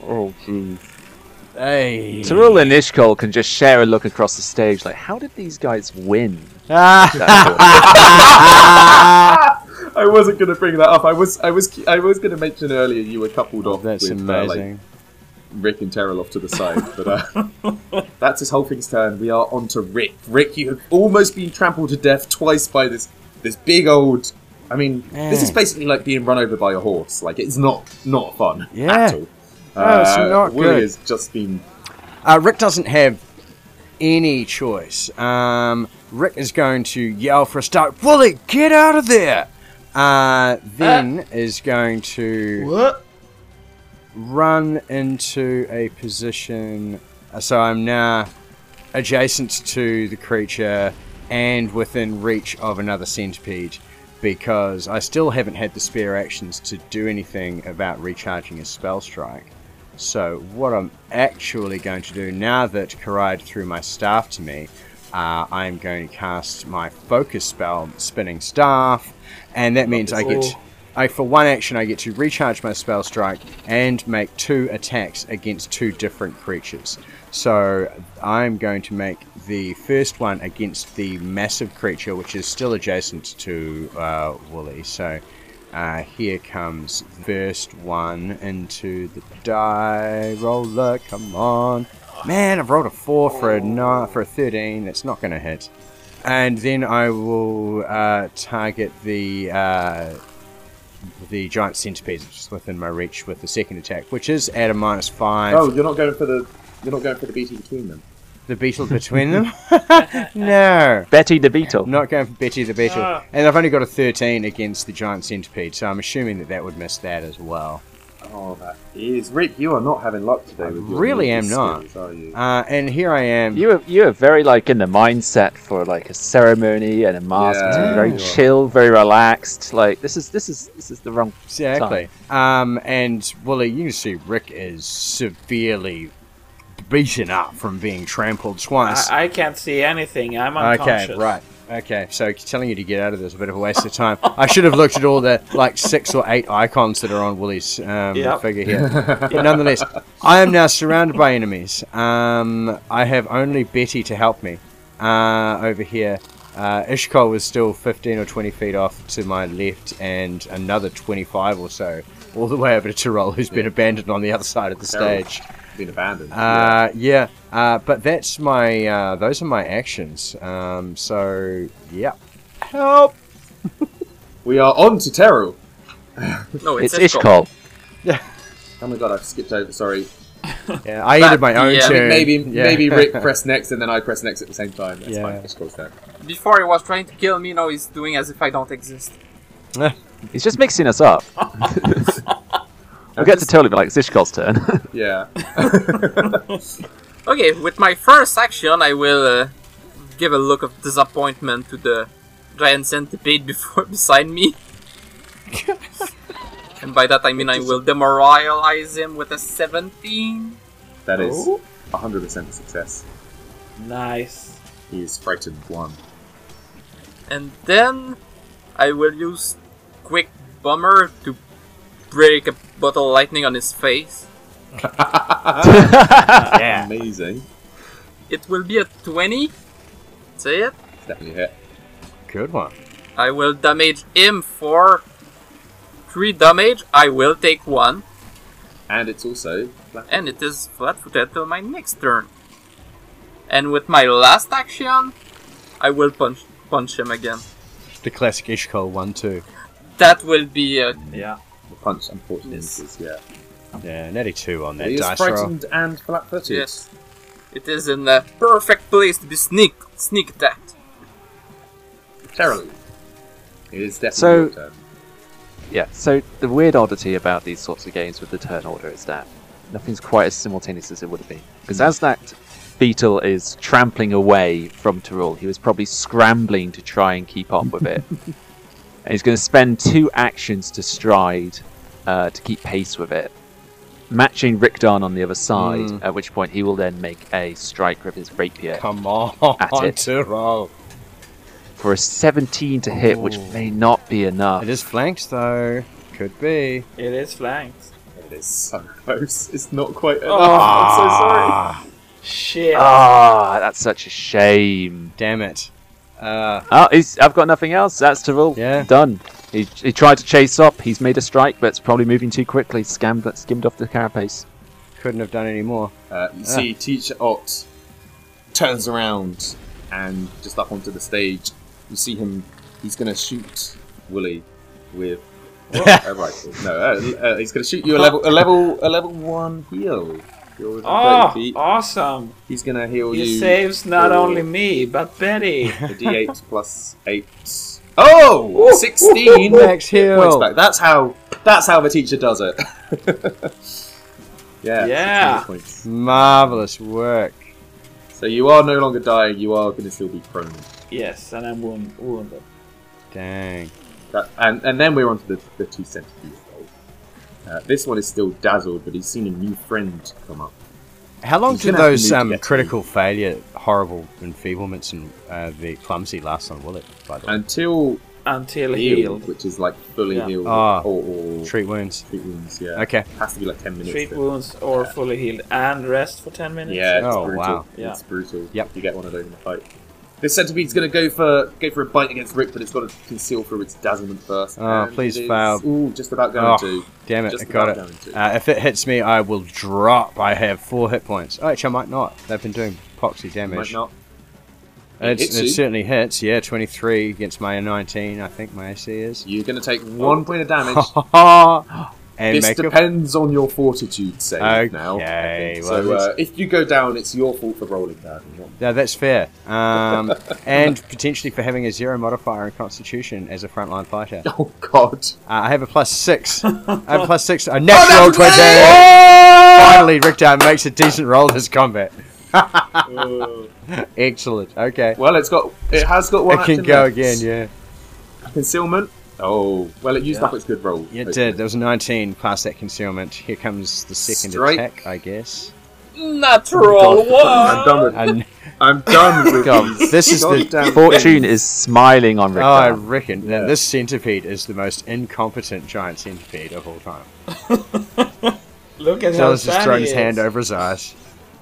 [SPEAKER 4] Oh, gee.
[SPEAKER 3] Hey.
[SPEAKER 4] Tarul and Ishkol can just share a look across the stage, like, how did these guys win?
[SPEAKER 3] Ah.
[SPEAKER 1] I wasn't going to bring that up. I was, I was, I was going to mention earlier you were coupled off
[SPEAKER 3] that's
[SPEAKER 1] with uh, like,
[SPEAKER 3] amazing.
[SPEAKER 1] Rick and Terrell off to the side. But uh, that's his whole thing's turn. We are on to Rick. Rick, you have almost been trampled to death twice by this this big old. I mean, this is
[SPEAKER 3] Man.
[SPEAKER 1] basically like being run over by a horse. Like it's not not fun
[SPEAKER 3] Yeah.
[SPEAKER 1] at all.
[SPEAKER 3] No, it's not
[SPEAKER 1] Willie
[SPEAKER 3] good.
[SPEAKER 1] has just been
[SPEAKER 3] Uh, Rick doesn't have any choice. Um, Rick is going to yell for a start. Wooly, get out of there! Uh, then is going to
[SPEAKER 6] What?
[SPEAKER 3] run into a position. uh, So I'm now adjacent to the creature and within reach of another centipede because I still haven't had the spare actions to do anything about recharging a spell strike. So, what I'm actually going to do now that Karide threw my staff to me, uh, I'm going to cast my focus spell, Spinning Staff, and that means I get.
[SPEAKER 6] Ooh.
[SPEAKER 3] I, for one action, I get to recharge my spell strike and make two attacks against two different creatures. So I'm going to make the first one against the massive creature, which is still adjacent to uh, Wooly. So uh, here comes first one into the die roller. Come on, man! I've rolled a four for a nine, for a thirteen. That's not going to hit. And then I will uh, target the uh, the giant centipede that's within my reach with the second attack, which is at a minus five.
[SPEAKER 1] Oh, you're not going for the you're not going for the beating between them.
[SPEAKER 3] The beetle between them? no.
[SPEAKER 4] Betty the Beetle.
[SPEAKER 3] I'm not going for Betty the Beetle.
[SPEAKER 6] Ah.
[SPEAKER 3] And I've only got a 13 against the giant centipede, so I'm assuming that that would miss that as well.
[SPEAKER 1] Oh, that is Rick. You are not having luck today. with your
[SPEAKER 3] really
[SPEAKER 1] movement
[SPEAKER 3] am not.
[SPEAKER 1] skills, are you?
[SPEAKER 3] Uh, and here I am.
[SPEAKER 4] You are, you are very like in the mindset for like a ceremony and a mask. It's
[SPEAKER 1] Yeah.
[SPEAKER 4] very
[SPEAKER 1] Yeah.
[SPEAKER 4] chill, very relaxed. Like this is this is this is the wrong.
[SPEAKER 3] Exactly. Um, and Wooly, you can see Rick is severely beaten up from being trampled twice.
[SPEAKER 6] I, I can't see anything. I'm unconscious.
[SPEAKER 3] Okay, right. Okay, so telling you to get out of this is a bit of a waste of time. I should have looked at all the like six or eight icons that are on Wooly's um,
[SPEAKER 6] Yep.
[SPEAKER 3] figure here. But nonetheless, I am now surrounded by enemies. Um, I have only Betty to help me uh, over here. Uh, Ishkol was still 15 or 20 feet off to my left, and another 25 or so all the way over to Tyrol, who's been abandoned on the other side of the
[SPEAKER 1] Terrible.
[SPEAKER 3] stage.
[SPEAKER 1] Been abandoned.
[SPEAKER 3] Uh, yeah, uh, but that's my uh, those are my actions. Um, so yeah, help.
[SPEAKER 1] We are on to Terrell.
[SPEAKER 2] No,
[SPEAKER 4] It's,
[SPEAKER 2] it's,
[SPEAKER 4] Ishkol.
[SPEAKER 1] Oh my god, I've skipped over. Sorry.
[SPEAKER 3] Yeah, I ended my own
[SPEAKER 2] yeah,
[SPEAKER 3] turn.
[SPEAKER 1] Maybe
[SPEAKER 3] Yeah.
[SPEAKER 1] maybe Rick pressed next and then I press next at the same time. That's
[SPEAKER 3] Yeah.
[SPEAKER 1] fine. It's close there.
[SPEAKER 2] Before he was trying to kill me, now he's doing as if I don't exist.
[SPEAKER 4] He's just mixing us up. We'll get to totally be like it's Ishkol's turn.
[SPEAKER 1] Yeah.
[SPEAKER 2] Okay, with my first action, I will uh, give a look of disappointment to the giant centipede before beside me. and by that I mean I will demoralize him with a 17.
[SPEAKER 1] That is
[SPEAKER 6] Oh.
[SPEAKER 1] 100% success.
[SPEAKER 6] Nice.
[SPEAKER 1] He is frightened one.
[SPEAKER 2] And then I will use Quick Bomber to break a bottle of lightning on his face.
[SPEAKER 3] Yeah.
[SPEAKER 1] Amazing.
[SPEAKER 2] It will be a 20. Say it.
[SPEAKER 1] Definitely hit.
[SPEAKER 3] Good one.
[SPEAKER 2] I will damage him for three damage. I will take one,
[SPEAKER 1] And it's also flat.
[SPEAKER 2] and it is flat-footed till my next turn. And with my last action, I will punch punch him again.
[SPEAKER 3] The classic Ishkol one too.
[SPEAKER 2] That will be a
[SPEAKER 6] Yeah.
[SPEAKER 1] punch, unfortunately. Yeah.
[SPEAKER 3] Yeah, natty two on
[SPEAKER 1] But
[SPEAKER 3] that
[SPEAKER 1] He is
[SPEAKER 3] dice roll.
[SPEAKER 1] frightened and flat footed.
[SPEAKER 2] yes. It is in a perfect place to be sneak sneak attacked.
[SPEAKER 1] Terribly. It is definitely
[SPEAKER 4] So-
[SPEAKER 1] your turn.
[SPEAKER 4] Yeah, so the weird oddity about these sorts of games with the turn order is that nothing's quite as simultaneous as it would have been. Because
[SPEAKER 3] Hmm.
[SPEAKER 4] as that beetle is trampling away from Tyrrell, he was probably scrambling to try and keep up with it. and he's going to spend two actions to stride uh, to keep pace with it, matching Rickdarn on the other side,
[SPEAKER 3] Mm.
[SPEAKER 4] at which point he will then make a strike with his rapier
[SPEAKER 3] Come on,
[SPEAKER 4] At it.
[SPEAKER 3] to roll.
[SPEAKER 4] for a 17 to hit, which
[SPEAKER 3] Ooh.
[SPEAKER 4] may not be enough.
[SPEAKER 3] Oh. It is flanked though. Could be.
[SPEAKER 6] It is flanked.
[SPEAKER 1] It is so close. It's not quite enough. Oh, I'm so sorry.
[SPEAKER 3] Ah,
[SPEAKER 6] Shit.
[SPEAKER 4] Ah, that's such a shame.
[SPEAKER 3] Damn it. Uh,
[SPEAKER 4] Oh, he's, I've got nothing else. That's the rule.
[SPEAKER 3] Yeah.
[SPEAKER 4] Done. He, he tried to chase up. He's made a strike, but it's probably moving too quickly. Scammed, skimmed off the carapace.
[SPEAKER 3] couldn't have done any more.
[SPEAKER 1] Uh, you see, Teacher Ott turns around and just up onto the stage. You see him. He's going to shoot Wooly with a rifle. No, uh, uh, he's going to shoot you a level, a level, a level one heal. You're within 30
[SPEAKER 6] Oh,
[SPEAKER 1] feet.
[SPEAKER 6] awesome.
[SPEAKER 1] He's going to heal
[SPEAKER 6] He
[SPEAKER 1] you. Oh.
[SPEAKER 6] saves not
[SPEAKER 1] for
[SPEAKER 6] only me, but Betty.
[SPEAKER 1] The D8 plus eight. Oh, 16
[SPEAKER 3] Max
[SPEAKER 1] points
[SPEAKER 3] Hill.
[SPEAKER 1] back. That's how. That's how the teacher does it. yeah.
[SPEAKER 6] Yeah.
[SPEAKER 1] 16 points.
[SPEAKER 3] Marvelous work.
[SPEAKER 1] So you are no longer dying. You are going to still be prone.
[SPEAKER 6] yes, and I'm wound- wounded.
[SPEAKER 3] Dang.
[SPEAKER 1] That, and, and then we're on to the, the two centipedes. though. Uh, this one is still dazzled, but he's seen a new friend come up.
[SPEAKER 3] How long
[SPEAKER 1] He's
[SPEAKER 3] did
[SPEAKER 1] gonna have to
[SPEAKER 3] those
[SPEAKER 1] move to
[SPEAKER 3] um,
[SPEAKER 1] get to
[SPEAKER 3] critical failure, horrible enfeeblements, and uh, the clumsy last on Willet? By the way,
[SPEAKER 1] Until
[SPEAKER 6] Until
[SPEAKER 1] healed,
[SPEAKER 6] healed.
[SPEAKER 1] which is like fully
[SPEAKER 6] Yeah.
[SPEAKER 1] healed
[SPEAKER 3] Ah.
[SPEAKER 1] or, or
[SPEAKER 3] treat wounds.
[SPEAKER 1] treat wounds, yeah.
[SPEAKER 3] Okay.
[SPEAKER 1] Has to be like 10 minutes.
[SPEAKER 6] Treat
[SPEAKER 1] then.
[SPEAKER 6] wounds or fully healed and rest for 10 minutes.
[SPEAKER 1] Yeah, it's
[SPEAKER 3] Oh,
[SPEAKER 1] brutal.
[SPEAKER 3] wow.
[SPEAKER 6] Yeah.
[SPEAKER 1] It's brutal.
[SPEAKER 3] Yep.
[SPEAKER 1] You get one of those in the fight. This centipede's going to go for go for a bite against Rick, but it's got to conceal through its dazzlement first.
[SPEAKER 3] Oh,
[SPEAKER 1] And
[SPEAKER 3] please
[SPEAKER 1] it is-
[SPEAKER 3] fail.
[SPEAKER 1] Ooh, just about going
[SPEAKER 3] Oh,
[SPEAKER 1] to.
[SPEAKER 3] Damn it!
[SPEAKER 1] Just
[SPEAKER 3] I got
[SPEAKER 1] about
[SPEAKER 3] it.
[SPEAKER 1] going to.
[SPEAKER 3] Uh, if it hits me, I will drop. I have four hit points. Oh, actually, I might not. They've been doing poxy
[SPEAKER 1] Might
[SPEAKER 3] damage.
[SPEAKER 1] not.
[SPEAKER 3] It's,
[SPEAKER 1] It hits
[SPEAKER 3] it
[SPEAKER 1] you.
[SPEAKER 3] certainly hits. Yeah, twenty-three against my nineteen. I think my AC is.
[SPEAKER 1] You're going to take one point of damage.
[SPEAKER 3] and
[SPEAKER 1] this
[SPEAKER 3] make a
[SPEAKER 1] depends on your fortitude save now.
[SPEAKER 3] Okay,
[SPEAKER 1] so
[SPEAKER 3] well,
[SPEAKER 1] uh, if you go down, it's your fault for rolling down. Not
[SPEAKER 3] No, that's fair. Um, and potentially for having a zero modifier in Constitution as a frontline fighter. Uh,
[SPEAKER 1] Oh God!
[SPEAKER 3] I have a plus six. I have a plus six. A natural
[SPEAKER 1] Oh, that's Oh!
[SPEAKER 3] twenty. Finally, Richter makes a decent roll this combat. Excellent. Okay.
[SPEAKER 1] Well, it's got it has got one.
[SPEAKER 3] it can
[SPEAKER 1] action
[SPEAKER 3] go
[SPEAKER 1] left.
[SPEAKER 3] again. Yeah.
[SPEAKER 1] Concealment. Oh well, it used
[SPEAKER 6] Yeah.
[SPEAKER 1] up its good roll.
[SPEAKER 3] It did. There was a 19 past that concealment. Here comes the second
[SPEAKER 1] Strike.
[SPEAKER 3] attack, I guess.
[SPEAKER 2] Natural
[SPEAKER 1] I'm
[SPEAKER 2] one.
[SPEAKER 1] done with.
[SPEAKER 3] And
[SPEAKER 1] I'm done with
[SPEAKER 4] God,
[SPEAKER 1] these.
[SPEAKER 3] this is the
[SPEAKER 1] goddamn
[SPEAKER 4] Fortune
[SPEAKER 1] things.
[SPEAKER 4] is smiling on
[SPEAKER 3] oh,
[SPEAKER 4] Rick.
[SPEAKER 3] I reckon
[SPEAKER 1] Yeah.
[SPEAKER 3] that this centipede is the most incompetent giant centipede of all time.
[SPEAKER 6] Look at how
[SPEAKER 3] Zealous just
[SPEAKER 6] sad
[SPEAKER 3] throwing
[SPEAKER 6] he
[SPEAKER 3] his
[SPEAKER 6] is.
[SPEAKER 3] hand over his eyes,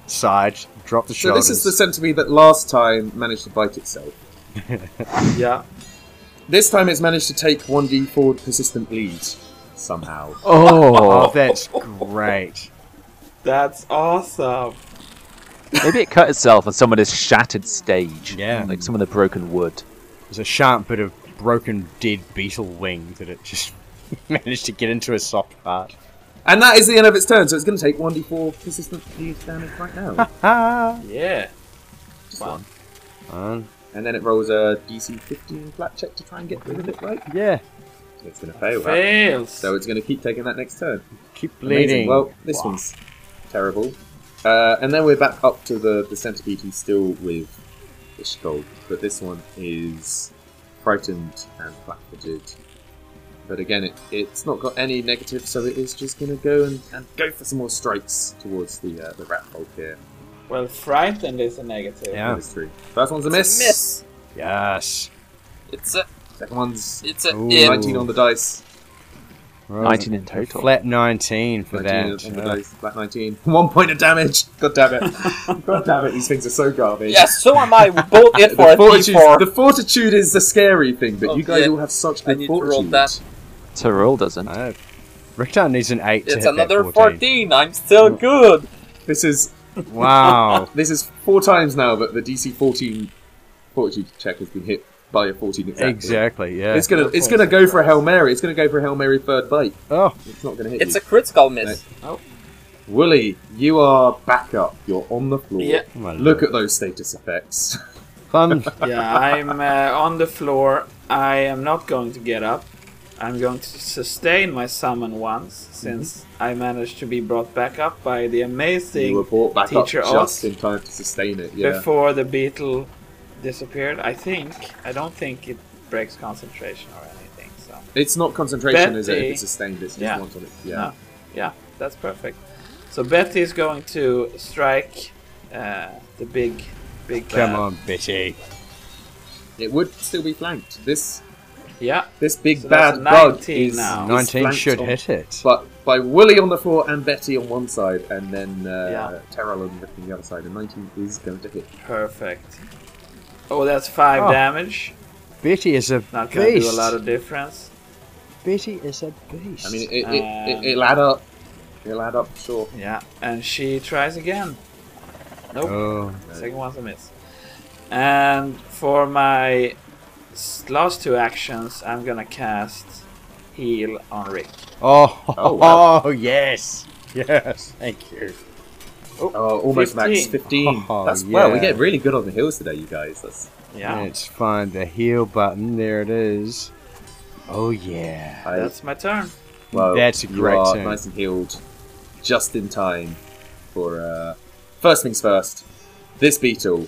[SPEAKER 3] side, drop the
[SPEAKER 1] So
[SPEAKER 3] shoulders.
[SPEAKER 1] this is the centipede that last time managed to bite itself.
[SPEAKER 6] Yeah.
[SPEAKER 1] This time it's managed to take one d4 persistent bleed somehow.
[SPEAKER 3] oh,
[SPEAKER 4] Oh,
[SPEAKER 3] that's great.
[SPEAKER 6] That's awesome.
[SPEAKER 4] maybe it cut itself on some of this shattered stage.
[SPEAKER 3] Yeah.
[SPEAKER 4] Like some of the broken wood.
[SPEAKER 3] There's a sharp bit of broken dead beetle wing that it just managed to get into a soft part.
[SPEAKER 1] And that is the end of its turn. So it's going to take one d4 persistent bleed damage right now.
[SPEAKER 3] Ah!
[SPEAKER 6] Yeah.
[SPEAKER 1] Just
[SPEAKER 6] Wow.
[SPEAKER 1] one.
[SPEAKER 3] Um,
[SPEAKER 1] and then it rolls a DC 15 flat check to try and get rid of it, right?
[SPEAKER 3] yeah,
[SPEAKER 1] It's going to fail. That.
[SPEAKER 6] Fails.
[SPEAKER 1] So it's going to keep taking that next turn.
[SPEAKER 3] keep
[SPEAKER 1] Amazing.
[SPEAKER 3] bleeding.
[SPEAKER 1] Well, this one's terrible. Uh, and then we're back up to the, the centipede who's still with the skull, but this one is frightened and flat-footed. But again, it, it's not got any negatives, so it is just going to go and, and go for some more strikes towards the uh, the rat folk here.
[SPEAKER 6] well, frightened is a negative.
[SPEAKER 3] Yeah.
[SPEAKER 1] That is true. First one's a miss.
[SPEAKER 2] It's a miss.
[SPEAKER 3] yes.
[SPEAKER 2] It's a
[SPEAKER 1] Second one's
[SPEAKER 2] it's a
[SPEAKER 3] Ooh.
[SPEAKER 2] in.
[SPEAKER 1] 19 on the dice.
[SPEAKER 3] Well,
[SPEAKER 4] 19 in total.
[SPEAKER 3] Flat 19 for
[SPEAKER 1] 19
[SPEAKER 3] that.
[SPEAKER 1] on the dice, flat 19. One point of damage. God damn it. God damn it, these things are so garbage.
[SPEAKER 2] Yes, so am I. We both hit for
[SPEAKER 1] the,
[SPEAKER 2] a
[SPEAKER 1] fortitude,
[SPEAKER 2] D4.
[SPEAKER 1] the fortitude is the scary thing, but
[SPEAKER 2] Oh,
[SPEAKER 1] you guys
[SPEAKER 2] yeah.
[SPEAKER 1] all have such
[SPEAKER 2] I
[SPEAKER 1] good
[SPEAKER 2] need to
[SPEAKER 1] fortitude.
[SPEAKER 2] roll that.
[SPEAKER 4] Tyrell doesn't.
[SPEAKER 3] Uh, Richter needs an 8 to
[SPEAKER 2] It's
[SPEAKER 3] hit that
[SPEAKER 2] another 14.
[SPEAKER 3] 14.
[SPEAKER 2] I'm still good.
[SPEAKER 1] This is
[SPEAKER 3] Wow.
[SPEAKER 1] this is four times now that the DC 14 fortitude check has been hit by a 14 exactly.
[SPEAKER 3] exactly, yeah.
[SPEAKER 1] It's gonna it's gonna go for a hail mary. It's gonna go for a hail mary third bite.
[SPEAKER 3] Oh,
[SPEAKER 1] It's not gonna hit
[SPEAKER 2] It's
[SPEAKER 1] you.
[SPEAKER 2] a critical miss.
[SPEAKER 1] Wooly, you are back up. You're on the floor.
[SPEAKER 6] Yeah.
[SPEAKER 3] my
[SPEAKER 1] Look
[SPEAKER 3] lord.
[SPEAKER 1] at those status effects.
[SPEAKER 3] Fun.
[SPEAKER 6] yeah, I'm uh, on the floor. I am not going to get up. I'm going to sustain my summon once, since I managed to be brought back up by
[SPEAKER 1] Mm-hmm. you
[SPEAKER 6] the
[SPEAKER 1] were
[SPEAKER 6] amazing
[SPEAKER 1] brought back up
[SPEAKER 6] Teacher
[SPEAKER 1] just
[SPEAKER 6] Oz.
[SPEAKER 1] in time to sustain it. Yeah.
[SPEAKER 6] before the beetle disappeared. I think. I don't think it breaks concentration or anything. So
[SPEAKER 1] It's not concentration,
[SPEAKER 6] Bet
[SPEAKER 1] is it? If
[SPEAKER 6] they-
[SPEAKER 1] it's sustained, it's just
[SPEAKER 6] Yeah.
[SPEAKER 1] once on it. Yeah.
[SPEAKER 6] No. yeah, that's perfect. So Betty is going to strike uh, the big, big. uh,
[SPEAKER 3] Come
[SPEAKER 6] bad.
[SPEAKER 3] on, Betty.
[SPEAKER 1] It would still be flanked. This
[SPEAKER 6] Yeah.
[SPEAKER 1] this big
[SPEAKER 6] So that's
[SPEAKER 1] bad bug
[SPEAKER 6] 19
[SPEAKER 1] is
[SPEAKER 6] now.
[SPEAKER 1] is
[SPEAKER 3] 19
[SPEAKER 1] flanked
[SPEAKER 3] should
[SPEAKER 1] on-
[SPEAKER 3] hit it.
[SPEAKER 1] But by Wooly on the floor and Betty on one side, and then uh,
[SPEAKER 6] Yeah.
[SPEAKER 1] Terrell on the- on the other side, and 19 is going to hit.
[SPEAKER 6] Perfect. Oh, that's five
[SPEAKER 3] Oh.
[SPEAKER 6] damage.
[SPEAKER 3] Betty is a
[SPEAKER 6] Not gonna
[SPEAKER 3] beast.
[SPEAKER 6] do a lot of difference.
[SPEAKER 3] Betty is a beast.
[SPEAKER 1] I mean, it, it,
[SPEAKER 6] Um,
[SPEAKER 1] it, it'll add up. It'll add up, sure.
[SPEAKER 6] Yeah, and she tries again. Nope,
[SPEAKER 3] oh,
[SPEAKER 6] second one's a miss. And for my s- last two actions, I'm gonna cast heal on Rick.
[SPEAKER 3] oh,
[SPEAKER 1] Oh, wow.
[SPEAKER 3] oh, yes, yes. Thank you.
[SPEAKER 1] Oh, almost max
[SPEAKER 6] 15.
[SPEAKER 1] 15.
[SPEAKER 3] Oh,
[SPEAKER 1] That's Wow, we
[SPEAKER 3] yeah.
[SPEAKER 1] get really good on the hills today, you guys. That's,
[SPEAKER 6] Yeah,
[SPEAKER 3] Let's find the heal button. There it is. Oh yeah.
[SPEAKER 1] I,
[SPEAKER 6] that's my turn.
[SPEAKER 1] Well,
[SPEAKER 3] That's a great
[SPEAKER 1] you are
[SPEAKER 3] turn.
[SPEAKER 1] nice and healed, just in time for uh, first things first. This beetle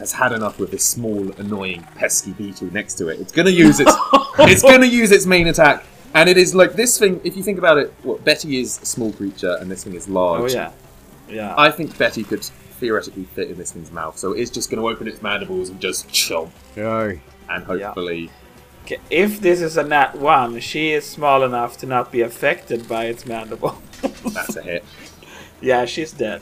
[SPEAKER 1] has had enough with this small, annoying, pesky beetle next to it. It's gonna use its it's gonna use its main attack, and it is like this thing. If you think about it, what Betty is a small creature, and this thing is large.
[SPEAKER 6] Oh yeah, yeah.
[SPEAKER 1] I think Betty could theoretically fit in this thing's mouth, so it's just gonna open its mandibles and just chomp,
[SPEAKER 3] Oh,
[SPEAKER 1] and
[SPEAKER 6] Yeah.
[SPEAKER 1] hopefully.
[SPEAKER 6] Okay, If this is a nat one, she is small enough to not be affected by its mandible.
[SPEAKER 1] That's a hit.
[SPEAKER 6] yeah, she's dead.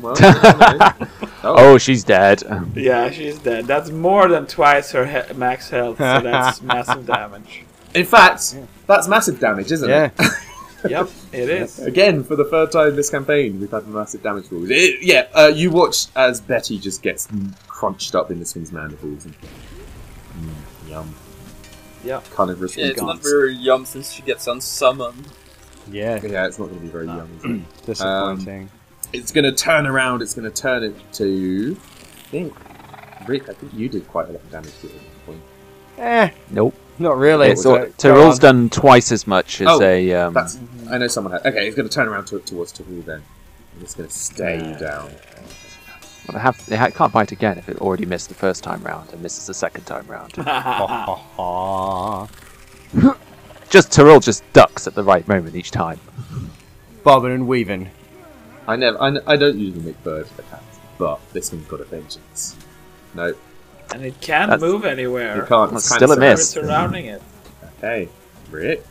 [SPEAKER 1] Well, okay.
[SPEAKER 4] Oh, she's dead.
[SPEAKER 6] Yeah, she's dead. That's more than twice her he- max health, so that's massive damage.
[SPEAKER 1] In fact, that's massive damage, isn't it?
[SPEAKER 3] yeah.
[SPEAKER 6] Yep, it is.
[SPEAKER 1] Again, for the third time this campaign, we've had massive damage rules. It- yeah, uh, you watch as Betty just gets crunched up in this thing's mandibles. And, mm, yum.
[SPEAKER 6] Yeah.
[SPEAKER 1] Carnivorous
[SPEAKER 2] Yeah, it's not
[SPEAKER 1] guns.
[SPEAKER 2] very yum since she gets unsummoned.
[SPEAKER 3] Yeah.
[SPEAKER 1] Yeah, it's not going to be very yum. Is it? Um,
[SPEAKER 3] Disappointing.
[SPEAKER 1] it's going to turn around. It's going to turn it to. I think, Rick. I think you did quite a lot of damage to it at this point.
[SPEAKER 2] Mm-hmm.
[SPEAKER 3] eh,
[SPEAKER 4] Nope.
[SPEAKER 3] not really.
[SPEAKER 4] It's all,
[SPEAKER 3] Go
[SPEAKER 4] Tyrell's
[SPEAKER 3] on.
[SPEAKER 4] done twice as much as
[SPEAKER 1] Oh,
[SPEAKER 4] a. Um,
[SPEAKER 1] That's. I know someone. Had, okay, it's going to turn around to, towards Tahul then. And it's going to stay down.
[SPEAKER 4] well, they have, they ha- can't bite again if it already missed the first time round and misses the second time round.
[SPEAKER 3] Ha, ha, ha.
[SPEAKER 4] just Tyrell just ducks at the right moment each time.
[SPEAKER 3] Bobbing and weaving.
[SPEAKER 1] I never. I, n- I don't usually make bird attacks, but this one's got a vengeance. No,
[SPEAKER 6] And it can't
[SPEAKER 4] That's-
[SPEAKER 6] move
[SPEAKER 1] You
[SPEAKER 6] anywhere.
[SPEAKER 1] can't.
[SPEAKER 4] That's still a
[SPEAKER 6] Whatever's
[SPEAKER 4] miss.
[SPEAKER 6] surrounding it.
[SPEAKER 1] Hey, Rick.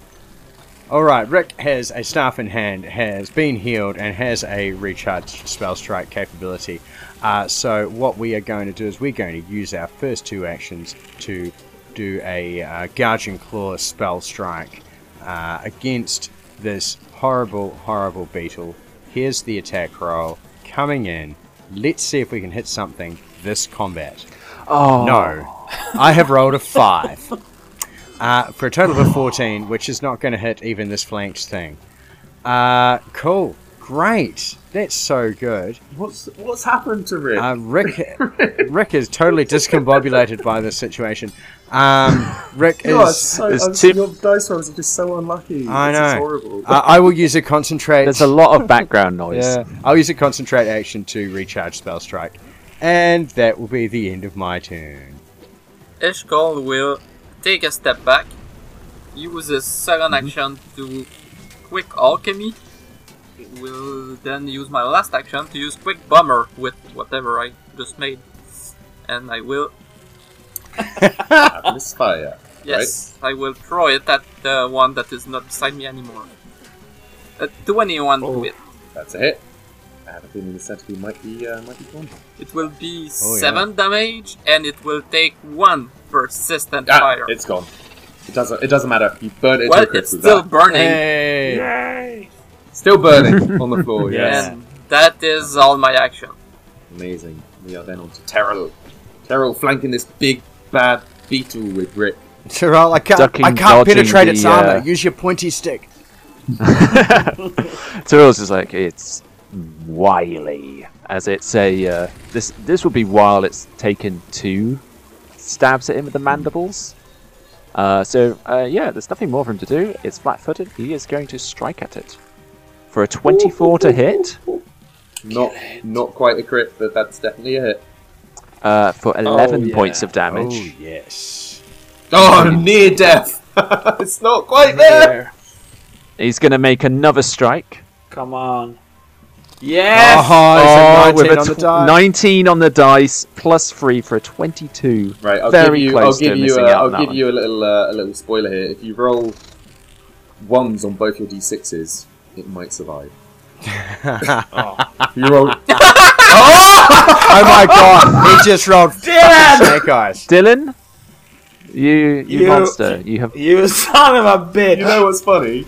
[SPEAKER 3] All right, Rick has a staff in hand, has been healed, and has a recharged spell strike capability. Uh, so what we are going to do is we're going to use our first two actions to do a uh, gouging claw spell strike uh, against this horrible, horrible beetle. Here's the attack roll coming in. Let's see if we can hit something this combat.
[SPEAKER 4] Oh
[SPEAKER 3] No. I have rolled a five. Uh, for a total of a 14, which is not going to hit even this flanked thing. Uh, cool. Great. That's so good.
[SPEAKER 1] What's what's happened to Rick?
[SPEAKER 3] Uh, Rick Rick is totally discombobulated by this situation. Um, Rick
[SPEAKER 1] you are
[SPEAKER 3] is.
[SPEAKER 1] so,
[SPEAKER 4] it's
[SPEAKER 1] I'm-
[SPEAKER 4] tip-
[SPEAKER 1] your dice rolls are just so unlucky.
[SPEAKER 3] I
[SPEAKER 1] This is
[SPEAKER 3] know. Uh,
[SPEAKER 1] horrible.
[SPEAKER 3] I I will use a concentrate.
[SPEAKER 4] There's a lot of background noise.
[SPEAKER 3] Yeah, I'll use a concentrate action to recharge spell strike, and that will be the end of my turn.
[SPEAKER 2] Eshkol will take a step back, use his 2nd
[SPEAKER 1] Mm-hmm.
[SPEAKER 2] action to quick alchemy. Will then use my last action to use quick bomber with whatever I just made, and I will
[SPEAKER 1] Atmosphere.
[SPEAKER 2] Yes, I will throw it at the one that is not beside me anymore. Uh, 21
[SPEAKER 6] Oh.
[SPEAKER 2] with.
[SPEAKER 1] That's a hit. I have a feeling the centipede might be uh, might be gone.
[SPEAKER 2] It will be
[SPEAKER 3] Oh,
[SPEAKER 2] 7 damage and it will take 1 persistent
[SPEAKER 1] Ah,
[SPEAKER 2] fire.
[SPEAKER 1] it's gone. It doesn't. It doesn't matter. You burn it
[SPEAKER 2] well,
[SPEAKER 1] to a
[SPEAKER 2] it's
[SPEAKER 1] crisp with
[SPEAKER 2] still
[SPEAKER 1] that.
[SPEAKER 2] burning
[SPEAKER 3] Hey.
[SPEAKER 6] Yay!
[SPEAKER 1] Still burning on the floor. Yes.
[SPEAKER 3] Yes.
[SPEAKER 2] and that is all my action.
[SPEAKER 1] Amazing. We are then on to Terrell. Terrell flanking this big bad beetle with Rick.
[SPEAKER 3] Tyrell, I can't,
[SPEAKER 4] Ducking,
[SPEAKER 3] I can't
[SPEAKER 4] dodging
[SPEAKER 3] penetrate its
[SPEAKER 4] the, uh,
[SPEAKER 3] armor. Use your pointy stick.
[SPEAKER 4] Tyrell's just like it's wily, as it's a uh, this this would be while it's taken two stabs at him with the mandibles. Uh, so uh, yeah, there's nothing more for him to do. It's flat-footed. He is going to strike at it for a 24 to hit
[SPEAKER 1] Not not quite a crit, but that's definitely a hit.
[SPEAKER 4] uh, for 11
[SPEAKER 6] yeah.
[SPEAKER 4] points of damage.
[SPEAKER 3] Oh, yes.
[SPEAKER 1] Oh, near death. it's not quite there.
[SPEAKER 6] There.
[SPEAKER 4] He's going to make another strike.
[SPEAKER 6] Come on.
[SPEAKER 2] Yes!
[SPEAKER 3] Oh,
[SPEAKER 4] Oh,
[SPEAKER 3] it's
[SPEAKER 4] with a
[SPEAKER 3] a 19 on the
[SPEAKER 4] tw-
[SPEAKER 3] die.
[SPEAKER 4] 19 on the dice, plus three for a 22.
[SPEAKER 1] Right, I'll
[SPEAKER 4] Very
[SPEAKER 1] give you.
[SPEAKER 4] close
[SPEAKER 1] I'll
[SPEAKER 4] to
[SPEAKER 1] give you.
[SPEAKER 4] missing
[SPEAKER 1] A,
[SPEAKER 4] out on
[SPEAKER 1] I'll
[SPEAKER 4] that
[SPEAKER 1] give
[SPEAKER 4] one.
[SPEAKER 1] you a little uh, a little spoiler here. If you roll ones on both your d6s, it might survive. If you roll
[SPEAKER 3] Oh my god, he just rolled fucking snake eyes.
[SPEAKER 4] Dylan, you, you
[SPEAKER 6] You-
[SPEAKER 4] monster, you have
[SPEAKER 6] You son of a bitch!
[SPEAKER 1] You know what's funny?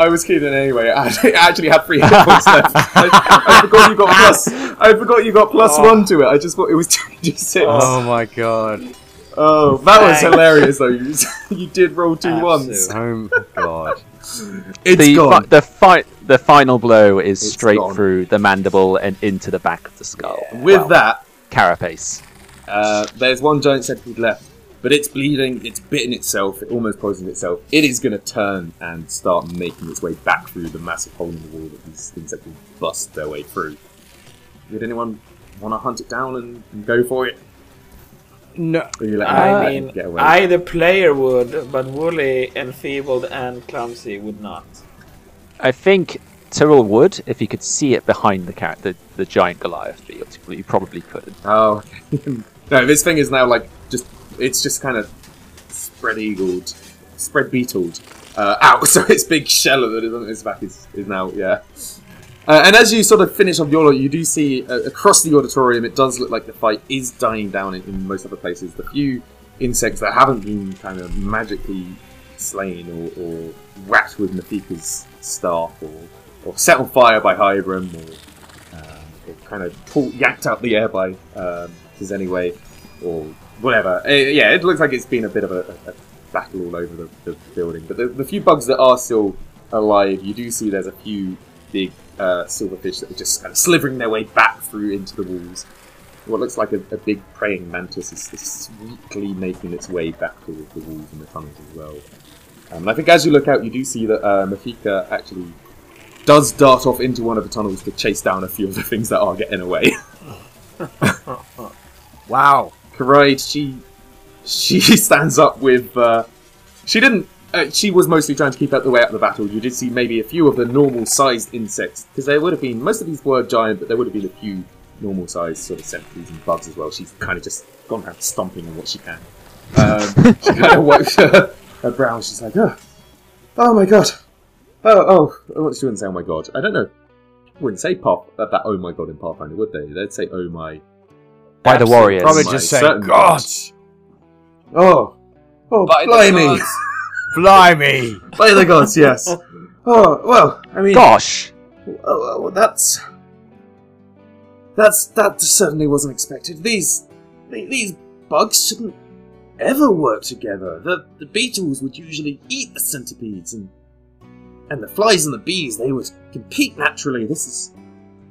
[SPEAKER 1] I was kidding anyway. I actually had three hit points left. I, I forgot you got plus. I forgot you got plus
[SPEAKER 6] Oh.
[SPEAKER 1] one to it. I just thought it was two six. Oh,
[SPEAKER 3] Oh my god.
[SPEAKER 1] that was
[SPEAKER 6] Thanks.
[SPEAKER 1] hilarious though. You, you did roll two
[SPEAKER 6] Absolute.
[SPEAKER 1] ones.
[SPEAKER 3] Oh my god.
[SPEAKER 1] It's
[SPEAKER 4] the,
[SPEAKER 1] gone.
[SPEAKER 4] fi- the fight. The final blow is
[SPEAKER 1] It's
[SPEAKER 4] straight
[SPEAKER 1] gone.
[SPEAKER 4] through the mandible and into the back of the skull.
[SPEAKER 1] With
[SPEAKER 4] Well,
[SPEAKER 1] that,
[SPEAKER 4] carapace.
[SPEAKER 1] uh, there's one giant centipede left, but it's bleeding. It's bitten itself. It almost poisoned itself. It is going to turn and start making its way back through the massive hole in the wall that these things that can bust their way through. Did anyone want to hunt it down and, and go for it?
[SPEAKER 3] No.
[SPEAKER 1] Or you let him-
[SPEAKER 6] I
[SPEAKER 1] let him
[SPEAKER 6] mean,
[SPEAKER 1] Uh, get away?
[SPEAKER 6] I the player would, but Wooly, enfeebled and clumsy, would not.
[SPEAKER 4] I think Tyrrell would, if he could see it behind the car- the, the giant Goliath, but he- he probably couldn't.
[SPEAKER 1] Oh, no! This thing is now like just it's just kind of spread eagled, spread beetled uh, out. So its big shell that is on its back is, is now yeah. Uh, and as you sort of finish off your lot, you do see uh, across the auditorium. It does look like the fight is dying down in, in most other places. The few insects that haven't been kind of magically slain or, or wrapped with Nafika's staff or, or set on fire by Hybrim or um, or kind of pulled, yanked out the air by um, his anyway, or whatever. Uh, yeah, it looks like it's been a bit of a, a battle all over the, the building. But the, the few bugs that are still alive, you do see there's a few big uh, silverfish that are just kind of slithering their way back through into the walls. What looks like a, a big praying mantis is, is weakly making its way back towards the walls and the tunnels as well. Um, and I think as you look out, you do see that uh, Mafika actually does dart off into one of the tunnels to chase down a few of the things that are getting away.
[SPEAKER 3] Wow.
[SPEAKER 1] Karaid, she she stands up with. Uh, she didn't. Uh, she was mostly trying to keep out the way out of the battle. You did see maybe a few of the normal sized insects because there would have been most of these were giant, but there would have been a few normal sized sort of centipedes and bugs as well. She's kind of just gone around stomping on what she can. Um, she kind of wipes her, her brow. She's like, oh, oh my god, oh oh. Well, She wouldn't say oh my god. I don't know. Wouldn't say pop uh, that oh my god in Pathfinder, would they? They'd say oh my.
[SPEAKER 4] By the
[SPEAKER 1] Absolute
[SPEAKER 4] warriors.
[SPEAKER 3] Probably
[SPEAKER 1] my
[SPEAKER 3] just say,
[SPEAKER 1] certain
[SPEAKER 3] God.
[SPEAKER 1] Oh, oh,
[SPEAKER 2] By the
[SPEAKER 1] blimey.
[SPEAKER 2] gods.
[SPEAKER 3] Blimey.
[SPEAKER 1] By the gods, yes. Oh well, I mean,
[SPEAKER 4] Gosh!
[SPEAKER 1] oh, oh, well, that's that's that certainly wasn't expected. These the- these bugs shouldn't ever work together. The the beetles would usually eat the centipedes, and and the flies and the bees they would compete naturally. This is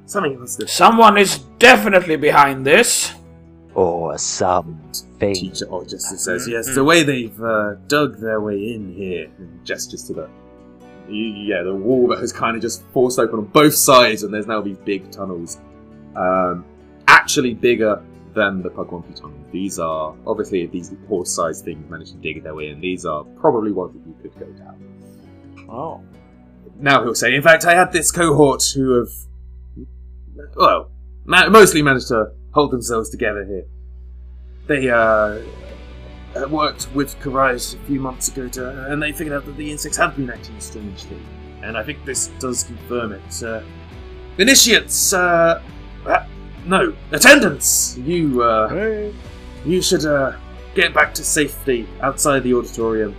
[SPEAKER 1] something must have
[SPEAKER 6] Someone is definitely behind this.
[SPEAKER 4] Or something.
[SPEAKER 1] teacher or just says yes. The way they've uh, dug their way in here, and gestures to the yeah the wall that has kind of just forced open on both sides, and there's now these big tunnels, um, actually bigger than the Pugwumpy tunnel. These are obviously if these horse-sized things managed to dig their way in. These are probably ones that you could go down
[SPEAKER 6] Oh.
[SPEAKER 1] now he'll say, in fact, I had this cohort who have, well, ma- mostly managed to hold themselves together here. They, uh, uh, worked with Karais a few months ago, to, and they figured out that the insects have been acting strangely. And I think this does confirm it. Uh, initiates, uh, uh, no, attendants. You, uh,
[SPEAKER 3] Hey.
[SPEAKER 1] you should uh, get back to safety outside the auditorium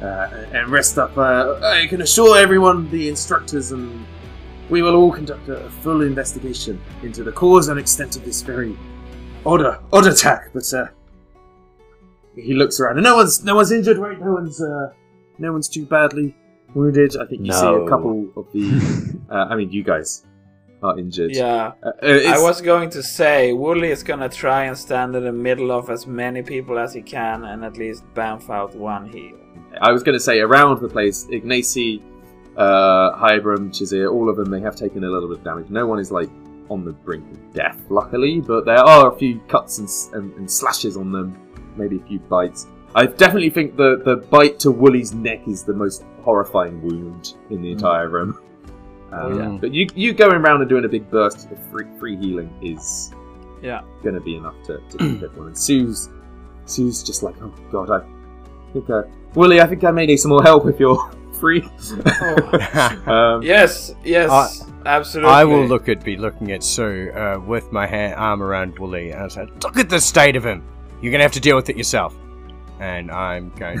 [SPEAKER 1] uh, and rest up. Uh, I can assure everyone, the instructors, and we will all conduct a a full investigation into the cause and extent of this very odd, odd attack. But uh, he looks around, and no one's no one's injured, right? No one's uh, no one's too badly wounded. I think you see
[SPEAKER 4] No.
[SPEAKER 1] a couple of the. uh, I mean, you guys are injured.
[SPEAKER 6] Yeah.
[SPEAKER 1] Uh, uh, it's-
[SPEAKER 6] I was going to say, Wooly is gonna try and stand in the middle of as many people as he can and at least bamf out one heel.
[SPEAKER 1] I was going to say around the place, Ignacy, uh, Hybrim, Chizir, all of them, they have taken a little bit of damage. No one is like on the brink of death, luckily, but there are a few cuts and, s- and, and slashes on them, maybe a few bites. I definitely think the, the bite to Wooly's neck is the most horrifying wound in the entire room. Um,
[SPEAKER 3] yeah.
[SPEAKER 1] But you, you going around and doing a big burst of free, free healing is
[SPEAKER 6] Yeah.
[SPEAKER 1] going to be enough to, to keep everyone. And Sue's, Sue's just like, oh god, I think I Willie, I think I may need some more help if you're free.
[SPEAKER 6] Oh.
[SPEAKER 1] Um,
[SPEAKER 6] yes, yes, absolutely.
[SPEAKER 3] I will look at be looking at Sue uh, with my hand, arm around Wooly, and I say, "Look at the state of him. You're gonna have to deal with it yourself." And I'm going.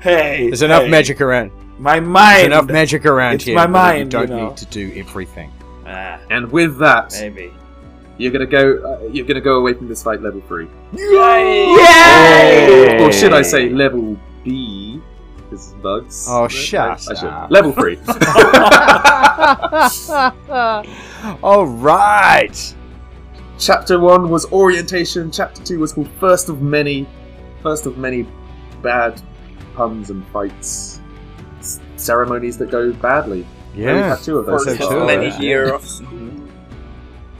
[SPEAKER 6] hey,
[SPEAKER 3] There's enough
[SPEAKER 6] hey,
[SPEAKER 3] magic around.
[SPEAKER 6] My
[SPEAKER 3] There's
[SPEAKER 6] mind.
[SPEAKER 3] enough magic around
[SPEAKER 6] It's
[SPEAKER 3] here.
[SPEAKER 6] my
[SPEAKER 3] Wooly, You
[SPEAKER 6] mind,
[SPEAKER 3] don't
[SPEAKER 6] you know.
[SPEAKER 3] need to do everything.
[SPEAKER 6] Ah,
[SPEAKER 1] And with that,
[SPEAKER 6] maybe.
[SPEAKER 1] you're gonna go. Uh, you're gonna go away from this fight level three,
[SPEAKER 4] Yay!
[SPEAKER 1] or should I say level B? Because bugs.
[SPEAKER 3] Oh,
[SPEAKER 1] I-
[SPEAKER 3] shut
[SPEAKER 1] I, should.
[SPEAKER 3] up.
[SPEAKER 1] Level three.
[SPEAKER 3] All right.
[SPEAKER 1] chapter one was orientation. Chapter two was called first of many. First of many bad puns and fights, s- ceremonies that go badly. We only
[SPEAKER 3] Yeah.
[SPEAKER 1] had two of those.
[SPEAKER 3] First
[SPEAKER 1] so
[SPEAKER 3] of
[SPEAKER 1] far.
[SPEAKER 3] many
[SPEAKER 1] Yeah.
[SPEAKER 2] year of school.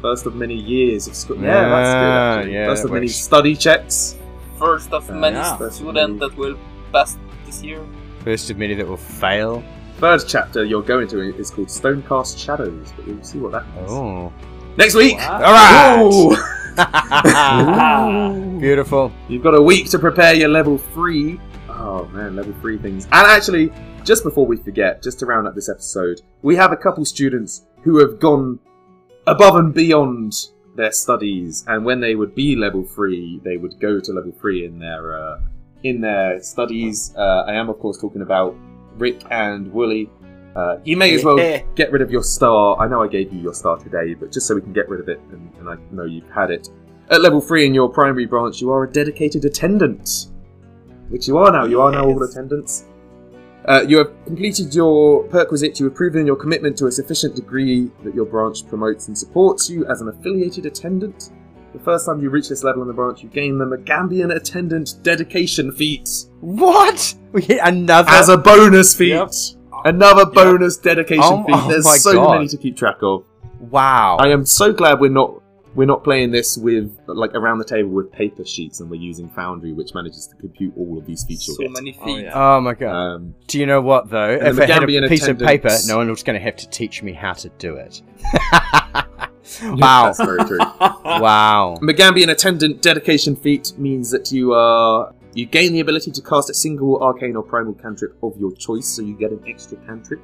[SPEAKER 1] First of many years of school. Yeah,
[SPEAKER 3] Yeah,
[SPEAKER 1] that's good. Actually.
[SPEAKER 3] yeah,
[SPEAKER 1] First
[SPEAKER 3] that
[SPEAKER 1] of many
[SPEAKER 3] works.
[SPEAKER 1] study checks.
[SPEAKER 2] First of
[SPEAKER 1] Uh,
[SPEAKER 2] many
[SPEAKER 6] yeah.
[SPEAKER 2] student students that will pass this year.
[SPEAKER 3] First of many that will fail.
[SPEAKER 1] Third chapter you're going to is called Stonecast Shadows, but we'll see what that means.
[SPEAKER 3] Oh.
[SPEAKER 1] Next week!
[SPEAKER 6] Wow.
[SPEAKER 3] All right.
[SPEAKER 1] Ooh!
[SPEAKER 6] Ah,
[SPEAKER 3] Beautiful.
[SPEAKER 1] You've got a week to prepare your level three. Oh man, level three things. And actually, just before we forget, just to round up this episode, we have a couple students who have gone above and beyond their studies, and when they would be level three, they would go to level three in their uh, in their studies. Uh, I am, of course, talking about Rick and Wooly. Uh, you may as well
[SPEAKER 6] Yeah.
[SPEAKER 1] get rid of your star. I know I gave you your star today, but just so we can get rid of it, and, and I know you've had it. At level three in your primary branch, you are a dedicated attendant, which you are now. You are now all
[SPEAKER 6] Yes.
[SPEAKER 1] attendants. Uh, you have completed your perquisite. You have proven your commitment to a sufficient degree that your branch promotes and supports you as an affiliated attendant. The first time you reach this level in the branch, you gain the Magambian attendant dedication feat
[SPEAKER 3] What? We hit another.
[SPEAKER 1] as a bonus feat.
[SPEAKER 6] Yep.
[SPEAKER 1] Another bonus dedication
[SPEAKER 3] Oh-
[SPEAKER 1] feat.
[SPEAKER 3] oh
[SPEAKER 1] There's
[SPEAKER 3] my
[SPEAKER 1] so
[SPEAKER 3] God.
[SPEAKER 1] many to keep track of.
[SPEAKER 3] wow.
[SPEAKER 1] I am so glad we're not we're not playing this with like around the table with paper sheets, and we're using Foundry, which manages to compute all of these features.
[SPEAKER 2] So many feet.
[SPEAKER 6] Oh, yeah.
[SPEAKER 3] Oh my god.
[SPEAKER 1] Um,
[SPEAKER 3] Do you know what though?
[SPEAKER 1] And
[SPEAKER 3] If
[SPEAKER 1] the
[SPEAKER 3] I had a
[SPEAKER 1] Gambian
[SPEAKER 3] piece of paper,
[SPEAKER 1] attendants-
[SPEAKER 3] no one was going to have to teach me how to do it. wow!
[SPEAKER 1] That's very true.
[SPEAKER 3] wow!
[SPEAKER 1] Magambian attendant dedication feat means that you are you gain the ability to cast a single arcane or primal cantrip of your choice, so you get an extra cantrip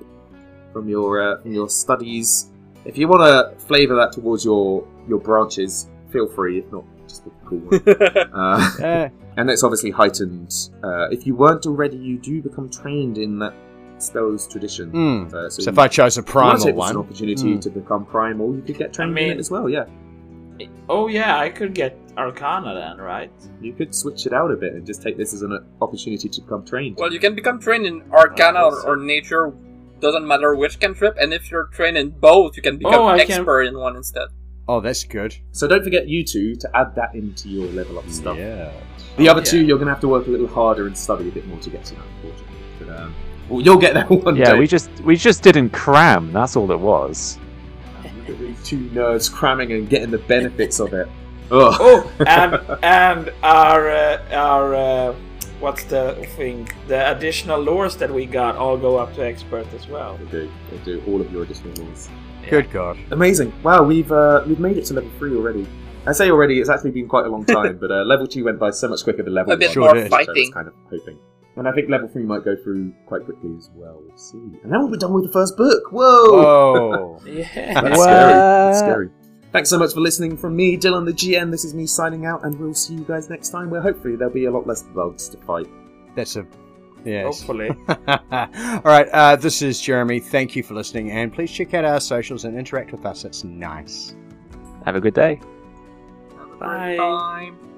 [SPEAKER 1] from your uh, from your studies. If you want to flavour that towards your your branches, feel free. If not, just pick a cool one. uh,
[SPEAKER 3] Yeah.
[SPEAKER 1] and it's obviously heightened. Uh, if you weren't already, you do become trained in that spell's tradition.
[SPEAKER 3] Mm.
[SPEAKER 1] Uh,
[SPEAKER 3] So if I chose a
[SPEAKER 1] if
[SPEAKER 3] primal
[SPEAKER 1] it's an
[SPEAKER 3] one,
[SPEAKER 1] opportunity
[SPEAKER 3] Mm.
[SPEAKER 1] to become primal, you could get trained in
[SPEAKER 6] mean-
[SPEAKER 1] it as well. Yeah,
[SPEAKER 6] oh yeah, I could get Arcana then, right?
[SPEAKER 1] you could switch it out a bit and just take this as an uh, opportunity to become trained.
[SPEAKER 2] Well, you can become trained in Arcana
[SPEAKER 1] Oh, I
[SPEAKER 2] or, or Nature, doesn't matter which cantrip, and if you're trained in both, you can become
[SPEAKER 6] Oh, I can-
[SPEAKER 2] expert in one instead.
[SPEAKER 3] oh, that's good.
[SPEAKER 1] so don't forget you two to add that into your level up stuff.
[SPEAKER 3] Yeah.
[SPEAKER 1] The other
[SPEAKER 6] Yeah.
[SPEAKER 1] two, you're gonna have to work a little harder and study a bit more to get to, unfortunately. But um, well, you'll get there one
[SPEAKER 4] Yeah,
[SPEAKER 1] day.
[SPEAKER 4] we just we just didn't cram. That's all it was.
[SPEAKER 1] two nerds cramming and getting the benefits of it. Ugh.
[SPEAKER 6] Oh, and and our uh, our uh, what's the thing? The additional lures that we got all go up to expert as well.
[SPEAKER 1] They do. They do all of your additional rules.
[SPEAKER 3] Good God.
[SPEAKER 1] Amazing! Wow, we've uh, we've made it to level three already. I say already, it's actually been quite a long time, but uh, level two went by so much quicker than level
[SPEAKER 2] A bit
[SPEAKER 1] one.
[SPEAKER 3] Sure more
[SPEAKER 1] so I was
[SPEAKER 2] fighting.
[SPEAKER 1] kind of hoping. And I think level three might go through quite quickly as well. We'll see. And then we'll be done with the first book. Whoa!
[SPEAKER 3] Whoa.
[SPEAKER 6] Yeah.
[SPEAKER 1] That's scary. That's scary. Thanks so much for listening from me, Dylan the GM. This is me signing out, and we'll see you guys next time where hopefully there'll be a lot less bugs to fight.
[SPEAKER 3] That's a. Yes.
[SPEAKER 6] Hopefully.
[SPEAKER 3] All right. Uh, this is Jeremy. Thank you for listening, and please check out our socials and interact with us. It's nice.
[SPEAKER 4] Have a good day.
[SPEAKER 2] Have a great
[SPEAKER 6] Bye.
[SPEAKER 2] time.